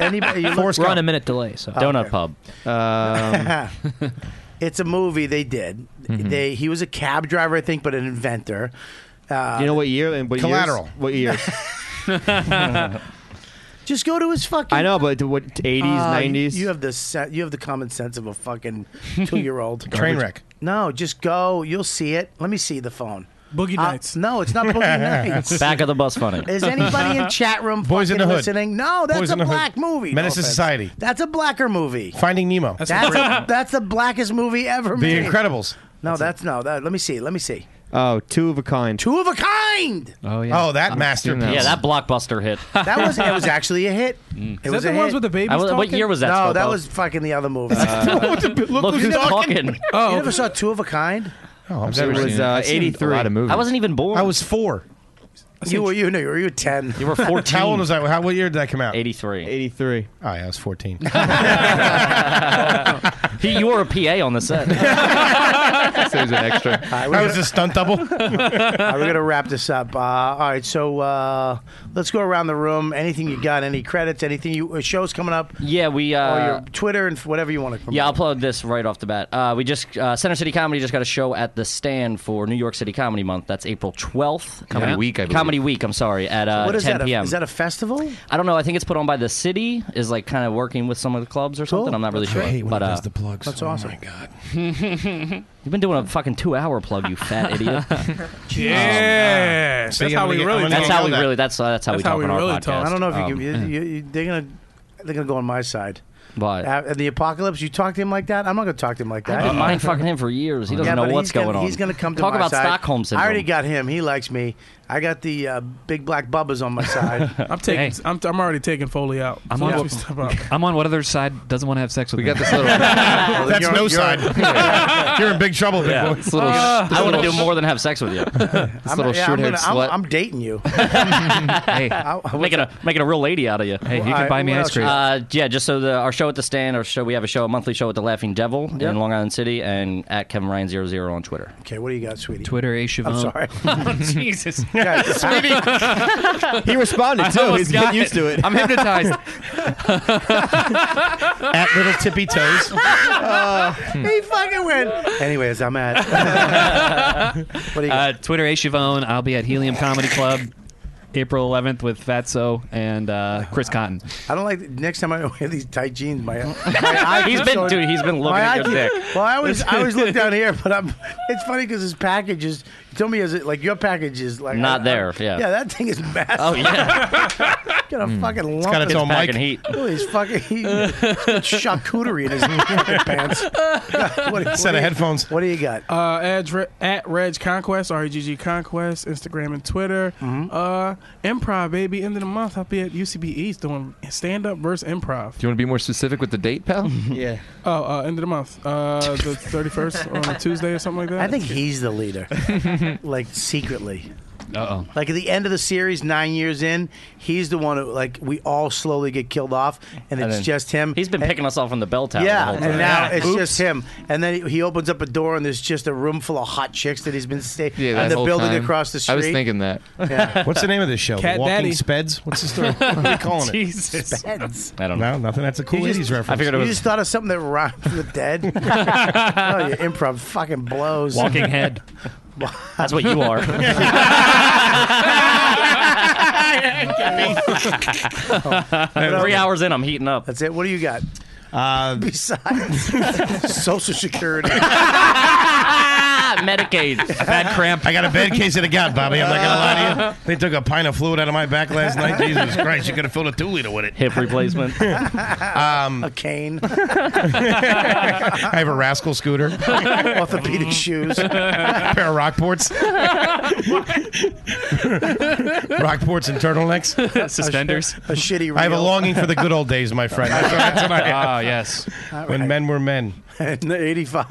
S2: Anybody? You look,
S7: Forrest
S10: We're on a
S7: Gump.
S10: minute delay, so
S9: Donut pub.
S2: Um,
S5: Um,
S2: it's a movie they did.
S5: Mm-hmm.
S2: They he was a cab driver, I think, but an inventor. Uh,
S5: you know what year and what years?
S7: Collateral.
S5: What years?
S2: Just go to his fucking.
S5: I know, but what 80s,
S2: Uh,
S5: 90s?
S2: You have the se- you have the common sense of a fucking two year old.
S7: Train wreck.
S2: No, just go. You'll see it. Let me see the phone.
S11: Boogie
S2: Uh,
S11: Nights.
S2: no, it's not Boogie Nights.
S9: Back of the bus funny.
S2: Is anybody in chat room
S7: Boys
S2: fucking
S7: in the Hood.
S2: listening? No, that's
S7: Boys
S2: a
S7: in the Hood.
S2: black movie.
S7: Menace
S2: no
S7: to
S2: offense.
S7: Society.
S2: That's a blacker movie.
S7: Finding Nemo.
S2: That's a, that's the blackest movie ever
S7: the
S2: made.
S7: Incredibles.
S2: No, that's, no. That, let me see. Let me see.
S5: Oh, two of a kind.
S2: Two of a kind.
S6: Oh yeah.
S7: Oh, that
S8: seen
S7: masterpiece.
S8: that.
S9: Yeah, that blockbuster hit.
S2: That was it. Was actually a hit. It
S11: Is
S2: was
S11: that the
S2: a
S11: ones
S2: hit.
S11: with the babies?
S9: I was- what
S11: talking?
S9: year was that?
S2: no, that
S9: Scopo?
S2: was fucking the other movie.
S7: Uh,
S9: Look who's talking.
S11: Oh,
S2: you never saw Two of a Kind?
S7: Oh, I'm
S8: Never
S7: serious.
S5: was,
S8: seen it.
S5: uh,
S8: I've seen
S5: 83.
S8: A lot of movies.
S9: I wasn't even born.
S7: I was four.
S2: You were you no, you were you were ten.
S9: You were 14.
S7: How old was I? How, what year did that come out?
S9: 83.
S5: 83.
S7: Oh, yeah, I was 14.
S9: He, you were a PA on the set.
S8: So it was an extra.
S7: I was a stunt double.
S2: All right, we're gonna wrap this up. Uh, all right, so uh, let's go around the room. Anything you got? Any credits? Anything you uh, shows coming up?
S9: yeah, we.
S2: Or
S9: Uh,
S2: your Twitter and f- whatever you want to. Promote.
S9: Yeah, I'll plug this right off the bat. Uh, we just uh, Center City Comedy just got a show at the Stand for New York City Comedy Month. That's April twelfth.
S8: Comedy Week, I believe.
S9: Comedy Week. I'm sorry, at uh,
S2: What is
S9: 10
S2: that? a-
S9: p.m.
S2: is that a festival?
S9: I don't know. I think it's put on by the city. Is like kind of
S2: oh
S9: working with some of the clubs or something. I'm not really sure. But uh,
S7: plugs.
S2: That's awesome.
S7: God.
S9: You've been doing a fucking two-hour plug, you fat idiot.
S11: Yeah.
S9: Um,
S11: See, That's I'm how gonna we get- really I'm gonna
S9: That's
S11: get
S9: how
S11: yelled
S9: we
S11: at.
S9: really. That's uh, that's how we talk on our podcast.
S2: I don't know if you,
S9: Um,
S2: can, you, you, you- they're gonna they're gonna go on my side.
S9: Why?
S2: At at the apocalypse, you talk to him like that. I'm not gonna talk to him like that.
S9: I've been mind fucking him for years. He doesn't
S2: Yeah,
S9: know
S2: but
S9: what's
S2: he's gonna,
S9: going on.
S2: He's gonna come to
S9: talk
S2: my
S9: about
S2: side.
S9: Stockholm syndrome.
S2: I already got him. He likes me. I got the uh, big black bubbas on my side.
S11: I'm taking. I'm, I'm already taking Foley out.
S6: I'm
S11: Why don't
S6: on,
S11: you step up?
S6: I'm on what other side doesn't want to have sex with
S11: We
S6: me?
S11: got this little-
S7: Well, That's you're- no you're- side. You're in big trouble, big boy.
S9: This little-
S7: Uh,
S9: I want to
S7: little-
S9: do more than have sex with you. This
S2: I'm,
S9: little
S2: yeah, I'm,
S9: short-haired
S2: gonna, I'm,
S9: slut.
S2: I'm dating you.
S9: hey, making a making a real lady out of you. Hey,
S2: you can Well, I- buy me what ice else cream. you
S9: Uh, yeah, just so the our show at the stand, our show we have a show, a monthly show at the Laughing Devil
S2: Yeah.
S9: in Long Island City, and at Kevin Ryan 00 on Twitter.
S2: Okay, what do you got, sweetie?
S6: Twitter, A.
S2: I'm sorry.
S6: Jesus.
S2: Guys,
S5: he responded
S2: I
S5: too.
S2: almost
S5: He's getting
S2: got
S5: used
S2: it.
S5: to it.
S2: I'm hypnotized.
S7: At little tippy toes.
S2: he fucking went. Anyways, I'm at.
S6: Uh, Twitter, A. Chavone. I'll be at Helium Comedy Club April 11th with Fatso and uh, Chris Cotton.
S2: I don't like next time I wear these tight jeans. My, my eye
S6: He's
S2: keeps
S6: been-
S2: going-
S6: dude, he's been looking
S2: my
S6: at
S2: eye
S6: your
S2: keeps-
S6: dick.
S2: Well, I always I always look down here, but I'm. It's funny because his package is. You told me is it like your package is like
S9: Not
S2: I-
S9: there,
S2: I-
S9: yeah.
S2: Yeah, that thing is massive.
S9: Oh, yeah.
S2: Got a fucking lump.
S9: got its
S2: in
S9: own Gets back mic. in heat.
S2: Oh, he's fucking he, he's got charcuterie in his fucking pants. what,
S7: Set
S2: what do
S7: of
S2: you-
S7: headphones.
S2: What do you got?
S11: Uh, at, Dre- at Reg Conquest, R E G G Conquest, Instagram and Twitter.
S2: Mm-hmm.
S11: Uh, improv, baby. End of the month, I'll be at UCB East doing stand up versus improv.
S8: Do you want to be more specific with the date, pal?
S11: Yeah. Oh, uh, end of the month, uh, the thirty first on a Tuesday or something like that.
S2: I think he's the leader, like secretly.
S6: Uh oh.
S2: Like at the end of the series, nine years in, he's the one who like we all slowly get killed off, and it's
S9: then-
S2: just him.
S9: He's been
S2: And-
S9: picking us off on the bell tower. the
S2: Yeah,
S9: whole time.
S2: and now it's just him. And then he- he opens up a door, and there's just a room full of hot chicks that he's been staying.
S8: Yeah, that
S2: and the
S8: whole
S2: building
S8: time.
S2: across the street.
S8: I was thinking that.
S7: What's the name of this show?
S2: Cat
S7: The Walking
S2: Daddy.
S7: Speds? What's the story? What are we calling it?
S6: Jesus.
S2: Speds.
S9: I don't
S7: know. No, nothing. That's a cool
S2: You just-
S7: 80s reference.
S2: you just thought of something that rhymes with dead. oh, your improv fucking blows.
S6: Walking head.
S9: That's what you are. Three hours in, I'm heating up.
S2: That's it. What do you got?
S7: Uh,
S2: Besides Social Security.
S9: Medicaid.
S7: bad cramp. I got a bad case of the gout, Bobby. I'm not gonna lie to you. They took a pint of fluid out of my back last night. Jesus Christ, you could have filled a two liter with it.
S9: Hip replacement.
S7: um,
S2: a cane.
S7: I have a rascal scooter.
S2: Orthopedic shoes.
S7: pair of Rockports. Rockports and turtlenecks.
S6: Suspenders.
S2: A shitty.
S7: I have a
S2: reel.
S7: longing for the good old days, my friend. That's what- that's what I have.
S6: Ah, yes.
S7: When men were men.
S2: And the 85.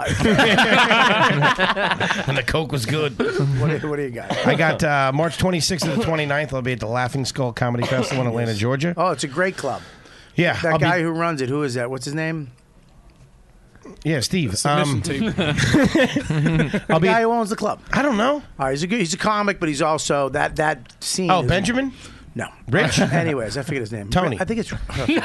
S7: When the Coke was good.
S2: what, do, what do you got?
S7: I got uh, March 26th to the 29th. I'll be at the Laughing Skull Comedy Festival in Atlanta, Georgia.
S2: Oh, it's a great club.
S7: Yeah,
S2: That
S7: I'll be-
S2: guy who runs it, who is that? What's his name?
S7: Yeah, Steve. um,
S11: Submission
S2: The
S7: I'll be.
S2: guy who owns the club.
S7: I don't know.
S2: All right, he's a good, he's a comic, but he's also that that scene.
S7: Oh,
S2: is-
S7: Benjamin?
S2: No,
S7: Rich?
S2: Anyways, I forget his name.
S7: Tony.
S2: I think it's.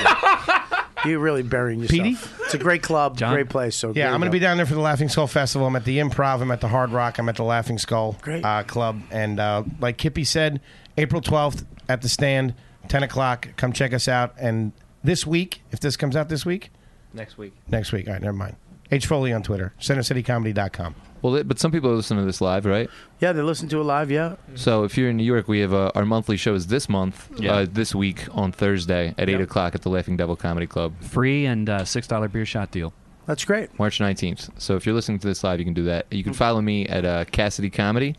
S2: You're really burying yourself.
S7: Petey?
S2: It's a great club, great place. So
S7: Yeah,
S2: there you
S7: I'm going
S2: go.
S7: to be down there for the Laughing Skull Festival. I'm at the Improv. I'm at the Hard Rock. I'm at the Laughing Skull Uh, Club. And uh, like Kippy said, April 12th at the stand, 10 o'clock. Come check us out. And this week, if this comes out this week,
S9: Next week.
S7: next week. All right, never mind. H Foley on Twitter, CenterCityComedy.com.
S8: Well, it- but some people listen to this live, right?
S2: Yeah, they listen to it live. Yeah.
S8: So if you're in New York, we have uh, our monthly shows this month, uh, this week on Thursday at 8 o'clock at the Laughing Devil Comedy Club.
S6: Free and uh, $6 beer shot deal.
S2: That's great.
S8: March 19th. So if you're listening to this live, you can do that.
S7: Mm-hmm.
S8: You can follow me at uh, Cassidy Comedy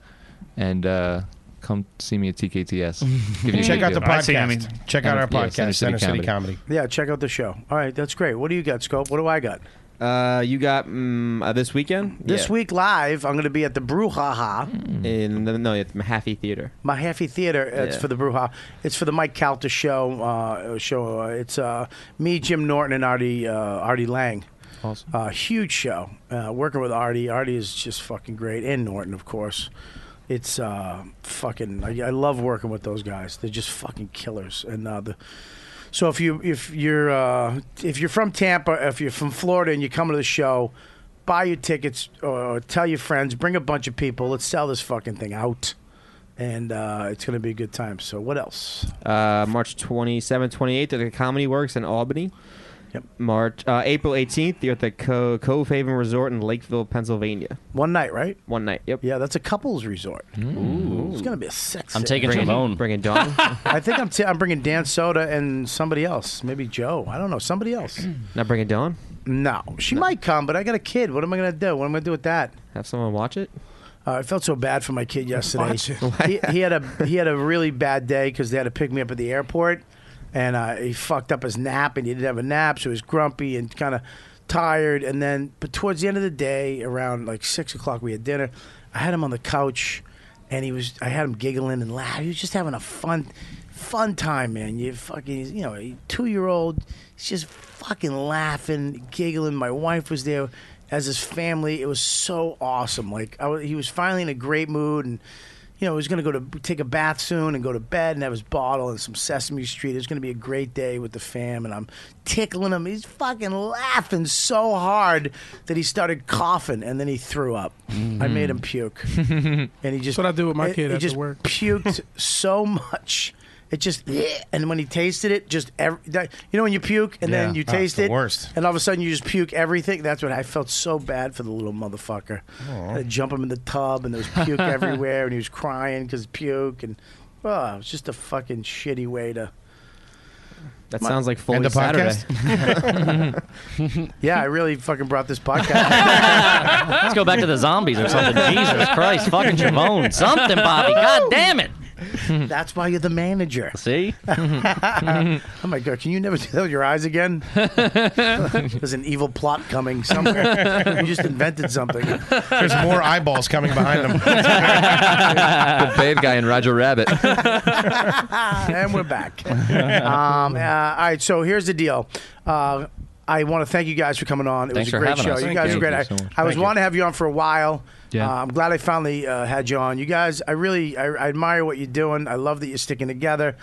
S8: and uh, come see me at TKTS. Give you a
S7: Check
S8: good
S7: out the
S8: deal.
S7: podcast. Check out our
S8: Yeah,
S7: podcast, Center City Comedy.
S2: Yeah, check out the show. All right, that's great. What do you got, Scope? What do I got?
S5: Uh, you got mm, uh, this weekend?
S2: This week live, I'm going to be at the Brouhaha,
S5: week in the, no, at the Mahaffey Theater.
S2: Mahaffey Theater. It's
S5: Yeah.
S2: for the Brouhaha. It's for the Mike Calta show. Uh, show. Uh, it's uh, me, Jim Norton, and Artie uh, Artie Lang.
S8: Awesome.
S2: Uh, huge show. Uh, working with Artie. Artie is just fucking great, and Norton, of course. It's uh, fucking. I, I love working with those guys. They're just fucking killers. And uh, the so if you if you're uh, if you're from Tampa, if you're from Florida, and you come to the show, buy your tickets or tell your friends. Bring a bunch of people. Let's sell this fucking thing out, and uh, it's gonna be a good time. So what else?
S5: Uh, March 27th, 28th at the Comedy Works in Albany. March, uh, April 18th, you're at the Co- Cove Haven Resort in Lakeville, Pennsylvania.
S2: One night, right?
S5: One night. Yep.
S2: Yeah, that's a couples resort.
S5: Ooh.
S2: It's gonna be a sex.
S9: I'm taking
S2: bringing,
S9: Javon.
S5: Bringing Don.
S2: I think I'm, t- I'm bringing Dan Soda and somebody else, maybe Joe. I don't know, somebody else.
S5: Not bringing Dawn.
S2: No, she might come, but I got a kid. What am I gonna do? What am I gonna do with that?
S5: Have someone watch it.
S2: Uh, I felt so bad for my kid yesterday.
S5: Watch it.
S2: he, he had a he had a really bad day because they had to pick me up at the airport, and uh, he fucked up his nap, and he didn't have a nap, so he was grumpy and kind of tired. And then, but towards the end of the day, around like six o'clock, we had dinner. I had him on the couch, and he was I had him giggling and laughing. He was just having a fun fun time, man. You fucking, you know, a two year old, he's just fucking laughing, giggling. My wife was there as his family. It was so awesome. Like, I was, he was finally in a great mood and, you know, he was going to go to take a bath soon and go to bed and have his bottle and some Sesame Street. It was going to be a great day with the fam, and I'm tickling him. He's fucking laughing so hard that he started coughing, and then he threw up. I made him puke, and he just
S11: what I do with my kid
S2: He
S11: after
S2: just
S11: work.
S2: puked so much. It just and when he tasted it, just every, that, you know when you puke and then
S7: Yeah.
S2: you
S7: Oh, it's
S2: taste
S7: the
S2: it,
S7: worst.
S2: and all of a sudden you just puke everything. That's what I felt so bad for the little motherfucker. I had to jump him in the tub, and there was puke everywhere, and he was crying because puke, and oh, it was just a fucking shitty way to.
S5: That
S2: My-
S5: sounds like fully
S2: End the
S5: Saturday.
S2: podcast? yeah, I really fucking brought this podcast.
S9: Let's go back to the zombies or something. Jesus Christ, fucking Javon. Something, Bobby. God damn it.
S2: That's why you're the manager.
S9: See?
S2: oh my god! Can you never do that with your eyes again? There's an evil plot coming somewhere. you just invented something.
S7: There's more eyeballs coming behind them.
S8: the bad guy and Roger Rabbit.
S2: and we're back. um, uh, all right, so here's the deal. Uh, I want to thank you guys for coming on. It
S8: Thanks
S2: was a
S8: for
S2: great
S8: having
S2: show.
S8: us.
S2: You
S8: Thank
S2: guys were
S8: you.
S2: great.
S8: Thank you so much.
S2: I, I was
S8: Thank you.
S2: wanting to have you on for a while.
S8: Yeah.
S2: Uh, I'm glad I finally uh, had you on. You guys, I really, I, I admire what you're doing. I love that you're sticking together,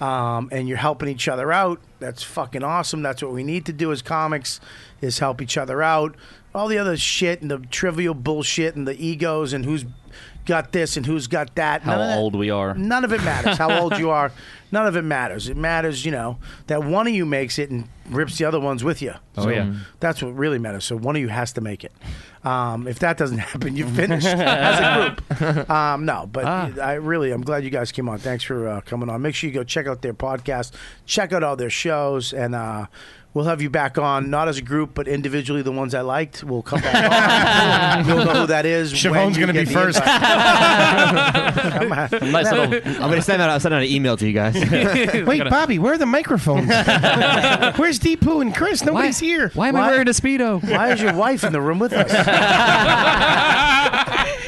S2: um, and you're helping each other out. That's fucking awesome. That's what we need to do as comics is help each other out. All the other shit and the trivial bullshit and the egos and who's got this and who's got that.
S9: How
S2: None of that-
S9: old we are.
S2: None of it matters. How old you are, none of it matters. It matters, you know, that one of you makes it and rips the other ones with you.
S6: Oh,
S2: so
S6: yeah.
S2: That's what really matters. So one of you has to make it. Um, if that doesn't happen, you're finished as a group. Um, no, but
S7: Ah.
S2: I really, I'm glad you guys came on. Thanks for uh, coming on. Make sure you go check out their podcast, check out all their shows, and. Uh, We'll have you back on, not as a group, but individually. The ones I liked will come back on. You'll know who that is. when
S7: Siobhan's
S2: you
S7: gonna
S2: get
S7: be
S2: the
S7: first.
S2: invite. I'm-
S5: I'm gonna send out. I'll send out an email to you guys.
S7: Wait, Bobby, where are the microphones? Where's Deepu and Chris? Nobody's here. Why
S6: am I wearing a speedo?
S2: Why is your wife in the room with us?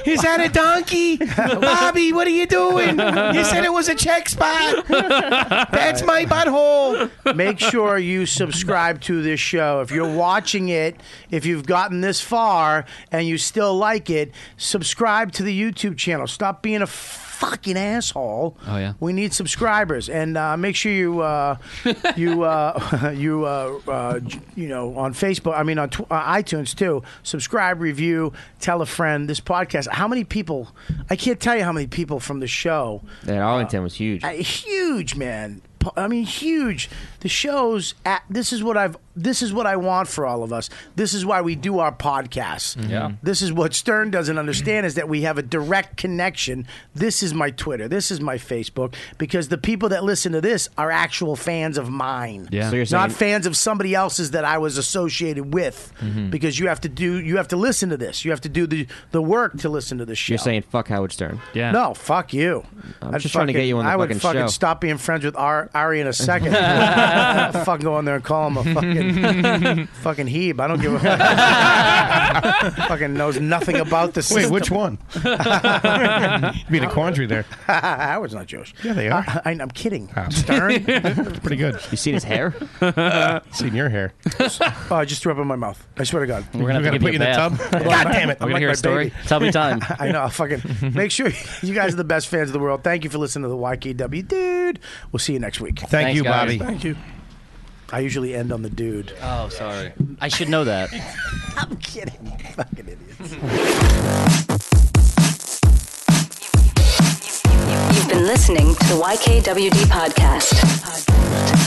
S7: Is that a donkey? Bobby, what are you doing? You said it was a check spot. That's my butthole.
S2: Make sure you subscribe to this show. If you're watching it, if you've gotten this far and you still like it, subscribe to the YouTube channel. Stop being a fucking asshole.
S6: Oh, yeah.
S2: We need subscribers, and uh, make sure you uh, you uh, you uh, uh, j- you know on Facebook. I mean on tw- uh, iTunes too. Subscribe, review, tell a friend. This podcast. How many people? I can't tell you how many people from the show.
S5: That Arlington was huge.
S2: Uh, huge, man. P- I mean, huge. The shows. At, this is what I've. This is what I want for all of us. This is why we do our podcasts.
S5: Mm-hmm.
S13: Yeah.
S2: This is what Stern doesn't understand is that we have a direct connection. This is my Twitter. This is my Facebook because the people that listen to this are actual fans of mine.
S5: Yeah. So you're
S2: not
S5: saying-
S2: fans of somebody else's that I was associated with
S5: Mhm.
S2: because you have to do. You have to listen to this. You have to do the the work to listen to the show.
S5: You're saying fuck Howard Stern. Yeah.
S2: No, fuck you.
S5: I'm
S2: I'd
S5: just trying to get you on the
S2: I would
S5: fucking
S2: fucking
S5: show.
S2: stop being friends with Ar- Ari in a second. I'd fucking go in there and call him a fucking fucking heeb. I don't give a fucking knows nothing about the
S7: Wait,
S2: system.
S7: which one? you made a quandary there.
S2: Howard's not Jewish. Yeah,
S7: they are.
S2: I, am kidding. Stern.
S7: Pretty good.
S5: You seen his hair?
S7: seen your hair.
S2: oh, I just threw up in my mouth. I swear to God.
S9: We're gonna
S7: We're gonna
S9: have to give you a
S7: put
S9: bath.
S7: you in the tub? God damn it.
S9: We're
S2: I'm
S9: gonna hear a
S2: like my
S9: story.
S2: baby.
S9: Tell me time.
S2: I know. I'll Fucking make sure you guys are the best fans of the world. Thank you for listening to the YKW, dude. We'll see you next week.
S7: Thank Thanks, you, guys. Bobby.
S2: Thank you. I usually end on the dude.
S9: Oh, sorry. I should know that.
S2: I'm kidding. Fucking idiots.
S15: You've been listening to the YKWD podcast.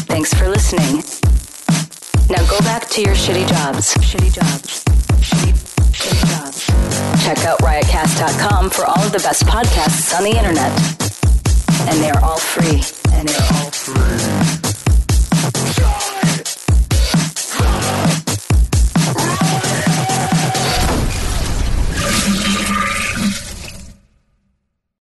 S15: Thanks for listening. Now go back to your shitty jobs. Shitty jobs. Shitty, shitty jobs. Check out riotcast.com for all of the best podcasts on the internet. And they are all free. And they're all free.